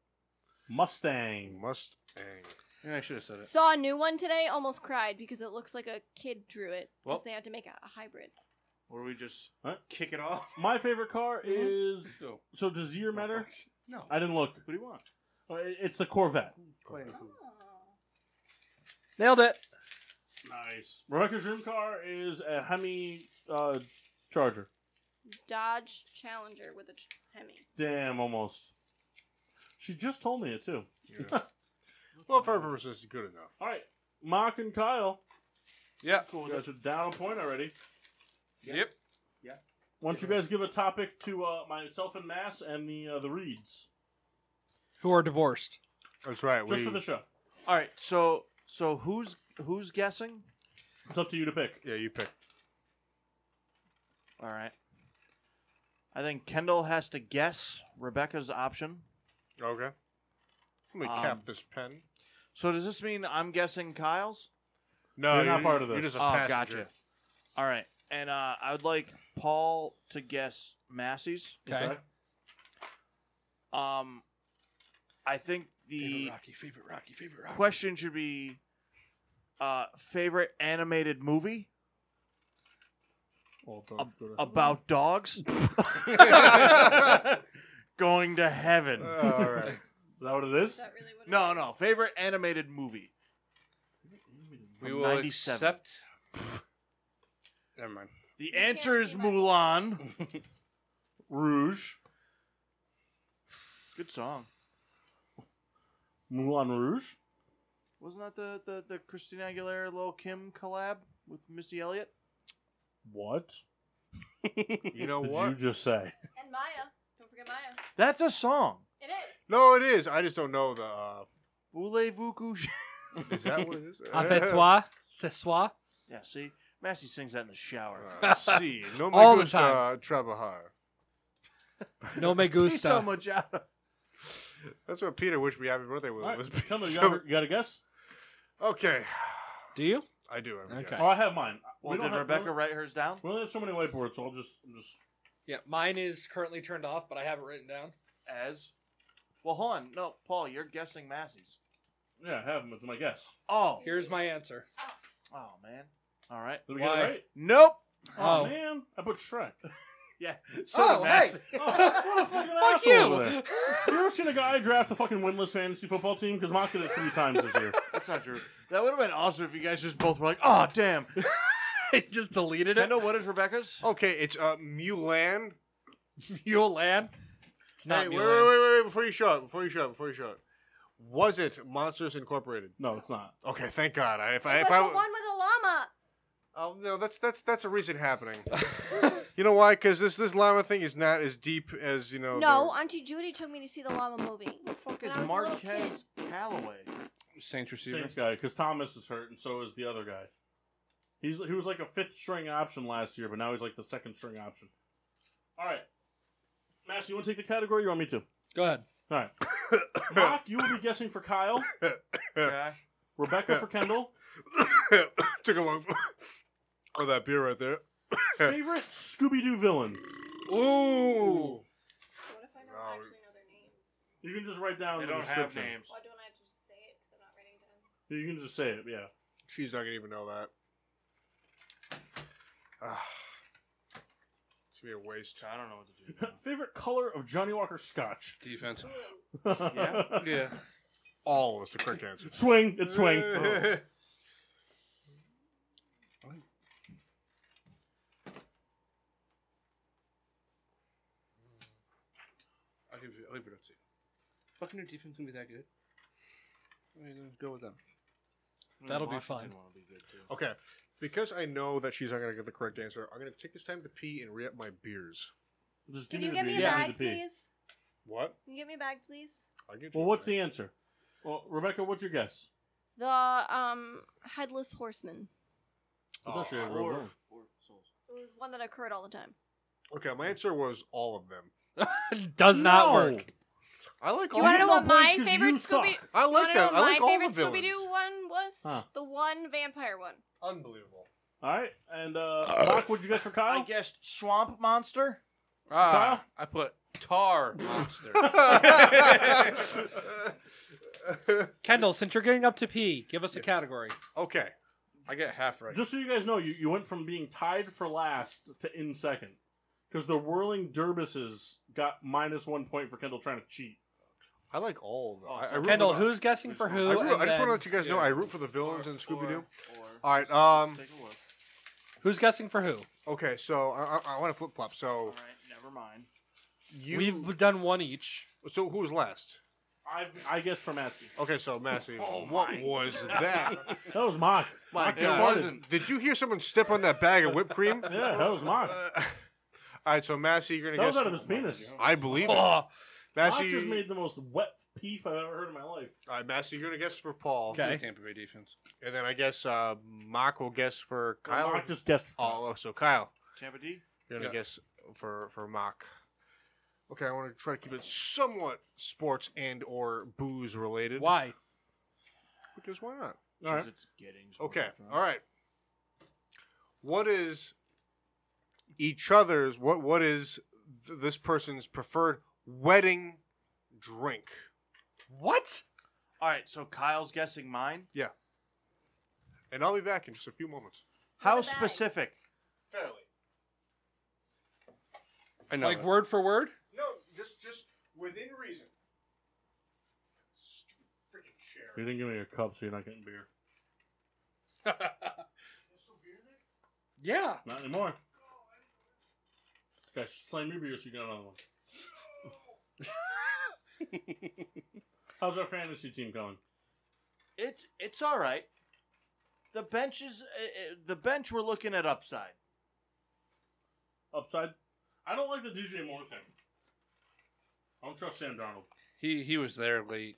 [SPEAKER 1] Mustang.
[SPEAKER 4] Mustang.
[SPEAKER 5] Yeah, I should have
[SPEAKER 4] Uh,
[SPEAKER 5] said it.
[SPEAKER 6] Saw a new one today, almost cried because it looks like a kid drew it. Because
[SPEAKER 1] Well-
[SPEAKER 6] they had to make a, a hybrid.
[SPEAKER 2] Or we just kick it off.
[SPEAKER 1] My favorite car
[SPEAKER 2] Mhm.
[SPEAKER 1] is. So does year matter?
[SPEAKER 5] No.
[SPEAKER 1] I didn't look. Uh,
[SPEAKER 2] What do you want?
[SPEAKER 1] It's a Corvette.
[SPEAKER 3] Nailed it.
[SPEAKER 1] Nice. Rebecca's dream car is a Hemi uh, Charger.
[SPEAKER 6] Dodge Challenger with a ch- Hemi.
[SPEAKER 1] Damn, almost. She just told me it too.
[SPEAKER 4] well, for our purposes, good enough.
[SPEAKER 1] All right, Mark and Kyle.
[SPEAKER 5] Yeah,
[SPEAKER 1] cool. That's a down a point already.
[SPEAKER 5] Yep.
[SPEAKER 2] Yeah.
[SPEAKER 1] Why don't you guys give a topic to uh, myself and Mass and the uh, the Reeds?
[SPEAKER 3] Who are divorced?
[SPEAKER 4] That's right.
[SPEAKER 1] Just for the show.
[SPEAKER 2] All right. So so who's who's guessing?
[SPEAKER 1] It's up to you to pick.
[SPEAKER 4] Yeah, you pick.
[SPEAKER 2] All right. I think Kendall has to guess Rebecca's option.
[SPEAKER 4] Okay. Let me
[SPEAKER 2] Um,
[SPEAKER 4] cap this pen.
[SPEAKER 2] So does this mean I'm guessing Kyle's?
[SPEAKER 4] No, You're not you're- part of you're this. just a
[SPEAKER 2] oh,
[SPEAKER 4] passenger.
[SPEAKER 2] gotcha. All right, and uh, I would like Paul to guess Massey's.
[SPEAKER 3] Okay.
[SPEAKER 2] Um, I think the
[SPEAKER 3] Rocky, favorite Rocky, favorite Rocky.
[SPEAKER 2] question should be uh, favorite animated movie ab- about dogs going to heaven.
[SPEAKER 4] Uh, all right. Is
[SPEAKER 1] that what it is?
[SPEAKER 2] no, no. Favorite animated movie.
[SPEAKER 5] We
[SPEAKER 2] From
[SPEAKER 5] will
[SPEAKER 2] 97.
[SPEAKER 5] accept. Never mind.
[SPEAKER 2] The answer is Mulan.
[SPEAKER 1] Rouge.
[SPEAKER 2] Good song.
[SPEAKER 1] Moulin Rouge.
[SPEAKER 2] Wasn't that the, the, the Christina Aguilera Lil Kim collab with Missy Elliott?
[SPEAKER 1] What?
[SPEAKER 4] You know
[SPEAKER 1] Did
[SPEAKER 4] what?
[SPEAKER 1] you just say?
[SPEAKER 6] And Maya. Don't forget Maya.
[SPEAKER 2] That's a song.
[SPEAKER 6] It is.
[SPEAKER 4] No, it is. I just don't know the. Uh,
[SPEAKER 2] Voulez-vous coucher?
[SPEAKER 4] is that what it is?
[SPEAKER 3] Avec-toi, ce soir.
[SPEAKER 2] Yeah, see? Massey sings that in the shower.
[SPEAKER 4] Uh, see, no me
[SPEAKER 3] All the
[SPEAKER 4] gusta
[SPEAKER 3] time.
[SPEAKER 4] trabajar.
[SPEAKER 3] No me
[SPEAKER 2] He's so
[SPEAKER 3] gusta.
[SPEAKER 2] much out.
[SPEAKER 4] That's what Peter wished we happy birthday with.
[SPEAKER 1] All right,
[SPEAKER 4] was
[SPEAKER 1] tell me, you
[SPEAKER 4] so-
[SPEAKER 1] got, you got a guess?
[SPEAKER 4] okay,
[SPEAKER 3] Do you?
[SPEAKER 4] I do. Have a
[SPEAKER 3] Okay.
[SPEAKER 4] guess.
[SPEAKER 1] Oh, I have mine. We
[SPEAKER 2] Well,
[SPEAKER 1] don't
[SPEAKER 2] did
[SPEAKER 1] have-
[SPEAKER 2] Rebecca write hers down?
[SPEAKER 1] We only have so many whiteboards, so I'll just, just
[SPEAKER 3] Yeah, mine is currently turned off, but I have it written down.
[SPEAKER 2] As? Well, hold on. No, Paul, you're guessing Massey's.
[SPEAKER 1] yeah, I have them. It's my guess.
[SPEAKER 2] Oh.
[SPEAKER 3] Here's my answer.
[SPEAKER 2] Oh, man. All right.
[SPEAKER 1] Did we get it
[SPEAKER 3] Why?
[SPEAKER 1] right?
[SPEAKER 2] Nope.
[SPEAKER 1] Oh,
[SPEAKER 3] Oh.
[SPEAKER 1] man, I put Shrek.
[SPEAKER 2] Yeah.
[SPEAKER 3] oh, hey!
[SPEAKER 2] did Massey.
[SPEAKER 1] what a fucking
[SPEAKER 3] Fuck
[SPEAKER 1] asshole
[SPEAKER 3] you!
[SPEAKER 1] over there. You ever seen a guy draft a fucking winless fantasy football team? Because Mark did it three times this year.
[SPEAKER 2] That's not true. That would have been awesome if you guys just both were like, oh, damn.
[SPEAKER 3] I just deleted it.
[SPEAKER 2] Kendall, what is Rebecca's?
[SPEAKER 4] Okay, it's uh, Mulan.
[SPEAKER 3] You'll land. It's not
[SPEAKER 4] hey,
[SPEAKER 3] me.
[SPEAKER 4] wait, wait, wait, wait, before you show it, before you show it, before you show it. Was it Monsters Incorporated?
[SPEAKER 1] No, it's not.
[SPEAKER 4] Okay, thank God. I, if I,
[SPEAKER 6] It
[SPEAKER 4] if
[SPEAKER 6] was
[SPEAKER 4] I,
[SPEAKER 6] the one with a llama.
[SPEAKER 4] oh no, that's that's that's a recent happening. you know why? Because this this llama thing is not as deep as you know.
[SPEAKER 6] no, Auntie Judy took me to see the llama movie.
[SPEAKER 2] What the fuck
[SPEAKER 6] When
[SPEAKER 2] is
[SPEAKER 6] I was a little
[SPEAKER 2] Marquez Calloway?
[SPEAKER 5] Saints receiver.
[SPEAKER 1] Saints guy, because Thomas is hurt, and so is the other guy. He's he was like a fifth string option last year, but now he's like the second string option. All right, Mass, you want to take the category? or You want me to?
[SPEAKER 3] Go ahead.
[SPEAKER 1] All right, Mark, you will be guessing for Kyle,
[SPEAKER 2] Okay.
[SPEAKER 1] Rebecca for Kendall.
[SPEAKER 4] the- took a long. oh, that beer right there.
[SPEAKER 1] Favorite Scooby Doo villain?
[SPEAKER 3] Ooh.
[SPEAKER 6] What if I don't
[SPEAKER 4] Oh.
[SPEAKER 6] actually know their names?
[SPEAKER 1] You can just write down
[SPEAKER 8] They
[SPEAKER 1] the
[SPEAKER 8] don't have
[SPEAKER 1] description.
[SPEAKER 8] names.
[SPEAKER 6] Why don't I have to just say it? Because I'm not writing down.
[SPEAKER 1] You can just say it. Yeah.
[SPEAKER 4] She's not gonna even know that. Ah. It's gonna be a waste.
[SPEAKER 2] I don't know what to do. now.
[SPEAKER 1] Favorite color of Johnny Walker Scotch?
[SPEAKER 5] Defense.
[SPEAKER 2] Yeah.
[SPEAKER 5] Yeah.
[SPEAKER 4] All is the correct answer.
[SPEAKER 1] Swing. It's swing. Oh.
[SPEAKER 5] I'll give you. I'll leave it up to you. Fucking new defense gonna be that good. I mean, go with them.
[SPEAKER 3] That'll be
[SPEAKER 2] Mm, Washington
[SPEAKER 3] fun.
[SPEAKER 2] one'll be good, too.
[SPEAKER 4] okay, because I know that she's not gonna get the correct answer, I'm gonna take this time to pee and re up my beers.
[SPEAKER 1] Just
[SPEAKER 6] Can
[SPEAKER 1] give
[SPEAKER 6] you
[SPEAKER 1] me
[SPEAKER 6] get
[SPEAKER 1] the
[SPEAKER 6] me
[SPEAKER 1] beer.
[SPEAKER 6] a
[SPEAKER 1] I need
[SPEAKER 6] bag,
[SPEAKER 1] to pee.
[SPEAKER 6] please?
[SPEAKER 4] What?
[SPEAKER 6] Can you get me a bag, please?
[SPEAKER 4] I get you
[SPEAKER 1] Well, what's
[SPEAKER 4] one,
[SPEAKER 1] the answer? Well, Rebecca, what's your guess?
[SPEAKER 6] The um headless horseman.
[SPEAKER 4] man.
[SPEAKER 1] That's
[SPEAKER 4] Oh,
[SPEAKER 1] your real
[SPEAKER 4] or-
[SPEAKER 1] villain.
[SPEAKER 2] Or Souls.
[SPEAKER 6] It was one that occurred all the time.
[SPEAKER 4] okay, my answer was all of them.
[SPEAKER 3] Does not
[SPEAKER 1] No.
[SPEAKER 3] work.
[SPEAKER 4] I like
[SPEAKER 6] Do you
[SPEAKER 4] all.
[SPEAKER 6] want
[SPEAKER 4] Of them.
[SPEAKER 6] to know what my
[SPEAKER 1] points 'cause
[SPEAKER 6] favorite
[SPEAKER 1] you suck.
[SPEAKER 6] Scooby?
[SPEAKER 4] I
[SPEAKER 6] You wanna
[SPEAKER 4] like
[SPEAKER 6] know
[SPEAKER 4] them.
[SPEAKER 6] what
[SPEAKER 4] I like all
[SPEAKER 6] my
[SPEAKER 4] the
[SPEAKER 6] favorite Scooby
[SPEAKER 4] villains. Oh,
[SPEAKER 6] Doo one was
[SPEAKER 1] Huh.
[SPEAKER 6] the one vampire one.
[SPEAKER 4] Unbelievable.
[SPEAKER 1] All right, and uh, Mark, what'd you guess for
[SPEAKER 2] I
[SPEAKER 1] Kyle?
[SPEAKER 2] guessed Swamp Monster.
[SPEAKER 5] Ah,
[SPEAKER 1] Kyle?
[SPEAKER 5] I put tar monster.
[SPEAKER 3] Kendall, since you're getting up to pee, give us a category.
[SPEAKER 4] Okay.
[SPEAKER 5] I get half right.
[SPEAKER 1] Just so you guys know, you, you went from being tied for last to in second. Because the whirling dervises got minus one point for Kendall trying to cheat.
[SPEAKER 4] I like all though. I, I root
[SPEAKER 3] Oh, Kendall,
[SPEAKER 4] for the-
[SPEAKER 3] who's guessing for who?
[SPEAKER 4] I, root-
[SPEAKER 3] and
[SPEAKER 4] I just want
[SPEAKER 3] then-
[SPEAKER 4] to let you guys know I root for the villains in Scooby Doo. All right. Um.
[SPEAKER 3] Who's guessing for who?
[SPEAKER 4] Okay, so I, I, I want to flip flop. So
[SPEAKER 2] Never mind.
[SPEAKER 4] you.
[SPEAKER 3] We've done one each.
[SPEAKER 4] So who's last?
[SPEAKER 1] I I guess for Massey.
[SPEAKER 4] Okay, so Massey.
[SPEAKER 1] Oh
[SPEAKER 4] what
[SPEAKER 1] my
[SPEAKER 4] was
[SPEAKER 1] God.
[SPEAKER 4] that?
[SPEAKER 1] That was Mock.
[SPEAKER 4] My
[SPEAKER 1] Mock
[SPEAKER 4] God.
[SPEAKER 1] farted.
[SPEAKER 4] Did you hear someone step on that bag of whipped cream?
[SPEAKER 1] Yeah, that was Mock.
[SPEAKER 4] all right, so Massey, you're gonna
[SPEAKER 1] That
[SPEAKER 4] guess.
[SPEAKER 1] was out of his penis.
[SPEAKER 4] I believe it.
[SPEAKER 1] Oh. Mock
[SPEAKER 4] Massey,
[SPEAKER 1] just made the most wet peef I've ever heard in my life.
[SPEAKER 4] All right, Massey, you're gonna guess for Paul.
[SPEAKER 5] Okay. Tampa Bay defense.
[SPEAKER 4] And then I guess uh, Mock will guess for
[SPEAKER 1] Well,
[SPEAKER 4] Kyle.
[SPEAKER 1] Mock just guessed for
[SPEAKER 4] Oh, oh, so Kyle,
[SPEAKER 2] Tampa D.
[SPEAKER 4] you're gonna
[SPEAKER 2] Yeah.
[SPEAKER 4] guess for for Mock. Okay, I want to try to keep it somewhat sports and or booze related.
[SPEAKER 3] Why?
[SPEAKER 4] Because why not?
[SPEAKER 2] All right. It's getting
[SPEAKER 4] Okay. All right. What is each other's? What what is th- this person's preferred wedding drink?
[SPEAKER 3] What?
[SPEAKER 2] All right, so Kyle's guessing mine.
[SPEAKER 4] Yeah. And I'll be back in just a few moments.
[SPEAKER 2] How specific?
[SPEAKER 4] Fairly.
[SPEAKER 5] I know
[SPEAKER 3] Like
[SPEAKER 5] it.
[SPEAKER 3] word for word?
[SPEAKER 4] No, just just within reason. Freaking chair.
[SPEAKER 1] You didn't give me your cup, so you're not getting beer.
[SPEAKER 3] Yeah.
[SPEAKER 1] Not anymore. Okay, slam your beer so you get another one. How's our fantasy team going?
[SPEAKER 2] It's it's all right. The bench is uh, uh, the bench. We're looking at upside.
[SPEAKER 1] Upside? I don't like the DJ Moore thing. I don't trust Sam Darnold.
[SPEAKER 5] He he was there late.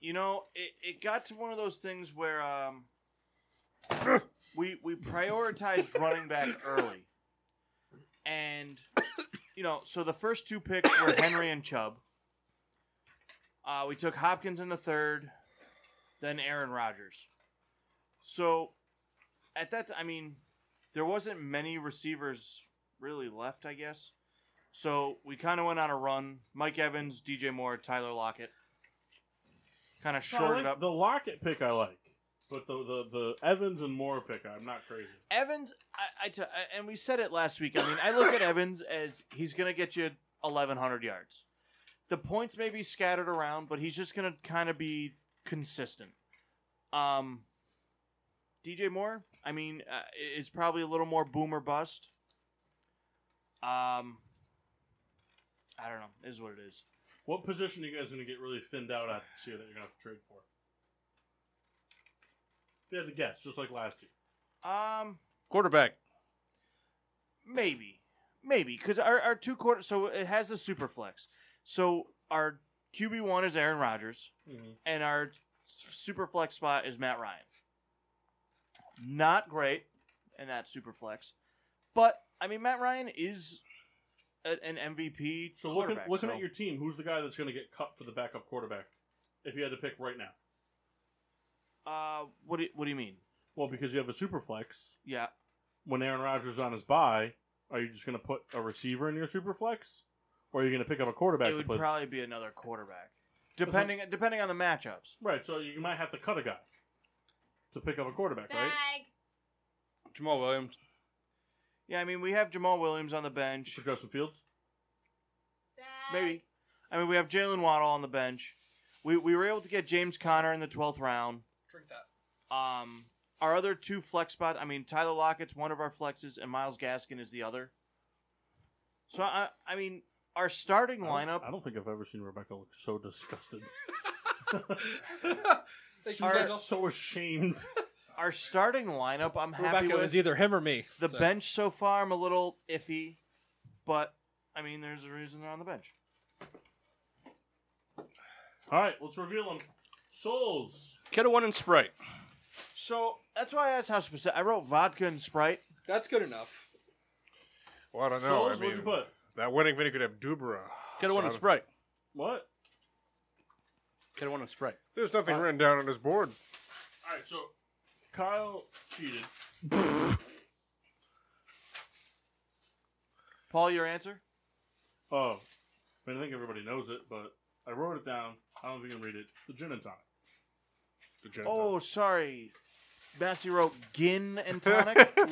[SPEAKER 2] You know, it, it got to one of those things where um, we we prioritized running back early, and you know, so the first two picks were Henry and Chubb. Uh, we took Hopkins in the third, then Aaron Rodgers. So, at that, t- I mean, there wasn't many receivers really left, I guess. So we kind of went on a run: Mike Evans, DJ Moore, Tyler Lockett. Kind of
[SPEAKER 1] No, I
[SPEAKER 2] shorted
[SPEAKER 1] like
[SPEAKER 2] up.
[SPEAKER 1] The Lockett pick I like, but the, the, the Evans and Moore pick I'm not crazy.
[SPEAKER 2] Evans, I, I t- I- and we said it last week. I mean, I look at Evans as he's going to get you 1,100 yards. The points may be scattered around, but he's just going to kind of be consistent. Um, DJ Moore, I mean, uh, i- is probably a little more boom or bust. Um, I don't know. Is what it is.
[SPEAKER 1] What position are you guys going to get really thinned out at this year that you're going to have to trade for? If you had to guess, just like last year.
[SPEAKER 2] Um,
[SPEAKER 5] Quarterback.
[SPEAKER 2] Maybe, maybe because our, our two quarter. So it has a super flex. So our QB one is Aaron Rodgers,
[SPEAKER 1] Mhm.
[SPEAKER 2] and our s- super flex spot is Matt Ryan. Not great in that super flex, but I mean Matt Ryan is a- an MVP.
[SPEAKER 1] So looking,
[SPEAKER 2] quarterback,
[SPEAKER 1] looking
[SPEAKER 2] so-
[SPEAKER 1] at your team, who's the guy that's going to get cut for the backup quarterback? If you had to pick right now,
[SPEAKER 2] uh, what do you, what do you mean?
[SPEAKER 1] Well, because you have a super flex.
[SPEAKER 2] Yeah.
[SPEAKER 1] When Aaron Rodgers is on his bye, are you just going to put a receiver in your super flex, or are you going to pick up a quarterback?
[SPEAKER 2] it
[SPEAKER 1] to
[SPEAKER 2] would
[SPEAKER 1] play?
[SPEAKER 2] probably be another quarterback, depending depending on the matchups.
[SPEAKER 1] right. So you might have to cut a guy to pick up a quarterback, right?
[SPEAKER 6] Bag.
[SPEAKER 5] Jamal Williams.
[SPEAKER 2] Yeah, I mean we have Jamal Williams on the bench.
[SPEAKER 1] For Justin Fields.
[SPEAKER 2] Maybe. I mean, we have Jalen Waddle on the bench. We, we were able to get James Conner in the twelfth round.
[SPEAKER 3] Drink that.
[SPEAKER 2] Um, our other two flex spots. I mean, Tyler Lockett's one of our flexes, and Miles Gaskin is the other. So I I mean, our starting
[SPEAKER 1] I don't-
[SPEAKER 2] lineup.
[SPEAKER 1] I don't think I've ever seen Rebecca look so disgusted.
[SPEAKER 3] Thank
[SPEAKER 1] She was like so ashamed.
[SPEAKER 2] Our starting lineup. I'm happy
[SPEAKER 3] Rebecca, it
[SPEAKER 2] with.
[SPEAKER 3] was either him or me,
[SPEAKER 2] The
[SPEAKER 3] so.
[SPEAKER 2] bench so far, I'm a little iffy, but I mean, there's a reason they're on the bench.
[SPEAKER 1] All right, let's reveal them. Souls.
[SPEAKER 5] Get a one in Sprite.
[SPEAKER 2] So that's why I asked how specific. I wrote vodka and Sprite.
[SPEAKER 3] That's good enough.
[SPEAKER 4] Well, I don't know.
[SPEAKER 2] Souls,
[SPEAKER 4] I mean,
[SPEAKER 2] what'd you put?
[SPEAKER 4] that wedding video could have Dubra.
[SPEAKER 5] Get a one in
[SPEAKER 4] So I-
[SPEAKER 5] Sprite.
[SPEAKER 1] What?
[SPEAKER 5] Get a one in Sprite. Uh,
[SPEAKER 4] There's nothing written down on this board.
[SPEAKER 1] All right, so Kyle cheated.
[SPEAKER 2] Paul, your answer?
[SPEAKER 1] Oh, I mean, I think everybody knows it, but I wrote it down. I don't know if you can read it. The gin and tonic.
[SPEAKER 4] The gin
[SPEAKER 2] Oh, sorry. Massey wrote gin and tonic.
[SPEAKER 1] Ooh,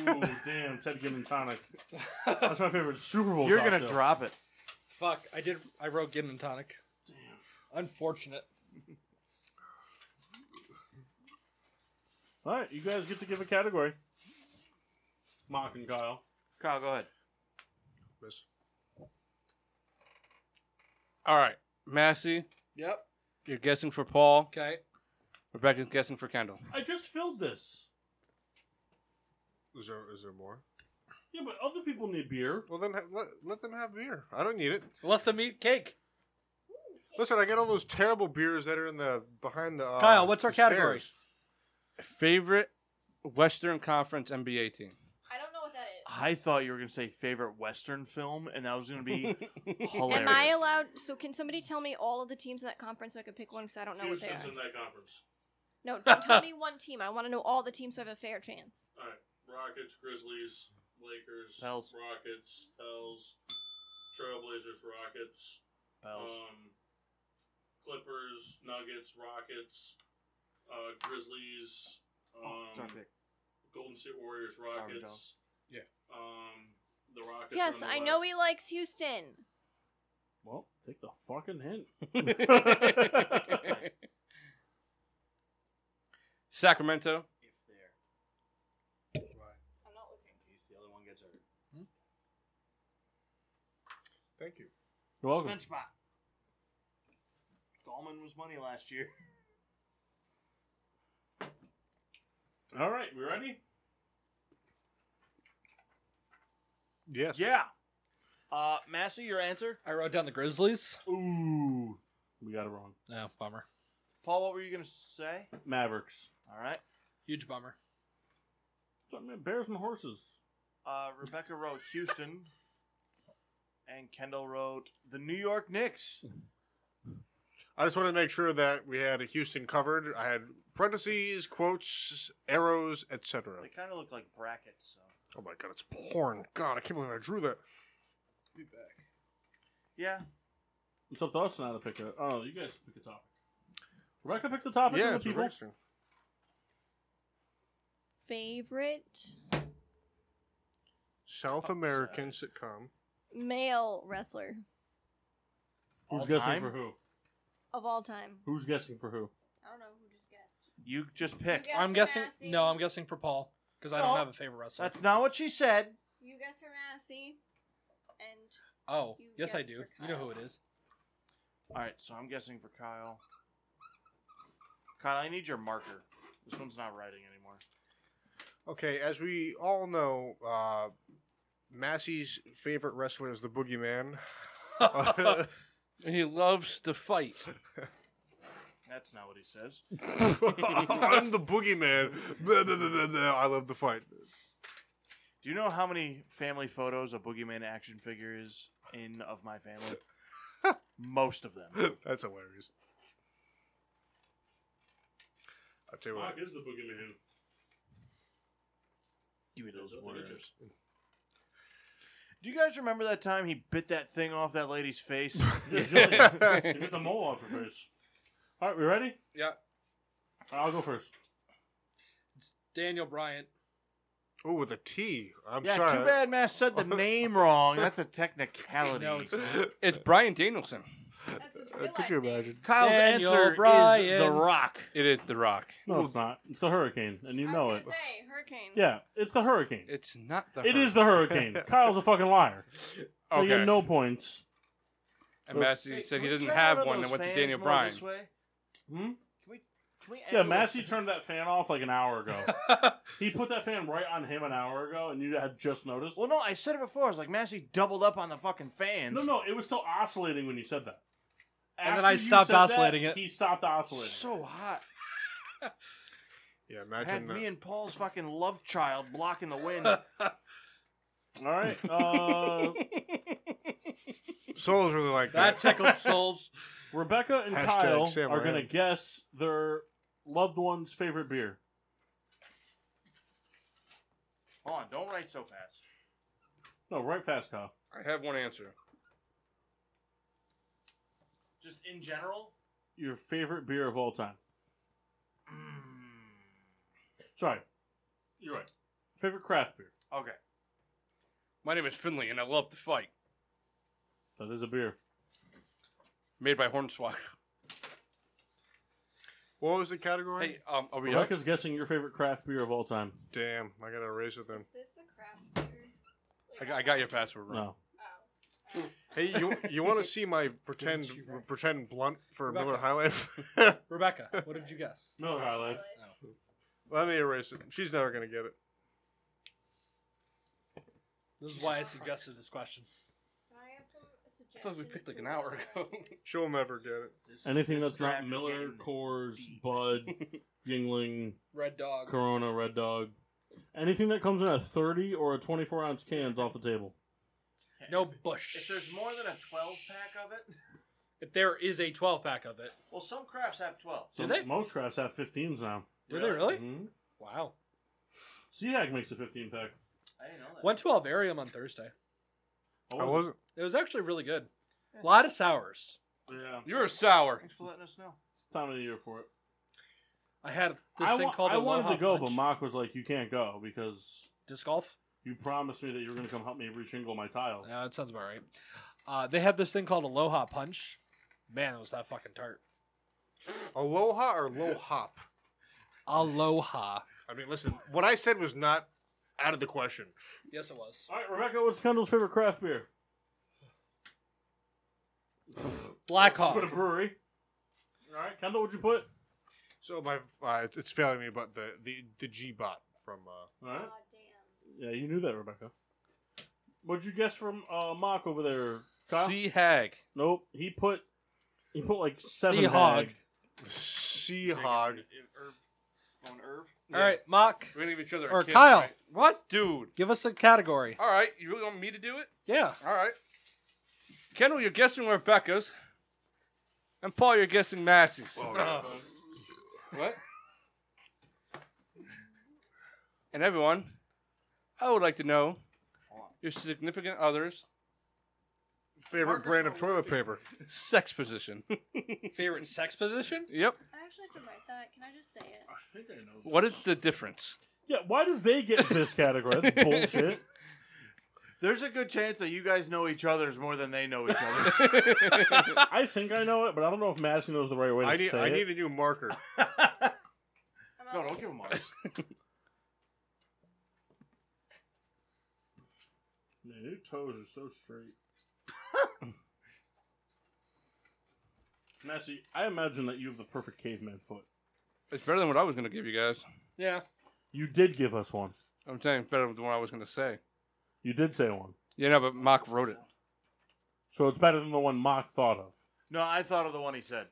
[SPEAKER 1] damn, Ted Gin and Tonic. That's my favorite Super Bowl.
[SPEAKER 2] You're gonna
[SPEAKER 1] cocktail.
[SPEAKER 2] drop it.
[SPEAKER 3] Fuck, I did. I wrote gin and tonic. Damn. Unfortunate.
[SPEAKER 1] All right, you guys get to give a category. Mock and Kyle.
[SPEAKER 2] Kyle, go ahead.
[SPEAKER 4] Miss.
[SPEAKER 5] All right, Massey.
[SPEAKER 3] Yep.
[SPEAKER 5] You're guessing for Paul.
[SPEAKER 3] Okay.
[SPEAKER 5] Rebecca's guessing for Kendall.
[SPEAKER 1] I just filled this.
[SPEAKER 4] Is there is there more?
[SPEAKER 1] Yeah, but other people need beer.
[SPEAKER 4] Well, then ha- let, let them have beer. I don't need it.
[SPEAKER 3] Let them eat cake.
[SPEAKER 4] Listen, I got all those terrible beers that are in the behind the. Uh,
[SPEAKER 5] Kyle, what's our
[SPEAKER 4] the
[SPEAKER 5] category?
[SPEAKER 4] stairs.
[SPEAKER 5] Favorite Western Conference NBA team.
[SPEAKER 6] I don't know what that is.
[SPEAKER 2] I thought you were gonna say favorite Western film, and that was gonna be hilarious.
[SPEAKER 6] Am I allowed? So can somebody tell me all of the teams in that conference so I can pick one because I don't know what
[SPEAKER 1] Houston's
[SPEAKER 6] they are.
[SPEAKER 1] in that conference.
[SPEAKER 6] No, don't tell me one team. I want to know all the teams so I have a fair chance.
[SPEAKER 1] All right, Rockets, Grizzlies, Lakers,
[SPEAKER 2] Pels.
[SPEAKER 1] Rockets, Pels, Trailblazers, Rockets,
[SPEAKER 2] Pels.
[SPEAKER 1] Um, Clippers, Nuggets, Rockets, uh, Grizzlies, um,
[SPEAKER 2] sorry, Vic.
[SPEAKER 1] Golden State Warriors,
[SPEAKER 2] Howard
[SPEAKER 1] Rockets.
[SPEAKER 5] Yeah.
[SPEAKER 1] Um, the Rockets.
[SPEAKER 6] Yes,
[SPEAKER 1] are on the
[SPEAKER 6] I know
[SPEAKER 1] left.
[SPEAKER 6] he likes Houston.
[SPEAKER 1] Well, take the fucking hint.
[SPEAKER 5] Sacramento.
[SPEAKER 6] I'm not looking.
[SPEAKER 7] the other one gets hurt.
[SPEAKER 4] Thank you.
[SPEAKER 1] You're welcome.
[SPEAKER 2] Bench spot. Gallman was money last year.
[SPEAKER 1] All right, we ready?
[SPEAKER 4] Yes.
[SPEAKER 2] Yeah. Uh, Massey, your answer.
[SPEAKER 3] I wrote down the Grizzlies.
[SPEAKER 1] Ooh, we got it wrong.
[SPEAKER 3] No, bummer.
[SPEAKER 2] Paul, what were you gonna say?
[SPEAKER 1] Mavericks.
[SPEAKER 2] All right.
[SPEAKER 3] Huge bummer.
[SPEAKER 1] Something about Bears and horses.
[SPEAKER 2] Uh, Rebecca wrote Houston, and Kendall wrote the New York Knicks.
[SPEAKER 4] I just wanted to make sure that we had a Houston covered. I had parentheses, quotes, arrows, etc.
[SPEAKER 2] They kind of look like brackets. So.
[SPEAKER 4] Oh my god, it's porn. God, I can't believe I drew that.
[SPEAKER 2] Be back. Yeah.
[SPEAKER 1] It's up to us now to pick a. Oh, you guys pick a topic. Rebecca picked the topic.
[SPEAKER 4] yeah,
[SPEAKER 1] and the
[SPEAKER 4] it's
[SPEAKER 1] people.
[SPEAKER 4] racing.
[SPEAKER 6] Favorite
[SPEAKER 4] South American sitcom.
[SPEAKER 6] male wrestler
[SPEAKER 1] Who's
[SPEAKER 2] All
[SPEAKER 1] guessing
[SPEAKER 2] time?
[SPEAKER 1] for who?
[SPEAKER 6] of all time.
[SPEAKER 1] Who's guessing for who?
[SPEAKER 6] I don't know who just guessed.
[SPEAKER 2] You just pick.
[SPEAKER 6] You guessed
[SPEAKER 3] I'm
[SPEAKER 6] for
[SPEAKER 3] guessing.
[SPEAKER 6] Massey.
[SPEAKER 3] No, I'm guessing for Paul because I
[SPEAKER 2] No.
[SPEAKER 3] don't have a favorite wrestler.
[SPEAKER 2] That's not what she said.
[SPEAKER 6] You guessed for Massey, and
[SPEAKER 3] Oh,
[SPEAKER 6] You
[SPEAKER 3] yes, I
[SPEAKER 6] guessed
[SPEAKER 3] do.
[SPEAKER 6] for
[SPEAKER 3] You know
[SPEAKER 6] Kyle.
[SPEAKER 3] who it is.
[SPEAKER 2] All right, so I'm guessing for Kyle. Kyle, I need your marker. This one's not writing anymore.
[SPEAKER 4] Okay, as we all know, uh, Massey's favorite wrestler is the Boogeyman.
[SPEAKER 5] And he loves to fight.
[SPEAKER 2] That's not what he says.
[SPEAKER 4] I'm the Boogeyman. Blah, blah, blah, blah, blah. I love the fight.
[SPEAKER 2] Do you know how many family photos a boogeyman action figure is in of my family? Most of them.
[SPEAKER 4] That's hilarious. I tell you
[SPEAKER 1] Fuck
[SPEAKER 4] what,
[SPEAKER 1] is the boogeyman.
[SPEAKER 2] Give me those
[SPEAKER 1] Those are
[SPEAKER 2] words.
[SPEAKER 1] delicious.
[SPEAKER 2] Do you guys remember that time he bit that thing off that lady's face?
[SPEAKER 1] You get the mole off your face. All right, we ready?
[SPEAKER 5] Yeah.
[SPEAKER 1] I'll go first.
[SPEAKER 3] Daniel Bryant.
[SPEAKER 4] oh, with a T. I'm
[SPEAKER 2] yeah,
[SPEAKER 4] sorry.
[SPEAKER 2] too bad Mass said the name wrong. That's a technicality.
[SPEAKER 3] No, it's not.
[SPEAKER 5] It's Brian Danielson.
[SPEAKER 6] That's his
[SPEAKER 4] Uh,
[SPEAKER 6] real
[SPEAKER 4] could
[SPEAKER 6] life
[SPEAKER 4] you
[SPEAKER 6] name.
[SPEAKER 4] imagine?
[SPEAKER 2] Kyle's
[SPEAKER 3] Daniel
[SPEAKER 2] answer is The
[SPEAKER 3] Bryan.
[SPEAKER 2] Rock.
[SPEAKER 5] It is The Rock.
[SPEAKER 1] No, it's not. It's the hurricane, and you
[SPEAKER 6] I was
[SPEAKER 1] know
[SPEAKER 6] gonna
[SPEAKER 1] it.
[SPEAKER 6] say Hurricane.
[SPEAKER 1] Yeah, it's the hurricane.
[SPEAKER 5] It's not the.
[SPEAKER 1] It is the hurricane. Kyle's a fucking liar. I
[SPEAKER 5] Okay.
[SPEAKER 1] get no points.
[SPEAKER 5] and Massey said he doesn't have one and went to Daniel Bryan.
[SPEAKER 1] Hmm?
[SPEAKER 2] Can we, can we
[SPEAKER 1] Yeah,
[SPEAKER 2] angle
[SPEAKER 1] Massey
[SPEAKER 2] this?
[SPEAKER 1] turned that fan off like an hour ago. he put that fan right on him an hour ago, and you had just noticed.
[SPEAKER 2] Well, no, I said it before. I was like, Massey doubled up on the fucking fans.
[SPEAKER 1] No, no, it was still oscillating when you said that.
[SPEAKER 3] And then
[SPEAKER 1] After
[SPEAKER 3] I
[SPEAKER 1] you
[SPEAKER 3] stopped
[SPEAKER 1] said that,
[SPEAKER 3] oscillating it.
[SPEAKER 1] He stopped oscillating.
[SPEAKER 2] So hot.
[SPEAKER 4] Yeah,
[SPEAKER 2] Had
[SPEAKER 4] imagine that.
[SPEAKER 2] me and Paul's fucking love child blocking the wind.
[SPEAKER 1] All right. Uh,
[SPEAKER 4] Souls really like
[SPEAKER 3] That
[SPEAKER 4] that.
[SPEAKER 3] tickled souls.
[SPEAKER 1] Rebecca and
[SPEAKER 4] Hashtag
[SPEAKER 1] Kyle
[SPEAKER 4] Sam
[SPEAKER 1] are
[SPEAKER 4] Moran.
[SPEAKER 1] going to guess their loved one's favorite beer.
[SPEAKER 2] Hold on, don't write so fast.
[SPEAKER 1] No, right fast, Kyle.
[SPEAKER 5] I have one answer.
[SPEAKER 2] Just in general,
[SPEAKER 1] Your favorite beer of all time?
[SPEAKER 4] Mm.
[SPEAKER 1] Sorry, you're right. Favorite craft beer?
[SPEAKER 2] Okay.
[SPEAKER 5] My name is Finley, and I love to fight.
[SPEAKER 1] That is a beer
[SPEAKER 5] made by Hornswoggle.
[SPEAKER 4] What was the category?
[SPEAKER 5] Hey, um, are we
[SPEAKER 1] Rebecca's guessing your favorite craft beer of all time.
[SPEAKER 4] Damn, I gotta erase it then.
[SPEAKER 6] This a crap.
[SPEAKER 5] I got, I got your password wrong.
[SPEAKER 1] No.
[SPEAKER 4] Hey, you you want to see my pretend pretend blunt for
[SPEAKER 3] Rebecca.
[SPEAKER 4] Miller High Life?
[SPEAKER 3] Rebecca, what did you guess? Oh.
[SPEAKER 1] Miller High Life.
[SPEAKER 4] Let me erase it. She's never gonna get it.
[SPEAKER 3] This is why I suggested this question.
[SPEAKER 5] I thought we picked like an hour ago.
[SPEAKER 4] She'll never get it.
[SPEAKER 1] Anything that's not Miller, Coors, Bud, Yingling,
[SPEAKER 3] Red Dog.
[SPEAKER 1] Corona, Red Dog, anything that comes in a thirty or a twenty-four ounce can's off the table.
[SPEAKER 3] No bush.
[SPEAKER 2] If there's more than a 12 pack of it,
[SPEAKER 3] If there is a 12 pack of it.
[SPEAKER 2] well, some crafts have 12.
[SPEAKER 1] So Most crafts have 15s now.
[SPEAKER 3] Do they really?
[SPEAKER 1] hmm
[SPEAKER 3] Wow.
[SPEAKER 1] Seahag makes a 15 pack.
[SPEAKER 2] I didn't know that.
[SPEAKER 3] Went to Alvarium on Thursday.
[SPEAKER 4] I wasn't.
[SPEAKER 3] It was actually really good. A lot of sours.
[SPEAKER 1] Yeah.
[SPEAKER 5] You're a sour.
[SPEAKER 2] Thanks for letting us know.
[SPEAKER 1] It's time of the year for it.
[SPEAKER 3] I had this
[SPEAKER 1] I,
[SPEAKER 3] thing
[SPEAKER 1] wa-
[SPEAKER 3] called
[SPEAKER 1] I
[SPEAKER 3] the
[SPEAKER 1] wanted
[SPEAKER 3] Aloha
[SPEAKER 1] to go,
[SPEAKER 3] Punch.
[SPEAKER 1] but Mock was like, "You can't go because
[SPEAKER 3] disc golf."
[SPEAKER 1] You promised me that you were going to come help me reshingle my tiles."
[SPEAKER 3] Yeah, that sounds about right. Uh, they had this thing called Aloha Punch. Man, was that fucking tart.
[SPEAKER 4] Aloha or low hop?
[SPEAKER 3] Aloha.
[SPEAKER 4] I mean, listen, what I said was not out of the question.
[SPEAKER 3] Yes, it was.
[SPEAKER 1] All right, Rebecca, what's Kendall's favorite craft beer?
[SPEAKER 3] Black
[SPEAKER 1] Put a brewery. All right, Kendall, what'd you put?
[SPEAKER 4] So my uh, it's- it's failing me, but the the the G bot from uh,
[SPEAKER 1] All right. Yeah, you knew that, Rebecca. What'd you guess from uh, Mock over there? Kyle?
[SPEAKER 5] Sea hag.
[SPEAKER 1] Nope. He put he put like seven
[SPEAKER 3] Sea hog.
[SPEAKER 1] hag.
[SPEAKER 4] Sea hog.
[SPEAKER 2] On Irv?
[SPEAKER 3] All right, Mock
[SPEAKER 5] We're gonna give each other a
[SPEAKER 3] or
[SPEAKER 5] kick,
[SPEAKER 3] Kyle.
[SPEAKER 5] right?
[SPEAKER 3] What?
[SPEAKER 5] Dude.
[SPEAKER 3] Give us a category.
[SPEAKER 5] All right, you really want me to do it?
[SPEAKER 3] Yeah.
[SPEAKER 5] All right. Kendall, you're guessing Rebecca's, and Paul, you're guessing Massey's.
[SPEAKER 4] Oh.
[SPEAKER 5] what? And everyone, I would like to know your significant other's
[SPEAKER 4] favorite brand of toilet paper.
[SPEAKER 5] sex position.
[SPEAKER 3] Favorite sex position?
[SPEAKER 5] yep.
[SPEAKER 6] I actually have to write that. Can I just say it?
[SPEAKER 1] I think I know.
[SPEAKER 5] What is the difference?
[SPEAKER 1] Yeah, why do they get this category? That's bullshit.
[SPEAKER 2] There's a good chance that you guys know each other's more than they know each other's.
[SPEAKER 1] I think I know it, but I don't know if Madison knows the right way to
[SPEAKER 4] I need
[SPEAKER 1] say
[SPEAKER 4] I
[SPEAKER 1] it.
[SPEAKER 4] need a new marker.
[SPEAKER 2] no, don't give them ours.
[SPEAKER 1] Man, your toes are so straight. Massey, I imagine that you have the perfect caveman foot.
[SPEAKER 5] It's better than what I was going to give you guys.
[SPEAKER 3] Yeah.
[SPEAKER 1] You did give us one.
[SPEAKER 5] I'm saying it's better than what I was going to say.
[SPEAKER 1] You did say one.
[SPEAKER 5] Yeah, no, but Mock wrote it.
[SPEAKER 1] So it's better than the one Mock thought of.
[SPEAKER 2] No, I thought of the one he said.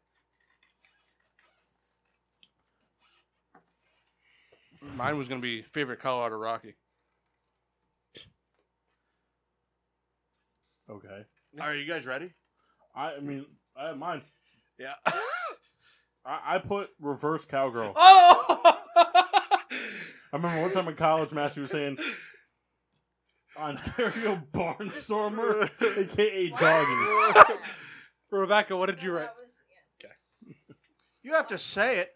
[SPEAKER 5] Mine was going to be favorite Colorado Rocky.
[SPEAKER 1] Okay.
[SPEAKER 2] Are you guys ready?
[SPEAKER 1] I, I mean, I have mine.
[SPEAKER 2] Yeah.
[SPEAKER 1] I, I put reverse cowgirl.
[SPEAKER 3] Oh!
[SPEAKER 1] I remember one time in college, Massey was saying Ontario Barnstormer, aka Doggy.
[SPEAKER 3] Rebecca, what did you write?
[SPEAKER 2] You have to say it.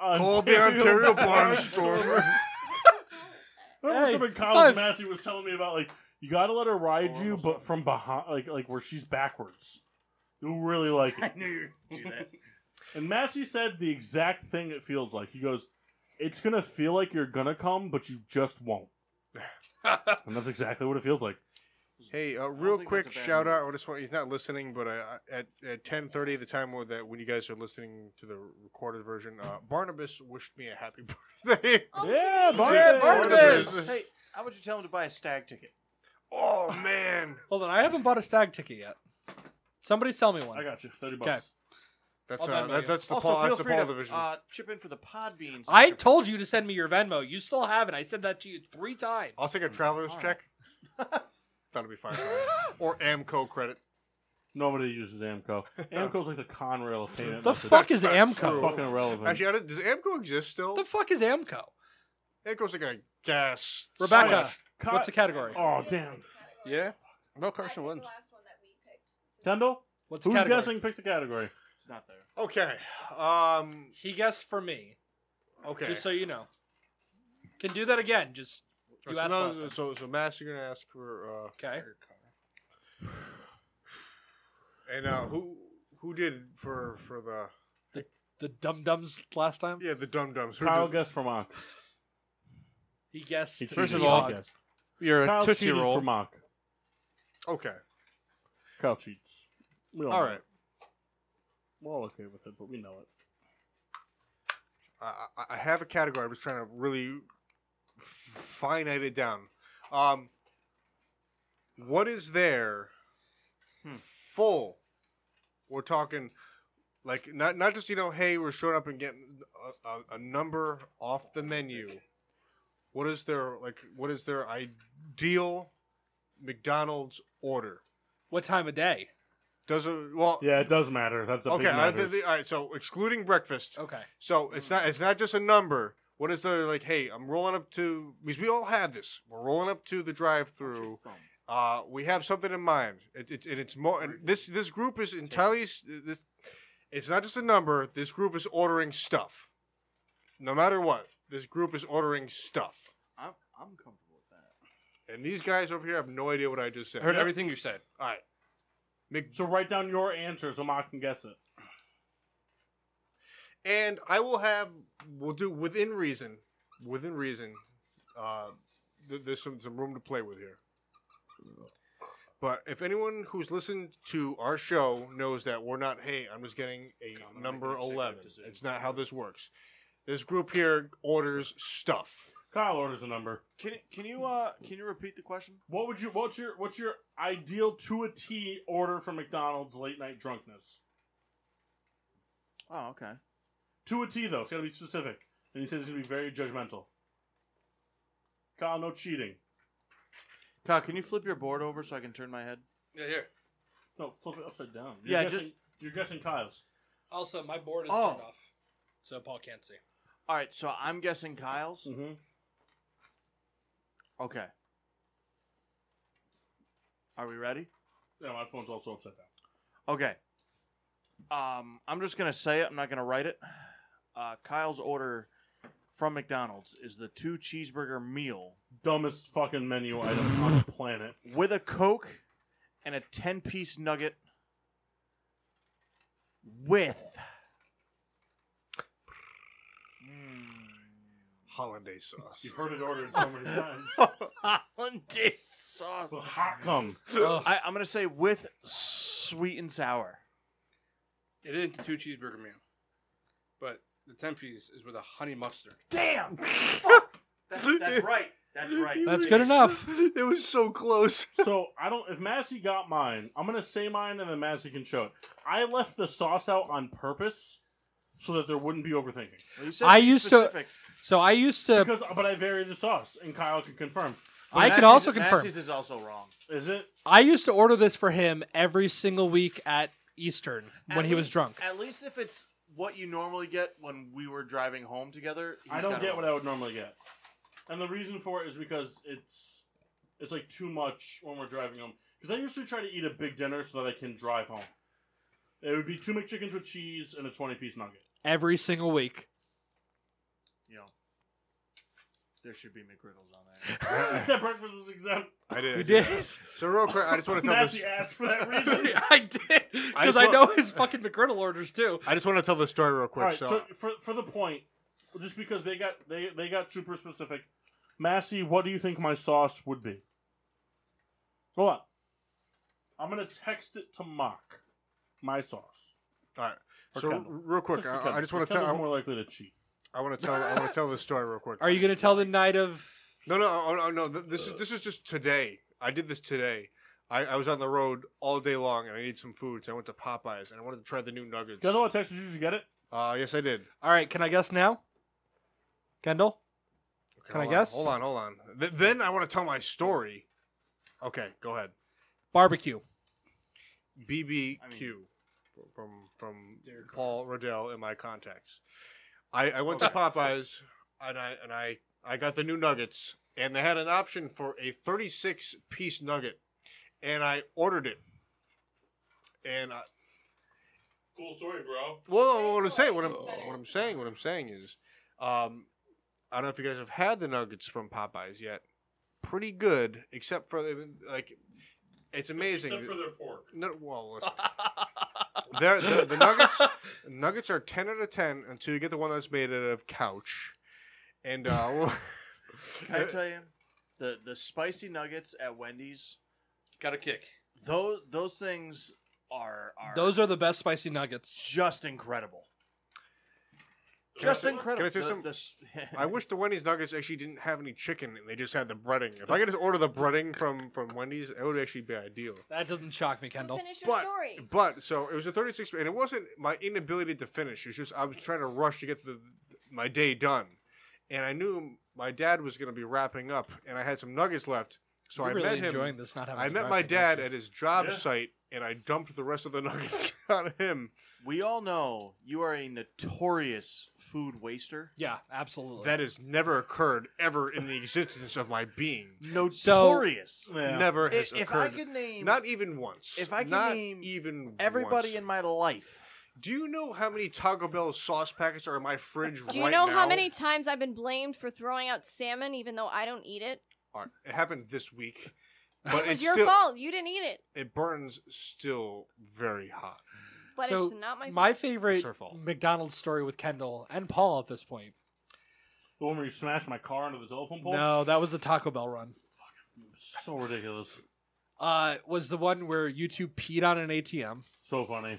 [SPEAKER 4] Called the Ontario Barnstormer.
[SPEAKER 1] I remember
[SPEAKER 3] Hey,
[SPEAKER 1] one time in college,
[SPEAKER 3] five.
[SPEAKER 1] Massey was telling me about like you gotta let her ride
[SPEAKER 2] Oh,
[SPEAKER 1] you, but from behind, like like where she's backwards. You'll really like it.
[SPEAKER 2] knew you would do that.
[SPEAKER 1] And Massey said the exact thing it feels like. He goes, "It's gonna feel like you're gonna come, but you just won't." and that's exactly what it feels like.
[SPEAKER 4] Hey, uh, real
[SPEAKER 2] think
[SPEAKER 4] quick
[SPEAKER 2] that's a bad
[SPEAKER 4] shout
[SPEAKER 2] move.
[SPEAKER 4] out. I just want he's not listening, but uh, at at ten thirty, the time where that when you guys are listening to the recorded version, uh, Barnabas wished me a happy birthday.
[SPEAKER 1] yeah,
[SPEAKER 2] Oh,
[SPEAKER 4] Barnabas! Barnabas!
[SPEAKER 2] Hey, how would you tell him to buy a stag ticket?
[SPEAKER 4] oh man,
[SPEAKER 3] Hold on, I haven't bought a stag ticket yet. Somebody sell me one.
[SPEAKER 1] I got you. Thirty bucks.
[SPEAKER 3] Okay.
[SPEAKER 4] that's
[SPEAKER 3] Well
[SPEAKER 4] uh,
[SPEAKER 3] done,
[SPEAKER 4] that,
[SPEAKER 3] Megan.
[SPEAKER 4] that's the
[SPEAKER 2] also,
[SPEAKER 4] Paul.
[SPEAKER 2] feel
[SPEAKER 4] That's the
[SPEAKER 2] free
[SPEAKER 4] Paul
[SPEAKER 2] to
[SPEAKER 4] division.
[SPEAKER 2] Uh, chip in for the pod beans.
[SPEAKER 3] I told you to send me your Venmo. You still haven't. I said that to you three times.
[SPEAKER 4] I'll take a traveler's check. That'll be fine. or Amco credit.
[SPEAKER 1] Nobody uses Amco. Amco's like the Conrail of payment.
[SPEAKER 3] The
[SPEAKER 1] method.
[SPEAKER 3] fuck is
[SPEAKER 4] not
[SPEAKER 3] Amco?
[SPEAKER 4] true.
[SPEAKER 1] Fucking irrelevant.
[SPEAKER 4] Actually, I don't- does Amco exist still?
[SPEAKER 3] the fuck is Amco?
[SPEAKER 4] Amco's like a gas.
[SPEAKER 3] Rebecca,
[SPEAKER 4] slash-
[SPEAKER 1] Cut-
[SPEAKER 3] what's the category?
[SPEAKER 1] Oh damn,
[SPEAKER 5] Yeah? Well, Carson wins.
[SPEAKER 1] Kendall.
[SPEAKER 3] What's the
[SPEAKER 1] Who's
[SPEAKER 3] category?
[SPEAKER 1] guessing? Pick the category.
[SPEAKER 2] It's not there.
[SPEAKER 4] Okay. Um.
[SPEAKER 3] He guessed for me.
[SPEAKER 4] Okay.
[SPEAKER 3] Just so you know. Can do that again. Just
[SPEAKER 4] So,
[SPEAKER 3] you asked
[SPEAKER 4] now-
[SPEAKER 3] last time.
[SPEAKER 4] so, so Matt's gonna ask for. Uh,
[SPEAKER 3] okay.
[SPEAKER 4] And uh, who who did for for the
[SPEAKER 3] the Dum Dums last time?
[SPEAKER 4] Yeah, the Dum Dums.
[SPEAKER 1] Kyle guessed for Mock.
[SPEAKER 3] He guessed.
[SPEAKER 1] He
[SPEAKER 5] First
[SPEAKER 1] cheated
[SPEAKER 5] of
[SPEAKER 1] for
[SPEAKER 5] all,
[SPEAKER 1] Mock.
[SPEAKER 5] you're a
[SPEAKER 1] Kyle
[SPEAKER 5] tootsie
[SPEAKER 1] cheated
[SPEAKER 5] roll.
[SPEAKER 1] for Mock.
[SPEAKER 4] Okay.
[SPEAKER 1] Kyle cheats. We all,
[SPEAKER 4] All
[SPEAKER 1] know
[SPEAKER 4] right.
[SPEAKER 1] it. We're all okay with it, but we know it.
[SPEAKER 4] I, I- I have a category. I was trying to really f- finite it down. Um, what is there
[SPEAKER 1] Hmm.
[SPEAKER 4] full? We're talking like not not just you know, hey, we're showing up and getting a, a, a number off the menu. What is their like? What is their ideal McDonald's order?
[SPEAKER 3] What time of day?
[SPEAKER 4] Doesn't well.
[SPEAKER 1] Yeah, it does matter. That's a
[SPEAKER 4] okay,
[SPEAKER 1] big
[SPEAKER 4] I-
[SPEAKER 1] matter.
[SPEAKER 4] the- the- all right. So excluding breakfast.
[SPEAKER 3] Okay.
[SPEAKER 4] So it's not it's not just a number. What is the like? Hey, I'm rolling up to because we all have this. We're rolling up to the drive-through. Uh, we have something in mind. It, it's and it's more. And this this group is entirely s- this. It's not just a number. This group is ordering stuff. No matter what, this group is ordering stuff.
[SPEAKER 2] I'm, I'm comfortable with that.
[SPEAKER 4] And these guys over here have no idea what I just said.
[SPEAKER 5] Heard everything you said.
[SPEAKER 4] All right.
[SPEAKER 1] so write down your answer so Mock can guess it.
[SPEAKER 4] and I will have we'll do within reason, within reason. Uh, th- there's some some room to play with here. But if anyone who's listened to our show knows that we're not, hey, I'm just getting a number eleven. It's not how this works. This group here orders stuff.
[SPEAKER 1] Kyle orders a number.
[SPEAKER 2] Can can you uh can you repeat the question?
[SPEAKER 1] What would you what's your what's your ideal to a T order for McDonald's late night drunkenness?
[SPEAKER 2] Oh, okay.
[SPEAKER 1] To a T though, it's gotta be specific. And he says it's gonna be very judgmental. Kyle, no cheating.
[SPEAKER 2] Kyle, can you flip your board over so I can turn my head?
[SPEAKER 5] Yeah, here.
[SPEAKER 1] No, flip it upside down. You're
[SPEAKER 2] Yeah,
[SPEAKER 1] guessing,
[SPEAKER 2] just-
[SPEAKER 1] you're guessing Kyle's.
[SPEAKER 3] Also, my board is
[SPEAKER 2] Oh.
[SPEAKER 3] turned off, so Paul can't see.
[SPEAKER 2] All right, so I'm guessing Kyle's.
[SPEAKER 1] Mm-hmm.
[SPEAKER 2] Okay. Are we ready?
[SPEAKER 1] Yeah, my phone's also upside down.
[SPEAKER 2] Okay. Um, I'm just gonna say it. I'm not gonna write it. Uh, Kyle's order from McDonald's is the two cheeseburger meal
[SPEAKER 1] Dumbest fucking menu item on the planet.
[SPEAKER 2] with a Coke and a ten piece nugget with
[SPEAKER 4] Hollandaise sauce.
[SPEAKER 1] You've heard it ordered so many times.
[SPEAKER 2] hollandaise sauce.
[SPEAKER 1] The hot cum.
[SPEAKER 2] I, I'm gonna say with sweet and sour.
[SPEAKER 5] It isn't the two cheeseburger meal, but the ten piece is with a honey mustard.
[SPEAKER 2] Damn. That's, that's right. That's right.
[SPEAKER 3] That's good enough.
[SPEAKER 4] It was so close.
[SPEAKER 1] So I don't. If Massey got mine, I'm gonna say mine, and then Massey can show it. I left the sauce out on purpose so that there wouldn't be overthinking.
[SPEAKER 3] I used to. So I used to.
[SPEAKER 1] because, but I vary the sauce, and Kyle can confirm.
[SPEAKER 3] I can also confirm.
[SPEAKER 2] Massey's is also wrong.
[SPEAKER 1] Is it?
[SPEAKER 3] I used to order this for him every single week at Eastern when
[SPEAKER 2] At
[SPEAKER 3] he was
[SPEAKER 2] least-
[SPEAKER 3] drunk.
[SPEAKER 2] At least if it's what you normally get when we were driving home together.
[SPEAKER 1] I don't get what I would normally get, and the reason for it is because it's it's like too much when we're driving home. Because I usually try to eat a big dinner so that I can drive home. It would be two McChickens with cheese and a twenty-piece nugget.
[SPEAKER 3] Every single week.
[SPEAKER 2] You know, there should be McGriddles on there.
[SPEAKER 1] I said breakfast was exempt.
[SPEAKER 4] I did.
[SPEAKER 3] You
[SPEAKER 4] I
[SPEAKER 3] did?
[SPEAKER 4] So real quick, I just want to tell this.
[SPEAKER 1] Massey asked for that reason.
[SPEAKER 3] I did because
[SPEAKER 4] just
[SPEAKER 3] I,
[SPEAKER 4] wa-
[SPEAKER 3] know his fucking McGriddle orders too.
[SPEAKER 4] I just want to tell the story real quick.
[SPEAKER 1] All right,
[SPEAKER 4] so,
[SPEAKER 1] so, for for the point, just because they got they they got super specific. Massey, what do you think my sauce would be? Hold on. I'm gonna text it to Mock. My sauce.
[SPEAKER 4] all right.
[SPEAKER 1] Or
[SPEAKER 4] So
[SPEAKER 1] Kendall.
[SPEAKER 4] real quick,
[SPEAKER 1] Just
[SPEAKER 4] I,
[SPEAKER 1] to Kendall.
[SPEAKER 4] I just want to tell.
[SPEAKER 1] Kendall's
[SPEAKER 4] I-
[SPEAKER 1] more likely to cheat.
[SPEAKER 4] I want to tell. I want to tell this story real quick.
[SPEAKER 3] Are you going to tell the night of?
[SPEAKER 4] No, no, oh, no, no. th- This is this is just today. I did this today. I, I was on the road all day long, and I needed some food, so I went to Popeyes, and I wanted to try the new nuggets.
[SPEAKER 1] Kendall, I texted you. Did you get it?
[SPEAKER 4] Uh, yes, I did.
[SPEAKER 3] All right, can I guess now? Kendall, can I
[SPEAKER 4] Hold on,
[SPEAKER 3] guess?
[SPEAKER 4] Hold on, hold on. Th- then I want to tell my story. Okay, go ahead.
[SPEAKER 3] Barbecue.
[SPEAKER 4] BBQ f- from from Paul Riddell in my contacts. I, I went to Popeyes and I and I I got the new nuggets and they had an option for a 36 piece nugget and I ordered it and I,
[SPEAKER 1] Cool story, bro.
[SPEAKER 4] Well, what I'm saying, what I'm, what I'm saying, what I'm saying is, um, I don't know if you guys have had the nuggets from Popeyes yet. Pretty good, except for like, it's amazing.
[SPEAKER 1] Except for their pork.
[SPEAKER 4] No, well, listen. They're- the, the nuggets, nuggets are ten out of ten until you get the one that's made out of couch, and uh,
[SPEAKER 2] Can I tell you, the the spicy nuggets at Wendy's
[SPEAKER 5] got a kick.
[SPEAKER 2] Those those things are are
[SPEAKER 3] Those are the best spicy nuggets.
[SPEAKER 2] Just incredible.
[SPEAKER 4] Can I
[SPEAKER 2] Just
[SPEAKER 4] say-
[SPEAKER 2] incredible.
[SPEAKER 4] Can I say
[SPEAKER 2] The-
[SPEAKER 4] something?
[SPEAKER 2] the s-
[SPEAKER 4] I wish the Wendy's nuggets actually didn't have any chicken and they just had the breading. If I could just order the breading from from Wendy's, it would actually be ideal.
[SPEAKER 3] That doesn't shock me, Kendall.
[SPEAKER 6] Finish your story.
[SPEAKER 4] But so it was a 36 and it wasn't my inability to finish. It was just I was trying to rush to get the, my day done, and I knew my dad was going to be wrapping up, and I had some nuggets left. So
[SPEAKER 3] You're
[SPEAKER 4] I
[SPEAKER 3] really
[SPEAKER 4] met him.
[SPEAKER 3] enjoying this, not having
[SPEAKER 4] I
[SPEAKER 3] to
[SPEAKER 4] met
[SPEAKER 3] drive
[SPEAKER 4] my
[SPEAKER 3] today,
[SPEAKER 4] dad
[SPEAKER 3] aren't you?
[SPEAKER 4] at his job
[SPEAKER 3] Yeah.
[SPEAKER 4] site, and I dumped the rest of the nuggets on him.
[SPEAKER 2] We all know you are a notorious food waster.
[SPEAKER 3] Yeah, absolutely.
[SPEAKER 4] That has never occurred ever in the existence of my being.
[SPEAKER 2] Notorious.
[SPEAKER 4] Never
[SPEAKER 2] I-
[SPEAKER 4] has
[SPEAKER 2] if
[SPEAKER 4] occurred.
[SPEAKER 2] I could name
[SPEAKER 4] not e-, even once.
[SPEAKER 2] If I could
[SPEAKER 4] Not
[SPEAKER 2] name
[SPEAKER 4] even
[SPEAKER 2] everybody
[SPEAKER 4] once.
[SPEAKER 2] in my life,
[SPEAKER 4] do you know how many Taco Bell sauce packets are in my fridge right now?
[SPEAKER 6] Do you know how many times I've been blamed for throwing out salmon, even though I don't eat it?
[SPEAKER 4] Alright, It happened this week, but
[SPEAKER 6] it was
[SPEAKER 4] it's
[SPEAKER 6] your
[SPEAKER 4] still
[SPEAKER 6] fault. You didn't eat it.
[SPEAKER 4] it burns still very hot.
[SPEAKER 6] But
[SPEAKER 3] so
[SPEAKER 6] it's not my fault.
[SPEAKER 3] favorite McDonald's story with Kendall and Paul at this point.
[SPEAKER 1] The one where you smashed my car into the telephone pole?
[SPEAKER 3] No, that was the Taco Bell run.
[SPEAKER 1] So ridiculous.
[SPEAKER 3] Uh, was the one where you two peed on an ATM.
[SPEAKER 1] So funny.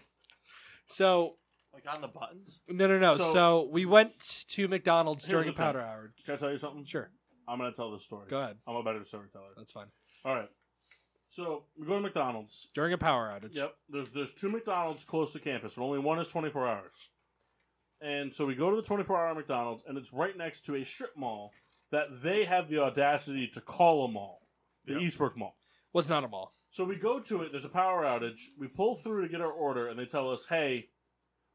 [SPEAKER 3] So
[SPEAKER 2] like on the buttons.
[SPEAKER 3] no, no, no. So,
[SPEAKER 1] So-
[SPEAKER 3] we went to McDonald's
[SPEAKER 1] Here's
[SPEAKER 3] during
[SPEAKER 1] the thing.
[SPEAKER 3] powder hour.
[SPEAKER 1] Can I tell you something?
[SPEAKER 3] Sure.
[SPEAKER 1] I'm going to tell this story.
[SPEAKER 3] Go ahead.
[SPEAKER 1] I'm a better storyteller.
[SPEAKER 3] That's fine.
[SPEAKER 1] All right. So we go to McDonald's.
[SPEAKER 3] During a power outage.
[SPEAKER 1] Yep. There's there's two McDonald's close to campus, but only one is 24 hours. And so we go to the 24 hour McDonald's, and it's right next to a strip mall that they have the audacity to call a mall, the Eastbrook Mall.
[SPEAKER 3] Was not a mall.
[SPEAKER 1] So we go to it. There's a power outage. We pull through to get our order, and they tell us, "Hey,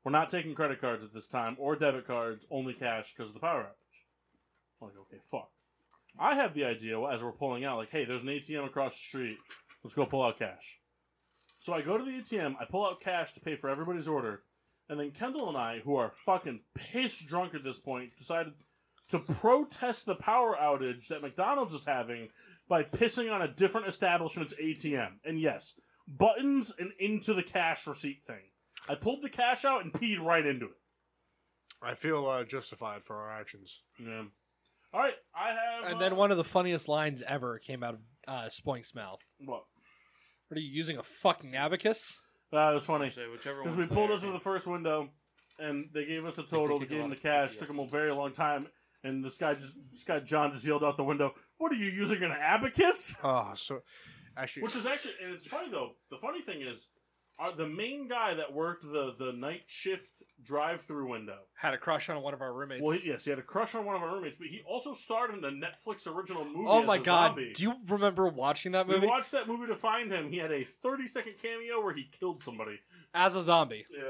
[SPEAKER 1] we're not taking credit cards at this time or debit cards, only cash because of the power outage." I'm like, okay, fuck. I have the idea as we're pulling out, like, "Hey, there's an ATM across the street. Let's go pull out cash." So I go to the ATM. I pull out cash to pay for everybody's order, and then Kendall and I, who are fucking piss drunk at this point, decided to protest the power outage that McDonald's is having by pissing on a different establishment's ATM. And yes, buttons and into the cash receipt thing. I pulled the cash out and peed right into it.
[SPEAKER 4] I feel uh, justified for our actions.
[SPEAKER 1] Yeah. All right, I have. uh,
[SPEAKER 3] And then one of the funniest lines ever came out of uh, Spoink's mouth.
[SPEAKER 1] What?
[SPEAKER 3] What are you using a fucking abacus?
[SPEAKER 1] That was funny.
[SPEAKER 3] Whichever
[SPEAKER 1] Because we pulled us through the first window, and they gave us a total. We gave him the cash. Took him a very long time, and this guy just this guy John just yelled out the window, "What are you using an abacus?"
[SPEAKER 4] Oh, so actually,
[SPEAKER 1] Which is actually, and it's funny though. The funny thing is, uh, the main guy that worked the the night shift drive through window
[SPEAKER 3] Had a crush on one of our roommates.
[SPEAKER 1] Well, he, yes, he had a crush on one of our roommates, but he also starred in the Netflix original movie.
[SPEAKER 3] oh
[SPEAKER 1] as
[SPEAKER 3] my
[SPEAKER 1] a
[SPEAKER 3] god!
[SPEAKER 1] zombie.
[SPEAKER 3] Do you remember watching that movie
[SPEAKER 1] We watched that movie to find him. He had a 30 second cameo where he killed somebody.
[SPEAKER 3] as a zombie?
[SPEAKER 1] Yeah.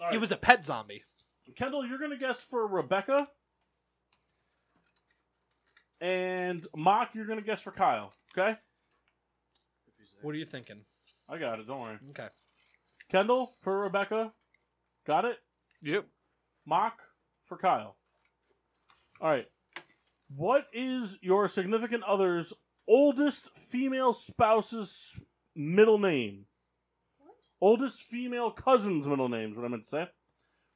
[SPEAKER 1] All
[SPEAKER 3] He
[SPEAKER 1] right.
[SPEAKER 3] was a pet zombie.
[SPEAKER 1] Kendall, you're going to guess for Rebecca. And Mock, you're going to guess for Kyle. Okay?
[SPEAKER 3] What are you thinking?
[SPEAKER 1] I got it. Don't worry.
[SPEAKER 3] Okay.
[SPEAKER 1] Kendall for Rebecca. Got it?
[SPEAKER 5] Yep.
[SPEAKER 1] Mock for Kyle. All right. What is your significant other's oldest female spouse's middle name? Oldest female cousin's middle name is what I meant to say.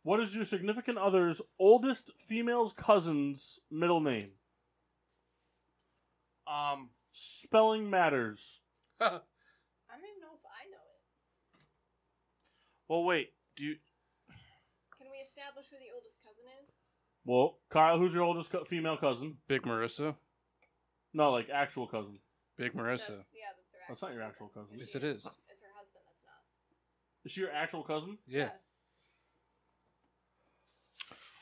[SPEAKER 1] What is your significant other's oldest female cousin's middle name?
[SPEAKER 2] Um,
[SPEAKER 1] Spelling matters.
[SPEAKER 6] I don't even know if I know it.
[SPEAKER 2] well, wait. Do you,
[SPEAKER 6] Can we establish who the oldest cousin is?
[SPEAKER 1] Well, Kyle, who's your oldest co- female cousin?
[SPEAKER 5] Big Marissa.
[SPEAKER 1] No, like actual cousin.
[SPEAKER 5] Big Marissa.
[SPEAKER 6] Yeah, that's her.
[SPEAKER 1] That's not your actual cousin.
[SPEAKER 5] Yes, it is.
[SPEAKER 6] It's her husband. That's not.
[SPEAKER 1] Is she your actual cousin?
[SPEAKER 5] Yeah.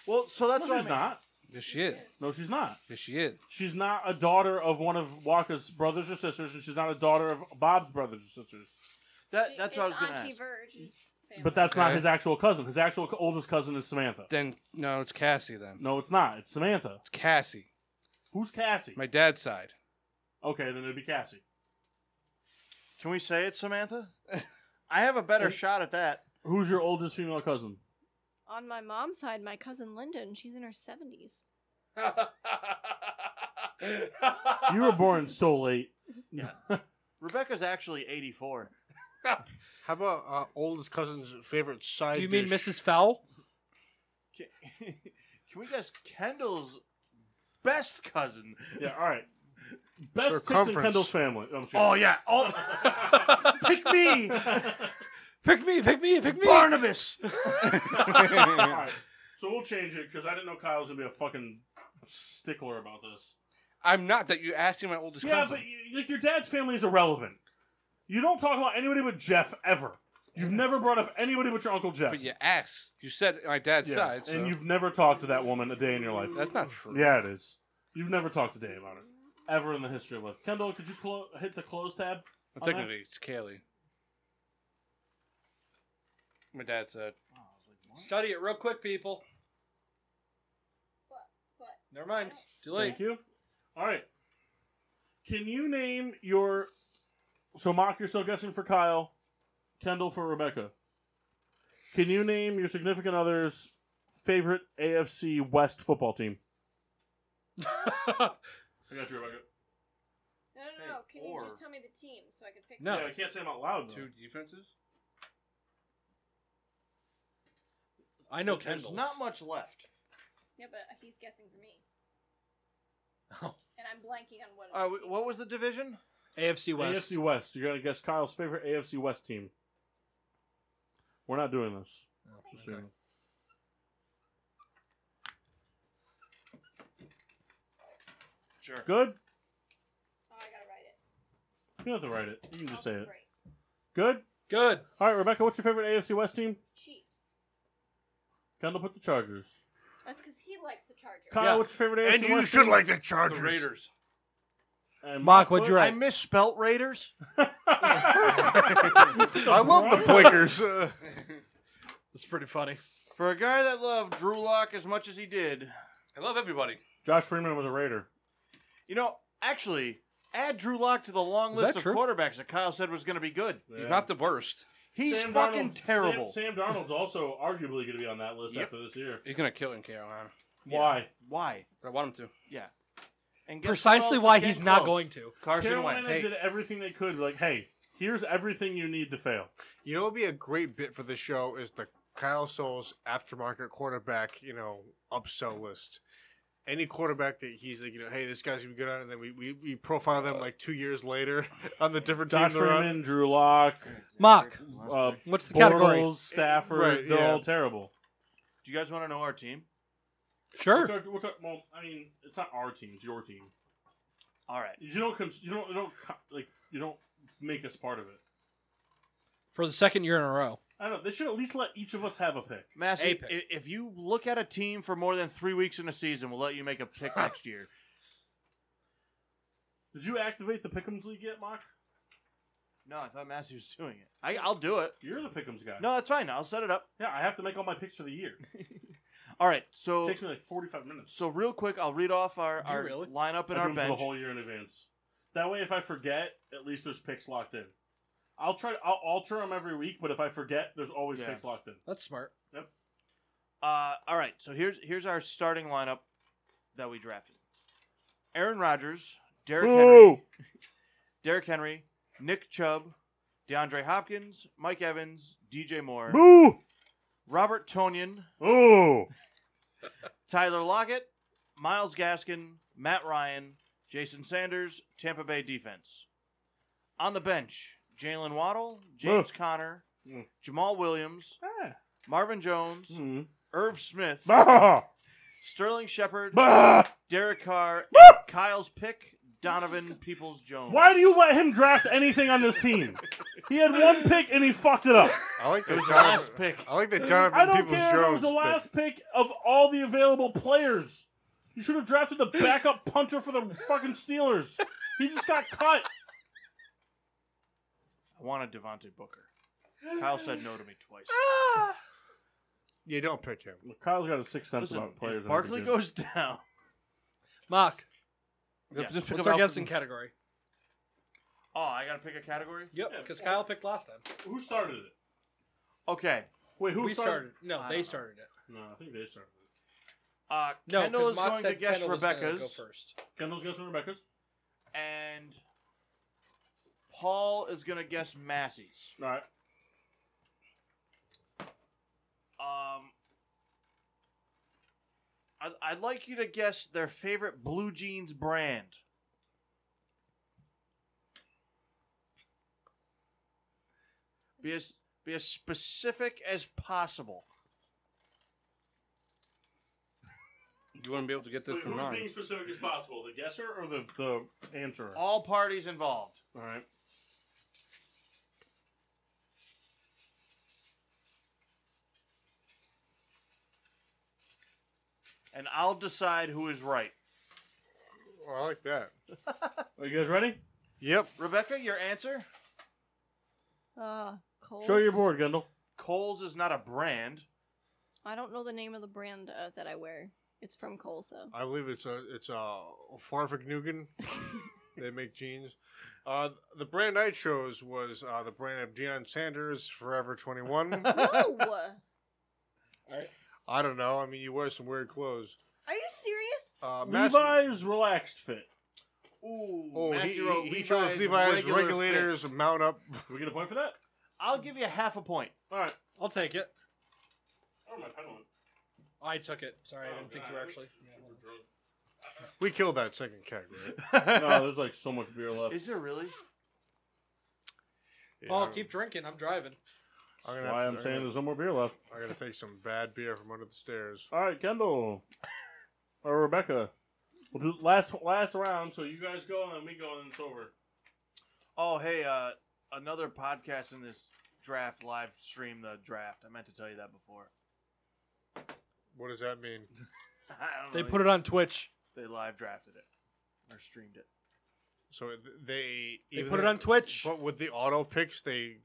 [SPEAKER 2] well, so that's
[SPEAKER 1] No,
[SPEAKER 2] what I
[SPEAKER 1] she's
[SPEAKER 2] mean.
[SPEAKER 1] not.
[SPEAKER 5] Yes, she is.
[SPEAKER 1] No, she's not.
[SPEAKER 5] Yes, she is.
[SPEAKER 1] She's not a daughter of one of Waka's brothers or sisters, and she's not a daughter of Bob's brothers or sisters.
[SPEAKER 2] That that's what I was
[SPEAKER 6] It's
[SPEAKER 2] gonna
[SPEAKER 6] Auntie
[SPEAKER 2] ask.
[SPEAKER 6] Verge. She's family.
[SPEAKER 1] But that's not
[SPEAKER 5] Okay.
[SPEAKER 1] his actual cousin. His actual co- oldest cousin is Samantha.
[SPEAKER 5] Then no, it's Cassie. Then
[SPEAKER 1] No, it's not. Ah, It's Samantha.
[SPEAKER 5] it's Cassie.
[SPEAKER 1] Who's Cassie?
[SPEAKER 5] My dad's side.
[SPEAKER 1] Okay, then it'd be Cassie.
[SPEAKER 2] Can we say it, Samantha? I have a better shot at that.
[SPEAKER 1] Who's your oldest female cousin?
[SPEAKER 6] On my mom's side, my cousin Lyndon, she's in her 70s.
[SPEAKER 1] You were born so late.
[SPEAKER 2] Yeah. Rebecca's actually 84.
[SPEAKER 4] How about uh, oldest cousin's favorite side?
[SPEAKER 3] Do you mean
[SPEAKER 4] dish?
[SPEAKER 3] Mrs. Fowl?
[SPEAKER 2] Can, can we guess Kendall's best cousin?
[SPEAKER 1] Yeah, all right. Best tits in Kendall's family. No, I'm just kidding.
[SPEAKER 2] Oh, yeah. Oh. pick me.
[SPEAKER 3] Pick me, pick me, pick me.
[SPEAKER 2] Barnabas.
[SPEAKER 1] Alright, So we'll change it because I didn't know Kyle was gonna be a fucking stickler about this.
[SPEAKER 5] I'm not that you asked me my oldest
[SPEAKER 1] Yeah,
[SPEAKER 5] cousin.
[SPEAKER 1] but you, like your dad's family is irrelevant. You don't talk about anybody but Jeff ever. You've never brought up anybody but your uncle Jeff.
[SPEAKER 5] But you asked. You said my dad's
[SPEAKER 1] Yeah,
[SPEAKER 5] side. so-
[SPEAKER 1] and you've never talked to that woman a day in your life.
[SPEAKER 5] That's not true.
[SPEAKER 1] Yeah, it is. You've never talked to Dave about it ever in the history of life. Kendall, could you clo- hit the close
[SPEAKER 5] Well,
[SPEAKER 1] tab? on that?
[SPEAKER 5] technically, it's Kaylee. My dad said.
[SPEAKER 3] Study it real quick, people. Never mind. Too late.
[SPEAKER 1] Thank you. All right. Can you name your? So mock. You're still guessing for Kyle, Kendall for Rebecca. Can you name your significant other's favorite AFC West football team? I got you, Rebecca.
[SPEAKER 6] No, no, no. Can you
[SPEAKER 1] or-
[SPEAKER 6] just tell me the team so I can pick
[SPEAKER 1] No,
[SPEAKER 6] them?
[SPEAKER 1] I can't say them out loud. Though.
[SPEAKER 5] Two defenses.
[SPEAKER 3] I know
[SPEAKER 2] There's
[SPEAKER 3] Kendall's.
[SPEAKER 2] not much left.
[SPEAKER 6] Yeah, but he's guessing for me.
[SPEAKER 3] Oh.
[SPEAKER 6] And I'm blanking on what.
[SPEAKER 2] Uh, wh- what was the division?
[SPEAKER 3] AFC West.
[SPEAKER 1] AFC West. You're gonna guess Kyle's favorite AFC West team. We're not doing this.
[SPEAKER 4] Oh,
[SPEAKER 1] Just so you know.
[SPEAKER 2] Sure.
[SPEAKER 1] Good.
[SPEAKER 6] Oh, I gotta write it.
[SPEAKER 1] You don't have to write it. You can just say it.
[SPEAKER 6] Great.
[SPEAKER 1] Good.
[SPEAKER 3] Good.
[SPEAKER 1] All right, Rebecca. What's your favorite AFC West team?
[SPEAKER 6] Chiefs.
[SPEAKER 1] Kendall put the Chargers.
[SPEAKER 6] That's because he likes the Chargers.
[SPEAKER 1] Kyle, what's your favorite AFC
[SPEAKER 4] And you
[SPEAKER 1] West
[SPEAKER 4] should
[SPEAKER 1] team?
[SPEAKER 4] like the Chargers.
[SPEAKER 5] The Raiders.
[SPEAKER 1] And
[SPEAKER 3] Mock, what'd you
[SPEAKER 1] put-
[SPEAKER 3] write?
[SPEAKER 2] I misspelt Raiders.
[SPEAKER 4] I love the Blinkers. Uh,
[SPEAKER 3] It's pretty funny.
[SPEAKER 2] For a guy that loved Drew Lock as much as he did,
[SPEAKER 5] I love everybody.
[SPEAKER 1] Josh Freeman was a Raider.
[SPEAKER 2] you know, actually, add Drew Lock to the long
[SPEAKER 3] Is
[SPEAKER 2] list
[SPEAKER 3] that
[SPEAKER 2] of
[SPEAKER 3] true?
[SPEAKER 2] quarterbacks that Kyle said was going to be good.
[SPEAKER 1] Yeah.
[SPEAKER 5] He's not the worst.
[SPEAKER 2] He's
[SPEAKER 1] Sam
[SPEAKER 2] fucking
[SPEAKER 1] Darnold-
[SPEAKER 2] terrible.
[SPEAKER 1] Sam, Sam Darnold's also arguably going to be on that list
[SPEAKER 2] Yep.
[SPEAKER 1] after this year.
[SPEAKER 5] He's gonna kill in Carolina.
[SPEAKER 2] Uh, Yeah.
[SPEAKER 1] Why?
[SPEAKER 2] Why?
[SPEAKER 5] I want him to.
[SPEAKER 2] Yeah. And guess who else
[SPEAKER 3] Precisely
[SPEAKER 2] is
[SPEAKER 3] why
[SPEAKER 2] getting
[SPEAKER 3] he's not
[SPEAKER 2] close?
[SPEAKER 3] going to.
[SPEAKER 2] Carson
[SPEAKER 1] Carolina
[SPEAKER 2] Wentz.
[SPEAKER 1] did everything they could. Like, hey, here's everything you need to fail.
[SPEAKER 4] you know, what would be a great bit for the show is the Kyle Souls aftermarket quarterback, you know, upsell list. Any quarterback that he's like, you know, hey, this guy's gonna be good on, it, and then we, we, we profile them like two years later on the different team
[SPEAKER 1] Josh
[SPEAKER 4] they're on.
[SPEAKER 1] Freeman, Drew Lock,
[SPEAKER 3] Mock.
[SPEAKER 1] uh,
[SPEAKER 3] What's the
[SPEAKER 1] Bortles,
[SPEAKER 3] category?
[SPEAKER 1] Stafford,
[SPEAKER 4] Right,
[SPEAKER 1] they're
[SPEAKER 4] yeah.
[SPEAKER 1] all terrible.
[SPEAKER 2] Do you guys want to know our team?
[SPEAKER 1] What's
[SPEAKER 3] Sure.
[SPEAKER 1] our, what's our, well, I mean, it's not our team; it's your team.
[SPEAKER 2] All right.
[SPEAKER 1] You don't, cons- you don't, you don't, co- like, you don't make us part of it.
[SPEAKER 3] For the second year in a row.
[SPEAKER 1] I don't know. They should at least let each of us have a pick.
[SPEAKER 3] A
[SPEAKER 2] Massey,
[SPEAKER 3] pick.
[SPEAKER 2] i- if you look at a team for more than three weeks in a season, we'll let you make a pick next year.
[SPEAKER 1] Did you activate the Pickums League yet, Mark?
[SPEAKER 2] No, I thought Massey was doing it. I, I'll do it.
[SPEAKER 1] You're the Pickums guy.
[SPEAKER 2] No, that's fine. I'll set it up.
[SPEAKER 1] Yeah, I have to make all my picks for the year.
[SPEAKER 2] All right.
[SPEAKER 1] It
[SPEAKER 2] So,
[SPEAKER 1] takes me like 45 minutes.
[SPEAKER 2] so real quick, I'll read off our,
[SPEAKER 3] You
[SPEAKER 2] our
[SPEAKER 3] really?
[SPEAKER 2] lineup and
[SPEAKER 1] I
[SPEAKER 2] our
[SPEAKER 1] do them for
[SPEAKER 2] bench.
[SPEAKER 1] the whole year in advance. That way, if I forget, at least there's picks locked in. I'll try. I'll alter them every week, but if I forget, there's always
[SPEAKER 2] Yeah.
[SPEAKER 1] picks locked in.
[SPEAKER 3] That's smart.
[SPEAKER 2] Uh, all right. So here's here's our starting lineup that we drafted: Aaron Rodgers, Derrick Henry, Derrick Henry, Nick Chubb, DeAndre Hopkins, Mike Evans, DJ Moore,
[SPEAKER 1] Boo!
[SPEAKER 2] Robert Tonian,
[SPEAKER 1] Oh!
[SPEAKER 2] Tyler Lockett, Miles Gaskin, Matt Ryan, Jason Sanders, Tampa Bay defense. On the bench, Jalen Waddle, James Conner,
[SPEAKER 1] Mm.
[SPEAKER 2] Jamal Williams, Marvin Jones, Irv Smith, Sterling Shepard, Derek Carr, and Kyle's pick, Donovan Peoples Jones.
[SPEAKER 1] Why do you let him draft anything on this team? he had one pick and he fucked it up.
[SPEAKER 4] I like
[SPEAKER 2] It
[SPEAKER 4] that
[SPEAKER 2] was the
[SPEAKER 4] Jonathan.
[SPEAKER 2] last pick.
[SPEAKER 4] I like that
[SPEAKER 1] I
[SPEAKER 4] Jonathan
[SPEAKER 1] don't
[SPEAKER 4] Peoples
[SPEAKER 1] care if it was
[SPEAKER 4] Jones.
[SPEAKER 1] the last pick of all the available players. You should have drafted the backup punter for the fucking Steelers. He just got cut.
[SPEAKER 2] I wanted Devontae Booker. Kyle said no to me twice.
[SPEAKER 4] You don't pick him.
[SPEAKER 1] Kyle's got a sixth sense
[SPEAKER 2] Listen,
[SPEAKER 1] about players.
[SPEAKER 2] if Barkley goes down.
[SPEAKER 3] Mock.
[SPEAKER 2] Yeah.
[SPEAKER 5] Just pick
[SPEAKER 3] What's
[SPEAKER 5] up
[SPEAKER 3] our
[SPEAKER 5] Alfred-
[SPEAKER 3] guessing category?
[SPEAKER 2] Oh, I gotta pick a category.
[SPEAKER 3] Yep, because Kyle picked last time.
[SPEAKER 1] Who started it?
[SPEAKER 2] Okay,
[SPEAKER 1] Wait, who
[SPEAKER 3] we
[SPEAKER 1] started-
[SPEAKER 3] started? No,
[SPEAKER 1] I
[SPEAKER 3] they
[SPEAKER 1] don't
[SPEAKER 3] started it.
[SPEAKER 1] No, I think they started.
[SPEAKER 2] Uh,
[SPEAKER 3] No,
[SPEAKER 2] Kendall
[SPEAKER 3] 'cause
[SPEAKER 2] is
[SPEAKER 3] Mock
[SPEAKER 2] going to
[SPEAKER 3] said
[SPEAKER 2] guess
[SPEAKER 3] Kendall was gonna go
[SPEAKER 2] Rebecca's.
[SPEAKER 3] first.
[SPEAKER 1] Kendall's guessing Rebecca's.
[SPEAKER 2] And Paul is going to guess Massey's.
[SPEAKER 1] All right.
[SPEAKER 2] Um, I, I'd like you to guess their favorite blue jeans brand. Be as be as specific as possible.
[SPEAKER 5] You wouldn't be able to get this
[SPEAKER 1] Wait,
[SPEAKER 5] from
[SPEAKER 1] who's
[SPEAKER 5] mine.
[SPEAKER 1] being specific as possible? The guesser or the, the answerer?
[SPEAKER 2] All parties involved.
[SPEAKER 1] All right.
[SPEAKER 2] And I'll decide who is right.
[SPEAKER 4] Oh, I like that.
[SPEAKER 1] Are you guys ready?
[SPEAKER 4] Yep.
[SPEAKER 2] Rebecca, your answer?
[SPEAKER 6] Uh, Coles.
[SPEAKER 1] board, Kendall.
[SPEAKER 2] Coles is not a brand.
[SPEAKER 6] I don't know the name of the brand uh, that I wear. It's from Coles though.
[SPEAKER 4] I believe it's a it's a Farfignugan. they make jeans. Uh, the brand I chose was uh, the brand of Deion Sanders Forever Twenty One.
[SPEAKER 6] no.
[SPEAKER 4] I don't know. I mean, you wear some weird clothes.
[SPEAKER 6] Are you serious?
[SPEAKER 4] Uh, Mas-
[SPEAKER 1] Levi's relaxed fit.
[SPEAKER 2] Ooh,
[SPEAKER 4] oh, he,
[SPEAKER 2] Matthew
[SPEAKER 4] he,
[SPEAKER 2] wrote
[SPEAKER 4] he chose Levi's
[SPEAKER 2] regular
[SPEAKER 4] regulators
[SPEAKER 2] fit.
[SPEAKER 4] mount up.
[SPEAKER 1] We get a point for that.
[SPEAKER 2] I'll give you half a point.
[SPEAKER 1] All right,
[SPEAKER 3] I'll take it.
[SPEAKER 1] Oh, my pen went.
[SPEAKER 3] I took it. Sorry,
[SPEAKER 1] Oh,
[SPEAKER 3] I didn't think
[SPEAKER 1] God.
[SPEAKER 3] you were actually.
[SPEAKER 4] We killed that second keg, right?
[SPEAKER 1] no, there's like so much beer left.
[SPEAKER 2] Is there really?
[SPEAKER 4] Yeah,
[SPEAKER 3] Well,
[SPEAKER 4] I'm-
[SPEAKER 3] Oh, keep drinking. I'm driving.
[SPEAKER 4] I'm
[SPEAKER 1] That's
[SPEAKER 4] gonna
[SPEAKER 1] why
[SPEAKER 4] have
[SPEAKER 1] I'm
[SPEAKER 4] to-
[SPEAKER 1] saying there's no more beer left.
[SPEAKER 4] I gotta take some bad beer from under the stairs.
[SPEAKER 1] All right, Kendall or Rebecca. We'll do last last round. So you guys go and then we go and it's over.
[SPEAKER 2] Oh, hey, uh, another podcast in this draft live stream the draft. I meant to tell you that before.
[SPEAKER 4] What does that mean?
[SPEAKER 2] I don't
[SPEAKER 3] They
[SPEAKER 2] know.
[SPEAKER 3] put it on Twitch.
[SPEAKER 2] They live drafted it or streamed it.
[SPEAKER 4] So th- they
[SPEAKER 3] They put it on Twitch.
[SPEAKER 4] But with the auto picks, they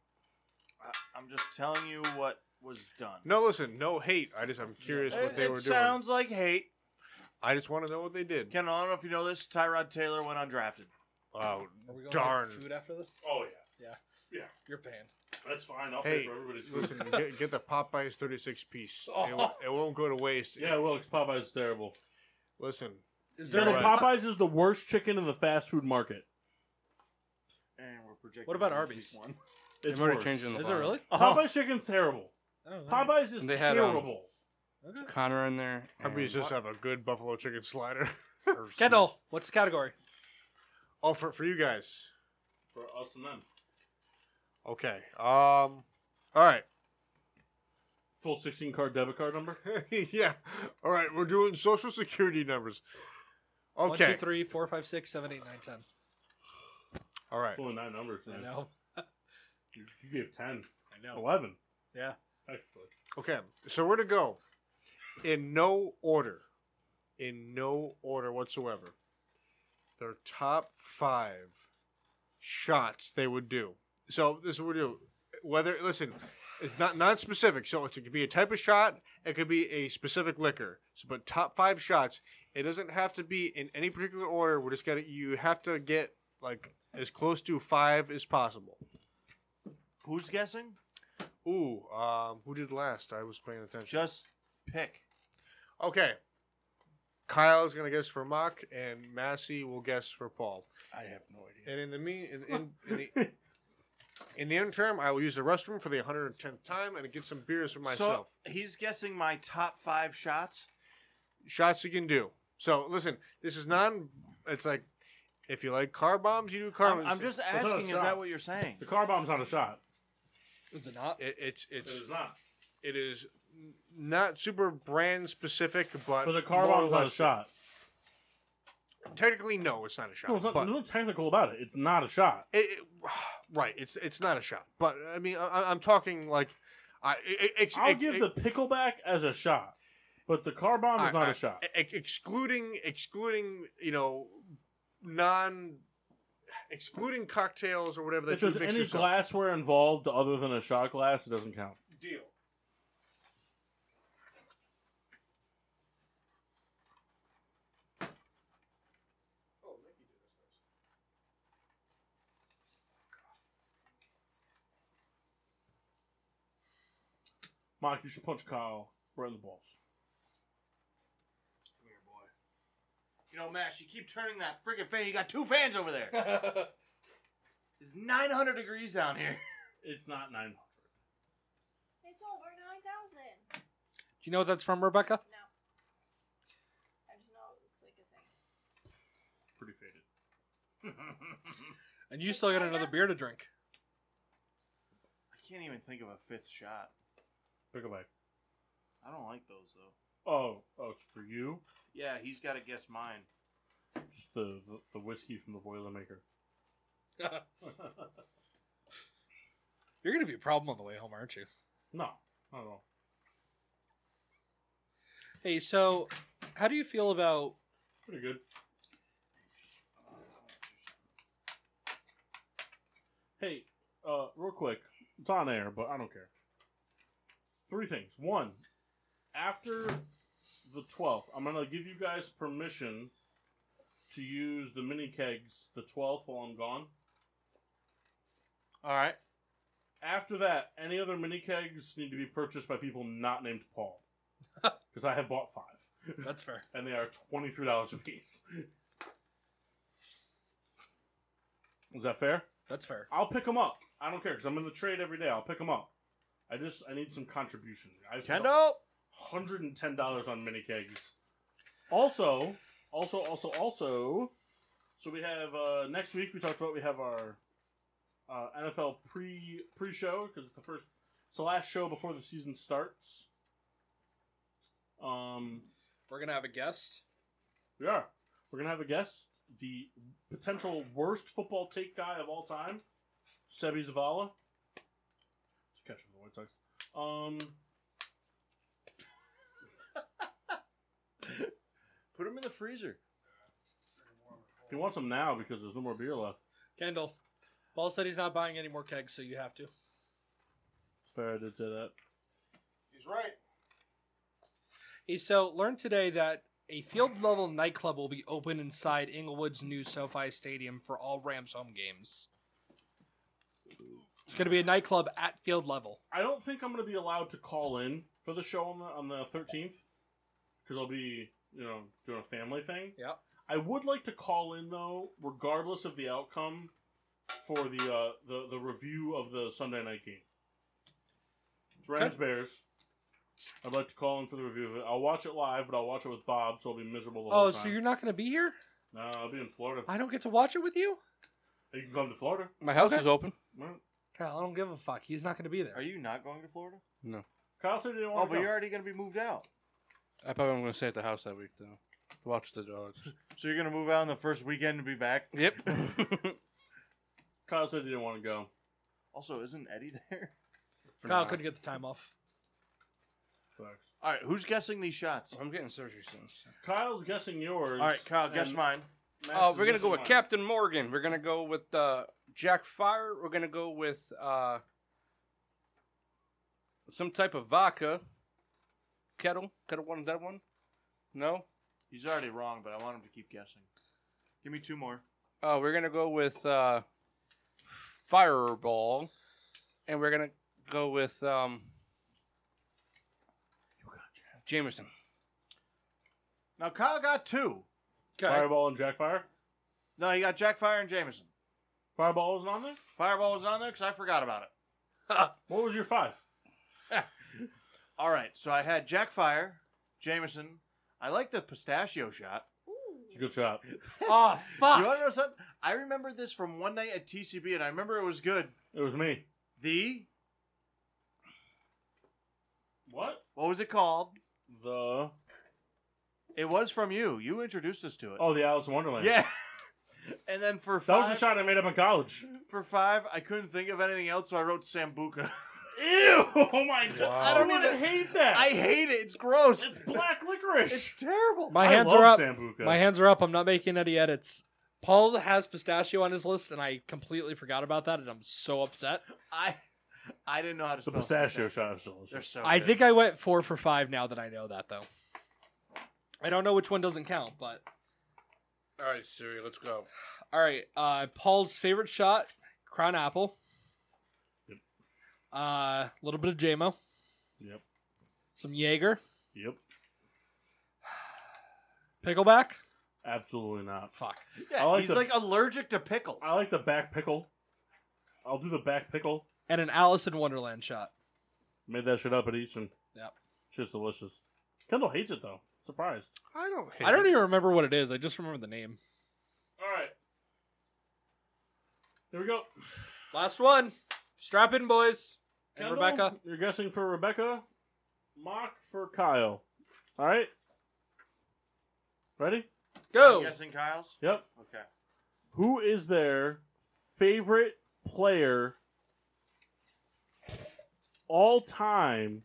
[SPEAKER 2] I, I'm just telling you what was done.
[SPEAKER 4] no listen, no hate. I just I'm curious
[SPEAKER 2] it,
[SPEAKER 4] what they
[SPEAKER 2] it
[SPEAKER 4] were
[SPEAKER 2] sounds like hate.
[SPEAKER 4] doing. I just want to know what they did.
[SPEAKER 2] Ken, I don't know if you know this. Tyrod Taylor went undrafted.
[SPEAKER 4] Oh
[SPEAKER 3] Are we going
[SPEAKER 4] darn!
[SPEAKER 3] To get food after this?
[SPEAKER 1] Oh yeah,
[SPEAKER 3] Yeah.
[SPEAKER 1] Yeah.
[SPEAKER 3] You're paying.
[SPEAKER 1] that's fine. I'll pay
[SPEAKER 4] Hey,
[SPEAKER 1] for everybody's food.
[SPEAKER 4] listen, get, get the Popeyes 36 piece. It, won't, it won't go to waste.
[SPEAKER 1] Oh. yeah, well, 'cause Popeye's terrible.
[SPEAKER 4] Listen,
[SPEAKER 3] Is
[SPEAKER 4] you know
[SPEAKER 1] Kendall,
[SPEAKER 4] what?
[SPEAKER 1] Popeyes is the worst chicken in the fast food market.
[SPEAKER 2] And we're projecting.
[SPEAKER 3] What about
[SPEAKER 2] next
[SPEAKER 3] Arby's?
[SPEAKER 2] week One.
[SPEAKER 1] It's
[SPEAKER 5] They've already
[SPEAKER 1] worse.
[SPEAKER 5] changed it in the
[SPEAKER 3] Is it really?
[SPEAKER 1] Popeye's chicken's terrible.
[SPEAKER 3] Oh,
[SPEAKER 1] Popeye's is
[SPEAKER 5] They had, um,
[SPEAKER 1] terrible.
[SPEAKER 5] Connor in there.
[SPEAKER 4] Arby's
[SPEAKER 5] and-
[SPEAKER 4] just have a good buffalo chicken slider.
[SPEAKER 3] Kendall, what's the category?
[SPEAKER 4] oh, for for you guys.
[SPEAKER 1] For us and them.
[SPEAKER 4] Okay. Um. All right.
[SPEAKER 1] Full 16 card debit card number?
[SPEAKER 4] yeah. All right. We're doing social security numbers.
[SPEAKER 3] One, two,
[SPEAKER 4] Okay.
[SPEAKER 3] three, four, five, six, seven, eight, nine, ten.
[SPEAKER 4] All right.
[SPEAKER 1] Only nine numbers. Man.
[SPEAKER 3] I know.
[SPEAKER 1] You, you gave 10.
[SPEAKER 3] I know.
[SPEAKER 1] 11.
[SPEAKER 3] Yeah.
[SPEAKER 1] Actually.
[SPEAKER 4] Okay, so we're to go in no order, in no order whatsoever. Their top five shots they would do. So this is what we do. Whether listen, it's not not specific. So it's, it could be a type of shot. It could be a specific liquor. So, but top five shots. It doesn't have to be in any particular order. We're just gonna you have to get like as close to five as possible.
[SPEAKER 2] Who's guessing?
[SPEAKER 4] Ooh, um, who did last? I was paying attention.
[SPEAKER 2] Just pick.
[SPEAKER 4] Okay. Kyle's gonna guess for Mock, and Massey will guess for Paul.
[SPEAKER 3] I have no idea.
[SPEAKER 4] And in the mean, in, in, in the in the interim, I will use the restroom for the 110th time and get some beers for myself.
[SPEAKER 2] So he's guessing my top five shots.
[SPEAKER 4] Shots you can do. So listen, this is non. It's like if you like car bombs, you do car
[SPEAKER 2] I'm,
[SPEAKER 4] bombs.
[SPEAKER 2] I'm just
[SPEAKER 4] It's-
[SPEAKER 2] asking, is
[SPEAKER 4] shot.
[SPEAKER 2] that what you're saying?
[SPEAKER 1] The car bomb's not a shot.
[SPEAKER 3] Is it not?
[SPEAKER 4] It, it's it's
[SPEAKER 1] It is not.
[SPEAKER 4] it is not super brand specific, but
[SPEAKER 1] So the car
[SPEAKER 4] more or
[SPEAKER 1] bomb's not a
[SPEAKER 4] less-
[SPEAKER 1] shot.
[SPEAKER 4] Technically, no, it's not a shot.
[SPEAKER 1] No, it's not,
[SPEAKER 4] but-
[SPEAKER 1] there's no technical about it. It's not a shot.
[SPEAKER 4] It, it- right. It's it's not a shot, but I mean, I, I'm talking like, I. It, it,
[SPEAKER 1] I'll
[SPEAKER 4] it-
[SPEAKER 1] give
[SPEAKER 4] it-
[SPEAKER 1] the pickleback as a shot, but the car bomb
[SPEAKER 4] I-
[SPEAKER 1] is not
[SPEAKER 4] I- e-,
[SPEAKER 1] a shot.
[SPEAKER 4] ex- excluding excluding you know non excluding cocktails or whatever that
[SPEAKER 1] If
[SPEAKER 4] you
[SPEAKER 1] there's
[SPEAKER 4] mix
[SPEAKER 1] any
[SPEAKER 4] yourself.
[SPEAKER 1] glassware involved other than a shot glass, it doesn't count.
[SPEAKER 4] deal.
[SPEAKER 1] Mike, you should punch Kyle right in the balls.
[SPEAKER 2] You know, Mash, you keep turning that freaking fan. You got two fans over there. it's 900 degrees down here.
[SPEAKER 1] It's not 900.
[SPEAKER 6] It's over 9,000.
[SPEAKER 3] Do you know what that's from, Rebecca?
[SPEAKER 6] I just know it's like a thing.
[SPEAKER 1] Pretty faded.
[SPEAKER 3] And you still got another beer to drink.
[SPEAKER 2] I can't even think of a fifth shot.
[SPEAKER 1] Pick a bite.
[SPEAKER 2] I don't like those, though.
[SPEAKER 1] Oh, oh, it's for you.
[SPEAKER 2] Yeah, he's got to guess mine.
[SPEAKER 1] It's the, the the whiskey from the Boilermaker.
[SPEAKER 3] You're gonna be a problem on the way home, aren't you?
[SPEAKER 1] No, not at all.
[SPEAKER 3] Hey, so how do you feel about?
[SPEAKER 1] Pretty good. Hey, uh, real quick, it's on air, but I don't care. Three things. One, after the 12th, I'm going to give you guys permission to use the mini kegs the 12th while I'm gone.
[SPEAKER 2] All right.
[SPEAKER 1] After that, any other mini kegs need to be purchased by people not named Paul. Because I have bought five,
[SPEAKER 3] That's fair.
[SPEAKER 1] and they are $23 a piece. Is that fair?
[SPEAKER 3] That's fair.
[SPEAKER 1] I'll pick them up. I don't care because I'm in the trade every day. I'll pick them up. I just I need some contribution. I spent
[SPEAKER 2] Kendall!
[SPEAKER 1] hundred and ten dollars on mini kegs. Also, also, also, also. So we have uh, next week. We talked about we have our uh, NFL pre pre show because it's the first, it's the last show before the season starts. Um,
[SPEAKER 3] We're gonna have a guest.
[SPEAKER 1] we are. We're gonna have a guest, the potential worst football take guy of all time, Sebi Zavala. It's a catcher for the White Sox. Um,
[SPEAKER 2] Put him in the freezer.
[SPEAKER 1] he wants them now because there's no more beer left.
[SPEAKER 3] Kendall, Paul said he's not buying any more kegs, so you have to.
[SPEAKER 1] Fair, I did say that.
[SPEAKER 4] He's right.
[SPEAKER 3] Hey, so learned today that a field level nightclub will be open inside Inglewood's new SoFi Stadium for all Rams home games. It's going to be a nightclub at field level.
[SPEAKER 1] I don't think I'm going to be allowed to call in for the show on the on the 13th because I'll be you know doing a family thing.
[SPEAKER 3] Yep.
[SPEAKER 1] I would like to call in though, regardless of the outcome, for the uh, the the review of the Sunday night game. It's Rams Bears. I'd like to call in for the review of it. I'll watch it live, but I'll watch it with Bob, so I'll be miserable. The
[SPEAKER 3] Oh,
[SPEAKER 1] whole
[SPEAKER 3] so
[SPEAKER 1] time.
[SPEAKER 3] you're not going to be here?
[SPEAKER 1] No, I'll be in Florida.
[SPEAKER 3] I don't get to watch it with you?
[SPEAKER 1] You can come to Florida.
[SPEAKER 5] My house
[SPEAKER 3] Okay.
[SPEAKER 5] is open.
[SPEAKER 1] Well,
[SPEAKER 3] Kyle, I don't give a fuck. He's not going to be there.
[SPEAKER 2] Are you not going to Florida?
[SPEAKER 1] Kyle said he didn't
[SPEAKER 2] Oh,
[SPEAKER 1] want
[SPEAKER 2] but
[SPEAKER 1] to
[SPEAKER 2] you're already going to be moved out.
[SPEAKER 5] I probably am going to stay at the house that week though. to Watch the dogs.
[SPEAKER 2] So you're going to move out on the first weekend to be back?
[SPEAKER 5] yep.
[SPEAKER 1] Kyle said he didn't want to go.
[SPEAKER 2] Also, isn't Eddie there?
[SPEAKER 5] For
[SPEAKER 3] Kyle
[SPEAKER 5] now.
[SPEAKER 3] couldn't get the time off.
[SPEAKER 1] Sucks.
[SPEAKER 2] All right, who's guessing these shots?
[SPEAKER 5] I'm getting surgery soon. so.
[SPEAKER 1] Kyle's guessing yours.
[SPEAKER 2] All right, Kyle, guess
[SPEAKER 1] and
[SPEAKER 2] mine.
[SPEAKER 1] Max
[SPEAKER 5] Oh,
[SPEAKER 1] is
[SPEAKER 5] we're gonna go
[SPEAKER 1] guessing
[SPEAKER 5] with
[SPEAKER 1] mine.
[SPEAKER 5] Captain Morgan. We're gonna go with uh, Jack Fire. We're gonna go with uh, some type of vodka kettle. Kettle one, that one. No.
[SPEAKER 2] He's already wrong, but I want him to keep guessing. Give me two more.
[SPEAKER 5] Oh, we're gonna go with uh, Fireball, and we're gonna go with um, Jameson.
[SPEAKER 2] Now, Kyle got two.
[SPEAKER 3] Okay.
[SPEAKER 1] Fireball and Jackfire.
[SPEAKER 2] No, he got Jack Fire and Jameson.
[SPEAKER 1] Fireball isn't on there.
[SPEAKER 2] Fireball was on there because I forgot about it.
[SPEAKER 1] What was your five?
[SPEAKER 2] All right, so I had Jack Fire, Jameson. I like the pistachio shot.
[SPEAKER 1] It's a good shot.
[SPEAKER 3] oh,
[SPEAKER 2] You
[SPEAKER 3] fuck.
[SPEAKER 2] want to know something? I remember this from one night at TCB, and I remember it was good.
[SPEAKER 1] It was me.
[SPEAKER 2] The
[SPEAKER 1] What?
[SPEAKER 2] what was it called?
[SPEAKER 1] The
[SPEAKER 2] It was from you. You introduced us to it.
[SPEAKER 1] oh, the Alice in Wonderland.
[SPEAKER 2] yeah. and then for
[SPEAKER 1] that
[SPEAKER 2] five,
[SPEAKER 1] was the shot I made up in college.
[SPEAKER 2] for five, I couldn't think of anything else, so I wrote Sambuca.
[SPEAKER 1] Ew! Oh my god! I don't even hate that.
[SPEAKER 2] I hate it. It's gross.
[SPEAKER 1] It's black licorice.
[SPEAKER 2] It's terrible.
[SPEAKER 3] My
[SPEAKER 1] I
[SPEAKER 3] hands
[SPEAKER 1] love
[SPEAKER 3] are up.
[SPEAKER 1] Sambuca.
[SPEAKER 3] My hands are up. I'm not making any edits. Paul has pistachio on his list, and I completely forgot about that, and I'm so upset.
[SPEAKER 2] I I didn't know how to
[SPEAKER 1] the
[SPEAKER 2] spell
[SPEAKER 1] pistachio shot is
[SPEAKER 2] They're
[SPEAKER 1] delicious.
[SPEAKER 2] so.
[SPEAKER 3] I
[SPEAKER 2] good.
[SPEAKER 3] think I went four for five now that I know that, though. I don't know which one doesn't count, but
[SPEAKER 5] All right, Siri, let's go.
[SPEAKER 3] all right. Uh, Paul's favorite shot: crown apple. A uh, little bit of JMO.
[SPEAKER 1] Yep.
[SPEAKER 3] Some Jaeger.
[SPEAKER 1] Yep.
[SPEAKER 3] Pickleback.
[SPEAKER 1] Absolutely not.
[SPEAKER 3] Fuck.
[SPEAKER 2] Yeah, he's like allergic to pickles.
[SPEAKER 1] I like the back pickle. I'll do the back pickle.
[SPEAKER 3] And an Alice in Wonderland shot.
[SPEAKER 1] Made that shit up at Easton.
[SPEAKER 3] Yep.
[SPEAKER 1] It's just delicious. Kendall hates it though. Surprised.
[SPEAKER 4] I don't
[SPEAKER 3] I don't even remember what it is. I just remember the name.
[SPEAKER 1] All right. There we go.
[SPEAKER 3] Last one. Strap in, boys. And
[SPEAKER 1] Kendall,
[SPEAKER 3] Rebecca.
[SPEAKER 1] You're guessing for Rebecca. Mock for Kyle. All right. Ready?
[SPEAKER 3] Go.
[SPEAKER 2] I'm guessing Kyle's.
[SPEAKER 1] Yep.
[SPEAKER 2] Okay.
[SPEAKER 1] Who is their favorite player all time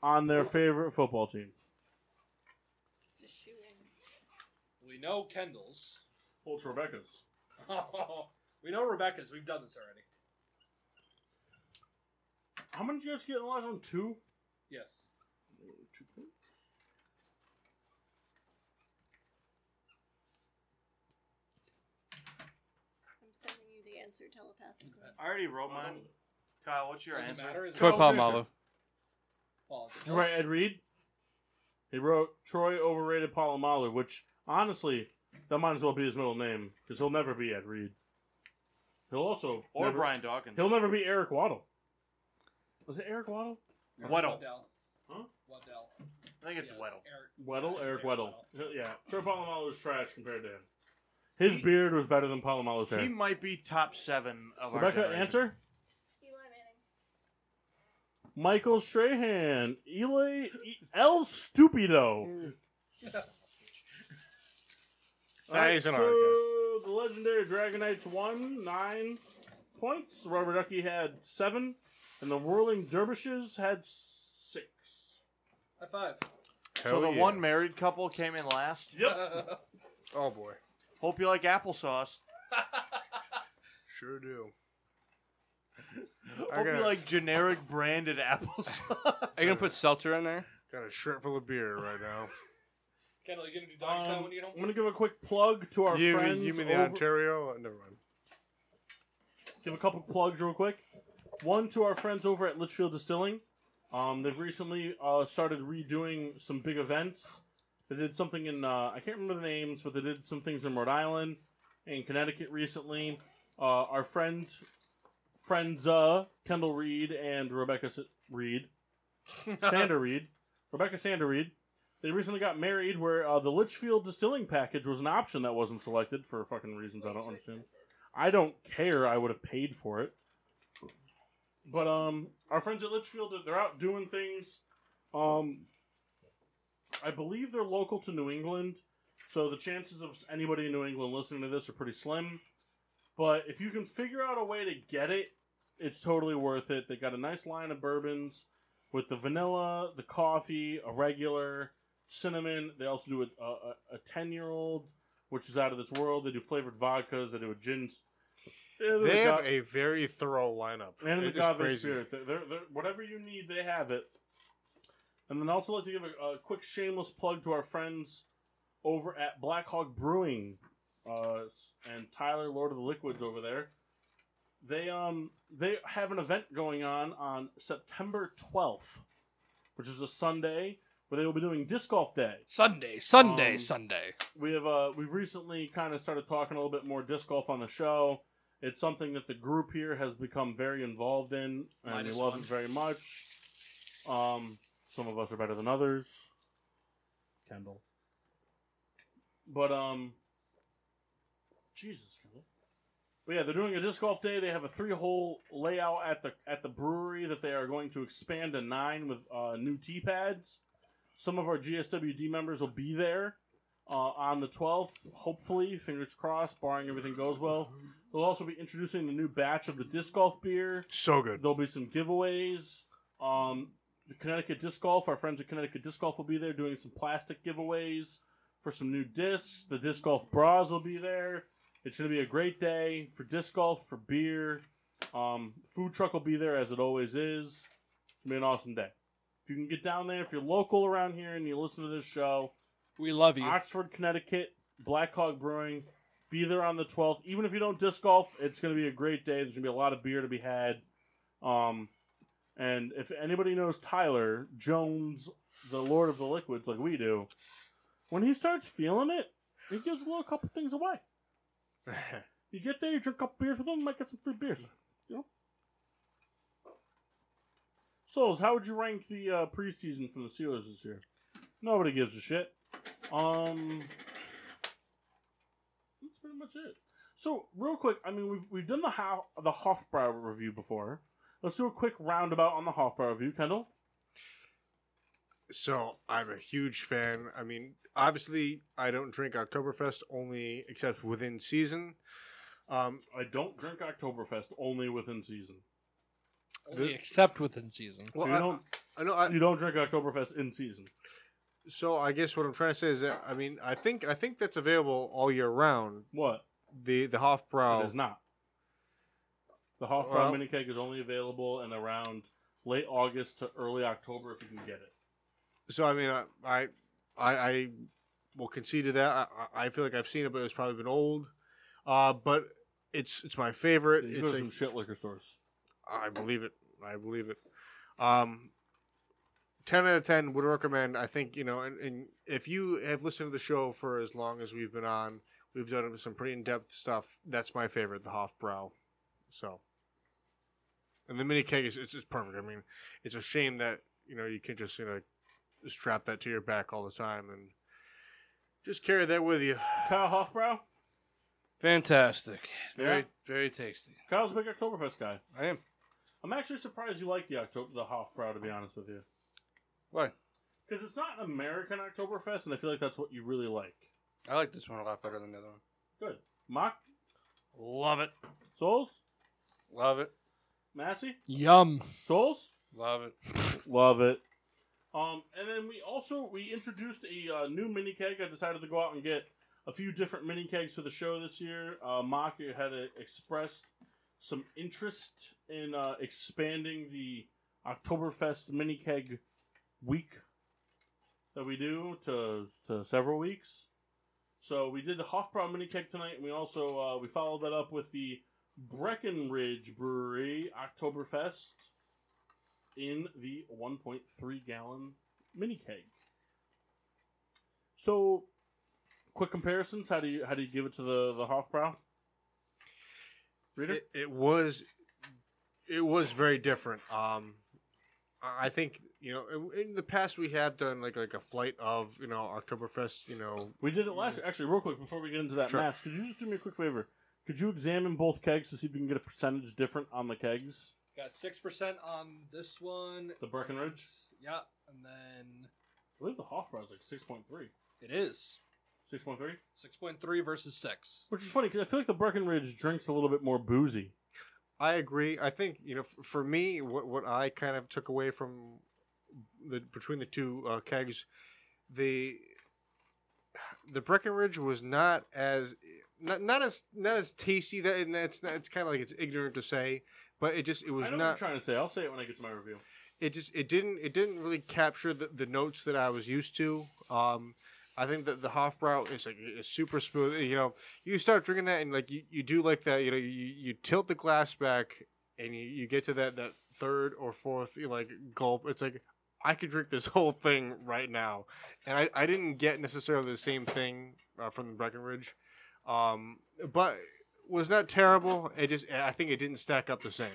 [SPEAKER 1] on their favorite football team?
[SPEAKER 3] We know Kendall's.
[SPEAKER 1] Well, it's Rebecca's.
[SPEAKER 3] we know Rebecca's. We've done this already.
[SPEAKER 1] How many did you guys get in the last one? Two?
[SPEAKER 3] Yes.
[SPEAKER 1] Two points?
[SPEAKER 6] I'm sending you the answer telepathically.
[SPEAKER 2] I already wrote mine. Kyle, what's your
[SPEAKER 3] Doesn't
[SPEAKER 2] answer?
[SPEAKER 3] matter, is it-
[SPEAKER 5] Troy Polamalu.
[SPEAKER 3] Well, it's
[SPEAKER 1] Did you write Ed Reed? He wrote Troy overrated Polamalu, which honestly, that might as well be his middle name because he'll never be Ed Reed. He'll also
[SPEAKER 2] Or
[SPEAKER 1] never-
[SPEAKER 2] Brian Dawkins.
[SPEAKER 1] He'll never be Eric Waddle. Was it Eric Waddle?
[SPEAKER 2] Weddle.
[SPEAKER 1] Huh?
[SPEAKER 3] Waddell.
[SPEAKER 2] I think it's
[SPEAKER 3] Yeah,
[SPEAKER 2] Weddle.
[SPEAKER 3] Eric-
[SPEAKER 1] Weddle, Eric Weddle. Uh, Yeah, Troy Polamalu is trash compared to him. His beard was better than Polamalu's hair.
[SPEAKER 2] He might be top seven of
[SPEAKER 1] Rebecca,
[SPEAKER 2] our generation.
[SPEAKER 1] answer? Michael Strahan, Eli E- El Stupido.
[SPEAKER 4] Nah, he's an
[SPEAKER 1] so
[SPEAKER 4] alright
[SPEAKER 1] the legendary Dragonites won nine points. Rubber Ducky had seven, and the Whirling Dervishes had six.
[SPEAKER 3] High five.
[SPEAKER 2] So the one married couple came in last.
[SPEAKER 1] Yep.
[SPEAKER 4] oh boy.
[SPEAKER 2] Hope you like applesauce.
[SPEAKER 4] Sure do.
[SPEAKER 2] Hope you like generic branded applesauce. Are
[SPEAKER 5] you gonna put seltzer in there?
[SPEAKER 4] Got a shirt full of beer right now.
[SPEAKER 3] Kendall, you gonna do dog style
[SPEAKER 1] Um,
[SPEAKER 3] when you don't?
[SPEAKER 1] I'm gonna give a quick plug to our
[SPEAKER 4] you,
[SPEAKER 1] friends.
[SPEAKER 4] you mean the
[SPEAKER 1] over-
[SPEAKER 4] Ontario? Never mind.
[SPEAKER 1] give a couple plugs real quick. One to our friends over at Litchfield Distilling. Um, they've recently uh, started redoing some big events. They did something in uh, I can't remember the names, but they did some things in Rhode Island and Connecticut recently. Uh, our friend, friends uh, Kendall Reed and Rebecca S- Reed, Sander Reed, Rebecca Sander Reed. They recently got married, where uh, the Litchfield Distilling package was an option that wasn't selected for fucking reasons I don't understand. I don't care. I would have paid for it. But um, our friends at Litchfield, they're out doing things. Um, I believe they're local to New England, so the chances of anybody in New England listening to this are pretty slim. But if you can figure out a way to get it, it's totally worth it. They got a nice line of bourbons with the vanilla, the coffee, a regular, cinnamon. They also do a- a a ten year old, which is out of this world. They do flavored vodkas. They do a gin.
[SPEAKER 4] They have a very thorough lineup.
[SPEAKER 1] and the
[SPEAKER 4] It is
[SPEAKER 1] God
[SPEAKER 4] crazy.
[SPEAKER 1] Spirit. They're, they're, they're- whatever you need, they have it. And then I also like to give a, a quick shameless plug to our friends over at Black Hawk Brewing uh, and Tyler Lord of the Liquids over there. They um they have an event going on on September twelfth, which is a Sunday, where they will be doing disc golf day.
[SPEAKER 3] Sunday, Sunday,
[SPEAKER 1] Um,
[SPEAKER 3] Sunday.
[SPEAKER 1] we have uh we've recently kind of started talking a little bit more disc golf on the show. It's something that the group here has become very involved in, and
[SPEAKER 3] Mine
[SPEAKER 1] we
[SPEAKER 3] is
[SPEAKER 1] love
[SPEAKER 3] fun.
[SPEAKER 1] it very much. Um, some of us are better than others. Kendall, but um, Jesus, Kendall. But yeah, they're doing a disc golf day. They have a three-hole layout at the at the brewery that they are going to expand to nine with uh, new tee pads. Some of our GSWD members will be there uh, on the 12th, hopefully, fingers crossed, barring everything goes well. They'll also be introducing the new batch of the disc golf beer.
[SPEAKER 4] So good.
[SPEAKER 1] There'll be some giveaways. Um, the Connecticut Disc Golf, our friends at Connecticut Disc Golf will be there doing some plastic giveaways for some new discs. The disc golf bras will be there. It's going to be a great day for disc golf, for beer. Um, food truck will be there as it always is. It's gonna be an awesome day. If you can get down there, if you're local around here and you listen to this show,
[SPEAKER 3] we love you.
[SPEAKER 1] Oxford, Connecticut, Black Hawk Brewing. Be there on the 12th. Even if you don't disc golf, it's going to be a great day. There's going to be a lot of beer to be had. Um, And if anybody knows Tyler Jones, the Lord of the Liquids, like we do, when he starts feeling it, he gives a little couple things away. you get there, you drink a couple beers with him, might get some free beers. You know? Souls, how would you rank the uh, preseason for the Steelers this year? Nobody gives a shit. Um, that's pretty much it. So, real quick, I mean, we've we've done the how the Hofbrau review before. Let's do a quick roundabout on the Hofbrau review, Kendall.
[SPEAKER 4] So I'm a huge fan. I mean, obviously, I don't drink Oktoberfest only except within season. Um,
[SPEAKER 1] I don't drink Oktoberfest only within season.
[SPEAKER 3] Only except within season.
[SPEAKER 1] So you don't-
[SPEAKER 4] I know
[SPEAKER 1] you don't drink Oktoberfest in season.
[SPEAKER 4] So I guess what I'm trying to say is that I mean I think I think that's available all year round.
[SPEAKER 1] What
[SPEAKER 4] the the Hofbrau
[SPEAKER 1] It is not. The Hofbrau
[SPEAKER 4] Well-
[SPEAKER 1] mini keg is only available in around late August to early October if you can get it.
[SPEAKER 4] So I mean, I I I, I will concede to that. I- I, I feel like I've seen it, but it's probably been old. Uh, but it's it's my favorite.
[SPEAKER 1] You go
[SPEAKER 4] it's
[SPEAKER 1] to
[SPEAKER 4] a-
[SPEAKER 1] some shit liquor stores.
[SPEAKER 4] I believe it. I believe it. Um, ten out of ten would recommend. I think you know, and, and if you have listened to the show for as long as we've been on, we've done some pretty in depth stuff. That's my favorite, the Hofbrau. So, and the mini keg is it's, it's perfect. I mean, it's a shame that you know you can just you know strap that to your back all the time and just carry that with you.
[SPEAKER 1] Kyle Hofbrau.
[SPEAKER 5] Fantastic. Very
[SPEAKER 1] Yeah.
[SPEAKER 5] very tasty.
[SPEAKER 1] Kyle's a big Oktoberfest guy.
[SPEAKER 5] I am.
[SPEAKER 1] I'm actually surprised you like the October the Hofbrau. To be honest with you,
[SPEAKER 5] Why?
[SPEAKER 1] because it's not an American Oktoberfest, and I feel like that's what you really like.
[SPEAKER 5] I like this one a lot better than the other one.
[SPEAKER 1] Good, Mock.
[SPEAKER 8] Love it.
[SPEAKER 1] Souls.
[SPEAKER 5] Love it.
[SPEAKER 1] Massey.
[SPEAKER 3] Yum.
[SPEAKER 1] Souls.
[SPEAKER 5] Love it.
[SPEAKER 1] Love it. Um, and then we also we introduced a uh, new mini keg. I decided to go out and get a few different mini kegs for the show this year. Uh, Mock had uh, expressed some interest in uh, expanding the Oktoberfest mini keg week that we do to to several weeks. So we did the Hofbrau mini keg tonight, and we also uh, we followed that up with the Breckenridge Brewery Oktoberfest in the 1.3 gallon mini keg. So, quick comparisons. How do you how do you give it to the the Hofbrau? Reader?
[SPEAKER 4] It, it was, it was very different. Um, I I think you know in in the past we have done like like a flight of you know Oktoberfest. You know
[SPEAKER 1] we did it last. Actually, real quick before we get into that
[SPEAKER 4] Sure.
[SPEAKER 1] mass, could you just do me a quick favor? Could you examine both kegs to see if you can get a percentage different on the kegs?
[SPEAKER 3] Got six percent on this one.
[SPEAKER 1] The Breckenridge.
[SPEAKER 3] Yeah, and then
[SPEAKER 1] I believe the Hofbrau is like six point three.
[SPEAKER 3] It is.
[SPEAKER 1] Six point three.
[SPEAKER 3] six point three versus six.
[SPEAKER 1] Which is funny because I feel like the Breckenridge drinks a little bit more boozy.
[SPEAKER 4] I agree. I think you know f- for me what what I kind of took away from the between the two uh, kegs, the the Breckenridge was not as not, not as not as tasty that and that's not, it's kind of like it's ignorant to say, but it just it was
[SPEAKER 1] I know
[SPEAKER 4] not
[SPEAKER 1] what you're trying to say. I'll say it when I get to my review.
[SPEAKER 4] it just it didn't it didn't really capture the, the notes that I was used to. Um, I think that the Hofbrau is like is super smooth. You know, you start drinking that and like you, you do like that. You know, you, you tilt the glass back and you, you get to that that third or fourth you know, like gulp. It's like I could drink this whole thing right now, and I, I didn't get necessarily the same thing uh, from the Breckenridge, um, but was not terrible. It just I think it didn't stack up the same.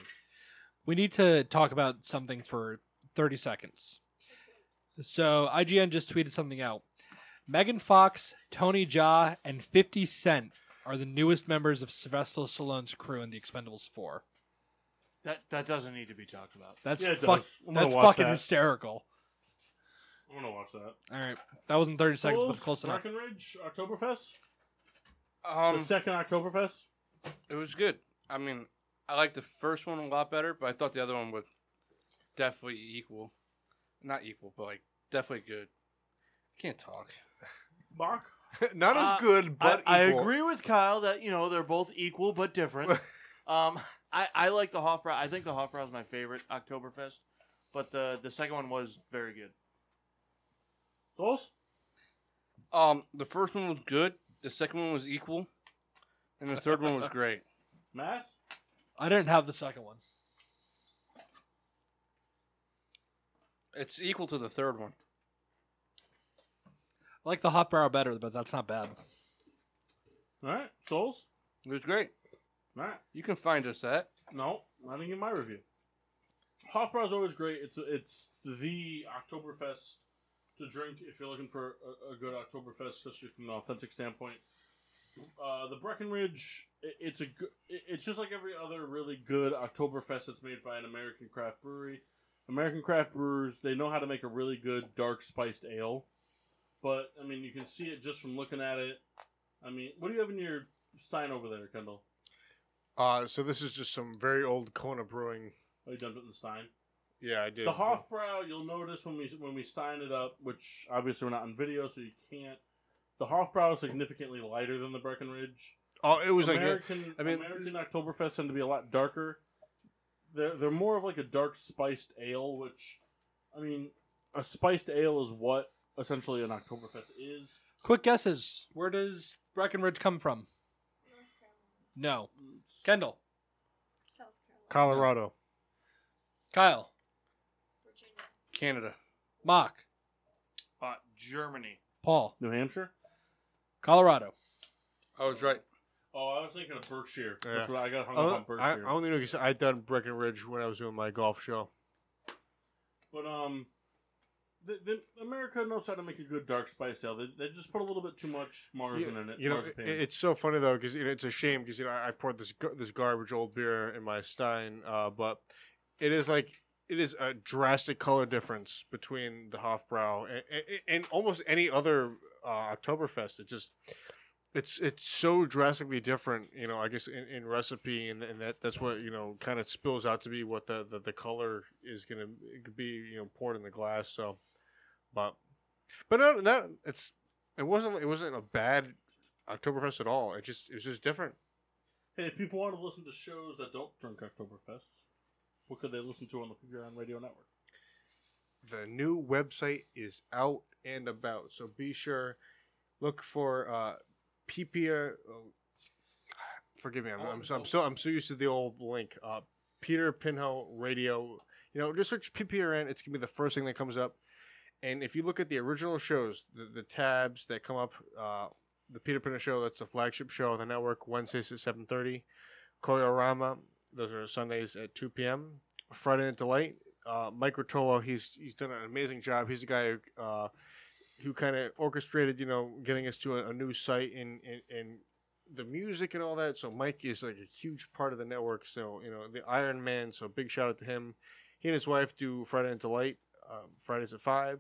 [SPEAKER 3] We need to talk about something for 30 seconds. So IGN just tweeted something out. Megan Fox, Tony Jaa, and 50 Cent are the newest members of Sylvester Stallone's crew in The Expendables 4.
[SPEAKER 2] That that doesn't need to be talked about.
[SPEAKER 3] That's
[SPEAKER 1] Yeah, it
[SPEAKER 3] fuck,
[SPEAKER 1] does. I'm gonna
[SPEAKER 3] that's
[SPEAKER 1] watch
[SPEAKER 3] fucking
[SPEAKER 1] that.
[SPEAKER 3] hysterical.
[SPEAKER 1] I want to watch that.
[SPEAKER 3] All right, that wasn't 30 seconds,
[SPEAKER 1] Bulls,
[SPEAKER 3] but close enough.
[SPEAKER 1] Breckenridge Oktoberfest.
[SPEAKER 5] Um,
[SPEAKER 1] the second Oktoberfest.
[SPEAKER 5] It was good. I mean, I liked the first one a lot better, but I thought the other one was definitely equal. Not equal, but like definitely good. Can't talk.
[SPEAKER 1] Mark.
[SPEAKER 4] Not
[SPEAKER 2] Uh, I, I agree with Kyle that you know they're both equal but different. um, I, I like the Hofbrau. I think the Hofbrau is my favorite Oktoberfest, but the the second one was very good.
[SPEAKER 1] Those?
[SPEAKER 5] Um, the first one was good. The second one was equal, and the third one was great.
[SPEAKER 1] Mass.
[SPEAKER 3] I didn't have the second one.
[SPEAKER 5] It's equal to the third one.
[SPEAKER 3] I like the hot brow better, but that's not bad.
[SPEAKER 1] All right, Souls.
[SPEAKER 5] It was great.
[SPEAKER 1] All right.
[SPEAKER 5] You can find us at.
[SPEAKER 1] No, I didn't get my review. Hofbrau's always great. It's it's the Oktoberfest to drink if you're looking for a, a good Oktoberfest, especially from an authentic standpoint. Uh, the Breckenridge, it, it's a good, it, it's just like every other really good Oktoberfest that's made by an American craft brewery. American craft brewers, they know how to make a really good dark spiced ale. But I mean, you can see it just from looking at it. I mean, what do you have in your stein over there, Kendall?
[SPEAKER 4] Uh, so this is just some very old Kona brewing.
[SPEAKER 1] Oh, you dumped it in the stein.
[SPEAKER 4] Yeah, I did.
[SPEAKER 1] The Hofbrow, you'll notice when we when we stein it up, which obviously we're not on video, so you can't. The Hofbrow is significantly lighter than the Breckenridge.
[SPEAKER 4] Oh, it was like a-
[SPEAKER 1] American.
[SPEAKER 4] I mean-
[SPEAKER 1] American Oktoberfest tend to be a lot darker. They're they're more of like a dark spiced ale, which, I mean, a spiced ale is what essentially an Oktoberfest is.
[SPEAKER 3] Quick guesses. Where does Breckenridge come from? No. Kendall.
[SPEAKER 4] Colorado.
[SPEAKER 3] Kyle.
[SPEAKER 5] Canada.
[SPEAKER 3] Mock.
[SPEAKER 2] Uh, Germany.
[SPEAKER 3] Paul.
[SPEAKER 1] New Hampshire.
[SPEAKER 3] Colorado.
[SPEAKER 5] I was right.
[SPEAKER 1] Oh, I was thinking of Berkshire. That's
[SPEAKER 4] Yeah. Uh,
[SPEAKER 1] what I got hung
[SPEAKER 4] I,
[SPEAKER 1] up on
[SPEAKER 4] don't- I,
[SPEAKER 1] Berkshire.
[SPEAKER 4] I only know because I done Breckenridge when I was doing my golf show.
[SPEAKER 1] But um, the, the America knows how to make a good dark spice ale. They, they just put a little bit too much
[SPEAKER 4] You,
[SPEAKER 1] marzipan in it.
[SPEAKER 4] you know, it,
[SPEAKER 1] marzipan.
[SPEAKER 4] it's so funny though because it's a shame because you know I I poured this gar- this garbage old beer in my stein, uh, but it is like it is a drastic color difference between the Hofbrau and, and, and almost any other uh, Oktoberfest. It just it's it's so drastically different, you know. I guess in, in recipe, and, and that that's what you know kind of spills out to be what the the, the color is gonna be, you know, poured in the glass. So, but but no, no, it's it wasn't it wasn't a bad Oktoberfest at all. It just it was just different.
[SPEAKER 1] hey, if people want to listen to shows that don't drink Oktoberfest, what could they listen to on the Figuron Radio Network?
[SPEAKER 4] The new website is out and about, so be sure look for uh, PPR. Oh, forgive me, I'm, I'm, so, I'm so I'm so used to the old link. Uh, Peter Pinho Radio. You know, just search PPRN. It's gonna be the first thing that comes up. And if you look at the original shows, the, the tabs that come up, uh, the Peter Pinho show, that's the flagship show of the network, Wednesdays at seven thirty. Choreorama, those are Sundays at two p.m. Friday Night Delight. Uh, Mike Rotolo, he's he's done an amazing job. He's the guy who, uh, who kind of orchestrated, you know, getting us to a, a new site and, and and the music and all that. So Mike is like a huge part of the network. So you know, the Iron Man. So big shout out to him. He and his wife do Friday Night Delight. Uh, Fridays at five.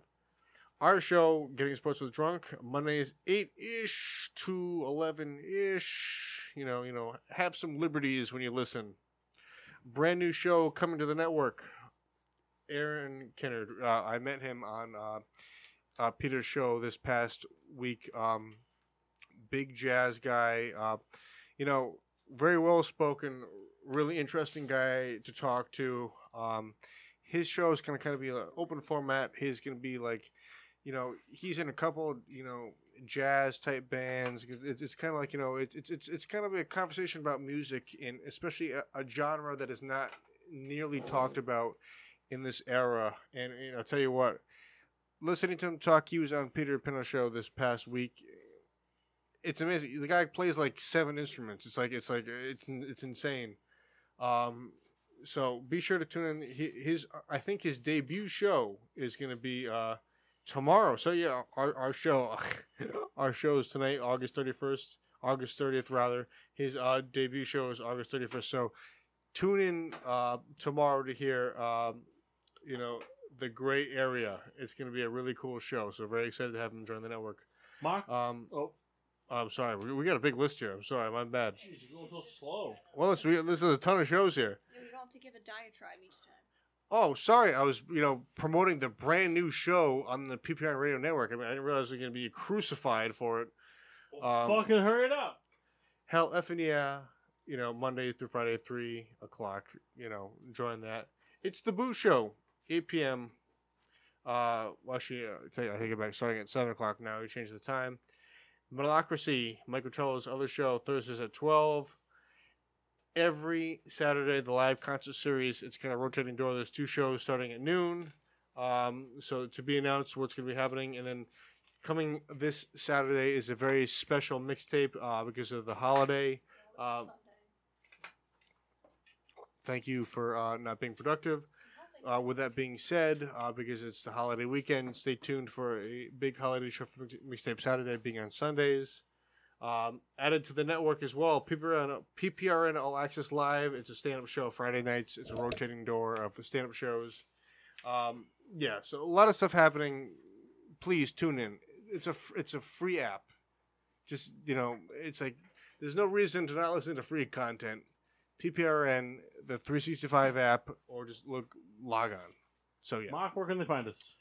[SPEAKER 4] Our show, Getting Sports with Drunk, Mondays eight ish to eleven ish. You know, you know, have some liberties when you listen. Brand new show coming to the network. Aaron Kennard. Uh, I met him on uh, uh, Peter's show this past week. Um, big jazz guy. Uh, you know, very well spoken, really interesting guy to talk to. Um, his show is going to kind of be an open format. He's going to be like, you know, he's in a couple, you know, jazz type bands. It- It's kind of like, you know, it's it's it's, it's kind of a conversation about music and especially a, a genre that is not nearly talked about in this era. And, and I'll tell you what, listening to him talk, he was on Peter Pino show this past week. It's amazing. The guy plays like seven instruments. It's like it's like it's it's insane. Um, so be sure to tune in. Hi- His I think his debut show is going to be uh, tomorrow. So yeah, our our show our show is tonight, August thirty first, August thirtieth rather. His uh, debut show is August thirty first. So tune in uh, tomorrow to hear um, you know the gray area. It's going to be a really cool show. So very excited to have him join the network.
[SPEAKER 1] Mark.
[SPEAKER 4] Um,
[SPEAKER 1] oh,
[SPEAKER 4] I'm sorry. We, we got a big list here. I'm sorry. My bad.
[SPEAKER 1] Jeez, you're going so slow.
[SPEAKER 4] Well, listen, we, this is a ton of shows here.
[SPEAKER 6] No, you don't have to give a diatribe each time.
[SPEAKER 4] Oh, sorry. I was, you know, promoting the brand new show on the PPR Radio Network. I mean, I didn't realize we were going to be crucified for it. Um,
[SPEAKER 1] Fucking hurry it up.
[SPEAKER 4] Hell effing yeah. You know, Monday through Friday, 3 o'clock. You know, join that. It's the Boo Show, 8 p.m. Uh, well, actually, uh, take, I take it back. Starting at 7 o'clock now. We changed the time. Monocracy, Mike Rotello's other show, Thursdays at 12. Every Saturday, the live concert series. It's kind of rotating door. There's two shows starting at noon. Um, so to be announced, what's going to be happening, and then coming this Saturday is a very special mixtape uh, because of the holiday. Uh, thank you for uh, not being productive. Uh, with that being said, uh, because it's the holiday weekend, stay tuned for a big holiday show for Mix- Mixtape Saturday being on Sundays. Um, added to the network as well, PPRN, PPRN All Access Live. It's a stand up show Friday nights. It's a rotating door of stand up shows. Um, yeah, so a lot of stuff happening. Please tune in. It's a f- it's a free app. Just you know, it's like there's no reason to not listen to free content. PPRN, the 365 app, or just look log on. So yeah,
[SPEAKER 1] Mark, where can they find us?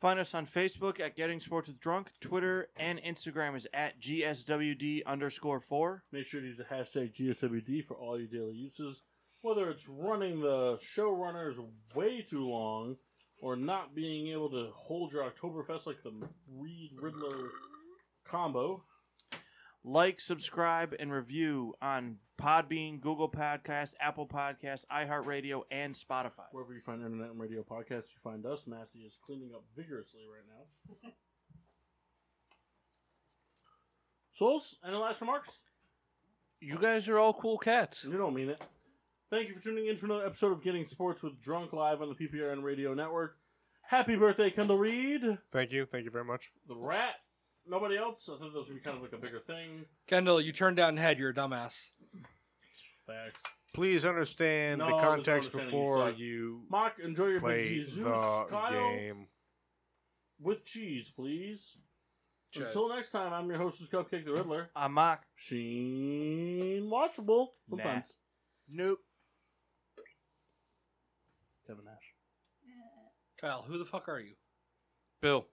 [SPEAKER 2] Find us on Facebook at Getting Sports with Drunk. Twitter and Instagram is at GSWD underscore four.
[SPEAKER 1] Make sure to use the hashtag GSWD for all your daily uses. Whether it's running the showrunners way too long or not being able to hold your Oktoberfest like the Reed Riddler combo.
[SPEAKER 2] Like, subscribe, and review on Podbean, Google Podcasts, Apple Podcasts, iHeartRadio, and Spotify.
[SPEAKER 1] Wherever you find internet and radio podcasts, you find us. Massey is cleaning up vigorously right now. Souls, any last remarks?
[SPEAKER 5] You guys are all cool cats.
[SPEAKER 1] You don't mean it. Thank you for tuning in to another episode of Getting Sports with Drunk Live on the PPRN Radio Network. Happy birthday, Kendall Reed.
[SPEAKER 4] Thank you, thank you very much.
[SPEAKER 1] The rat. Nobody else? I thought that was going to be kind of like a bigger thing.
[SPEAKER 3] Kendall, you turned down head. You're a dumbass.
[SPEAKER 1] Facts.
[SPEAKER 4] Please understand
[SPEAKER 1] No,
[SPEAKER 4] the
[SPEAKER 1] there's no
[SPEAKER 4] context
[SPEAKER 1] understanding.
[SPEAKER 4] before
[SPEAKER 1] suck.
[SPEAKER 4] you
[SPEAKER 1] Mark, enjoy your
[SPEAKER 4] play
[SPEAKER 1] big cheese. Zeus,
[SPEAKER 4] the
[SPEAKER 1] Kyle,
[SPEAKER 4] game.
[SPEAKER 1] with cheese, please.
[SPEAKER 2] Check.
[SPEAKER 1] Until next time, I'm your hostess, Cupcake the Riddler.
[SPEAKER 2] I'm Mock.
[SPEAKER 1] Sheen watchable. Sometimes.
[SPEAKER 2] Nope.
[SPEAKER 1] Kevin Nash.
[SPEAKER 3] Kyle, who the fuck are you?
[SPEAKER 5] Bill.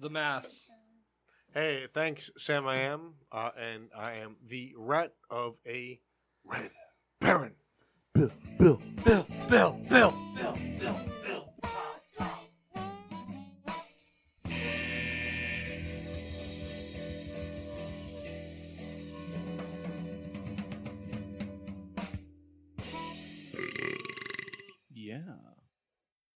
[SPEAKER 3] The mass.
[SPEAKER 4] Hey, thanks, Sam. I am, uh, and I am the rat of a red baron.
[SPEAKER 1] Bill,
[SPEAKER 3] Bill, Bill, Bill.
[SPEAKER 8] Yeah.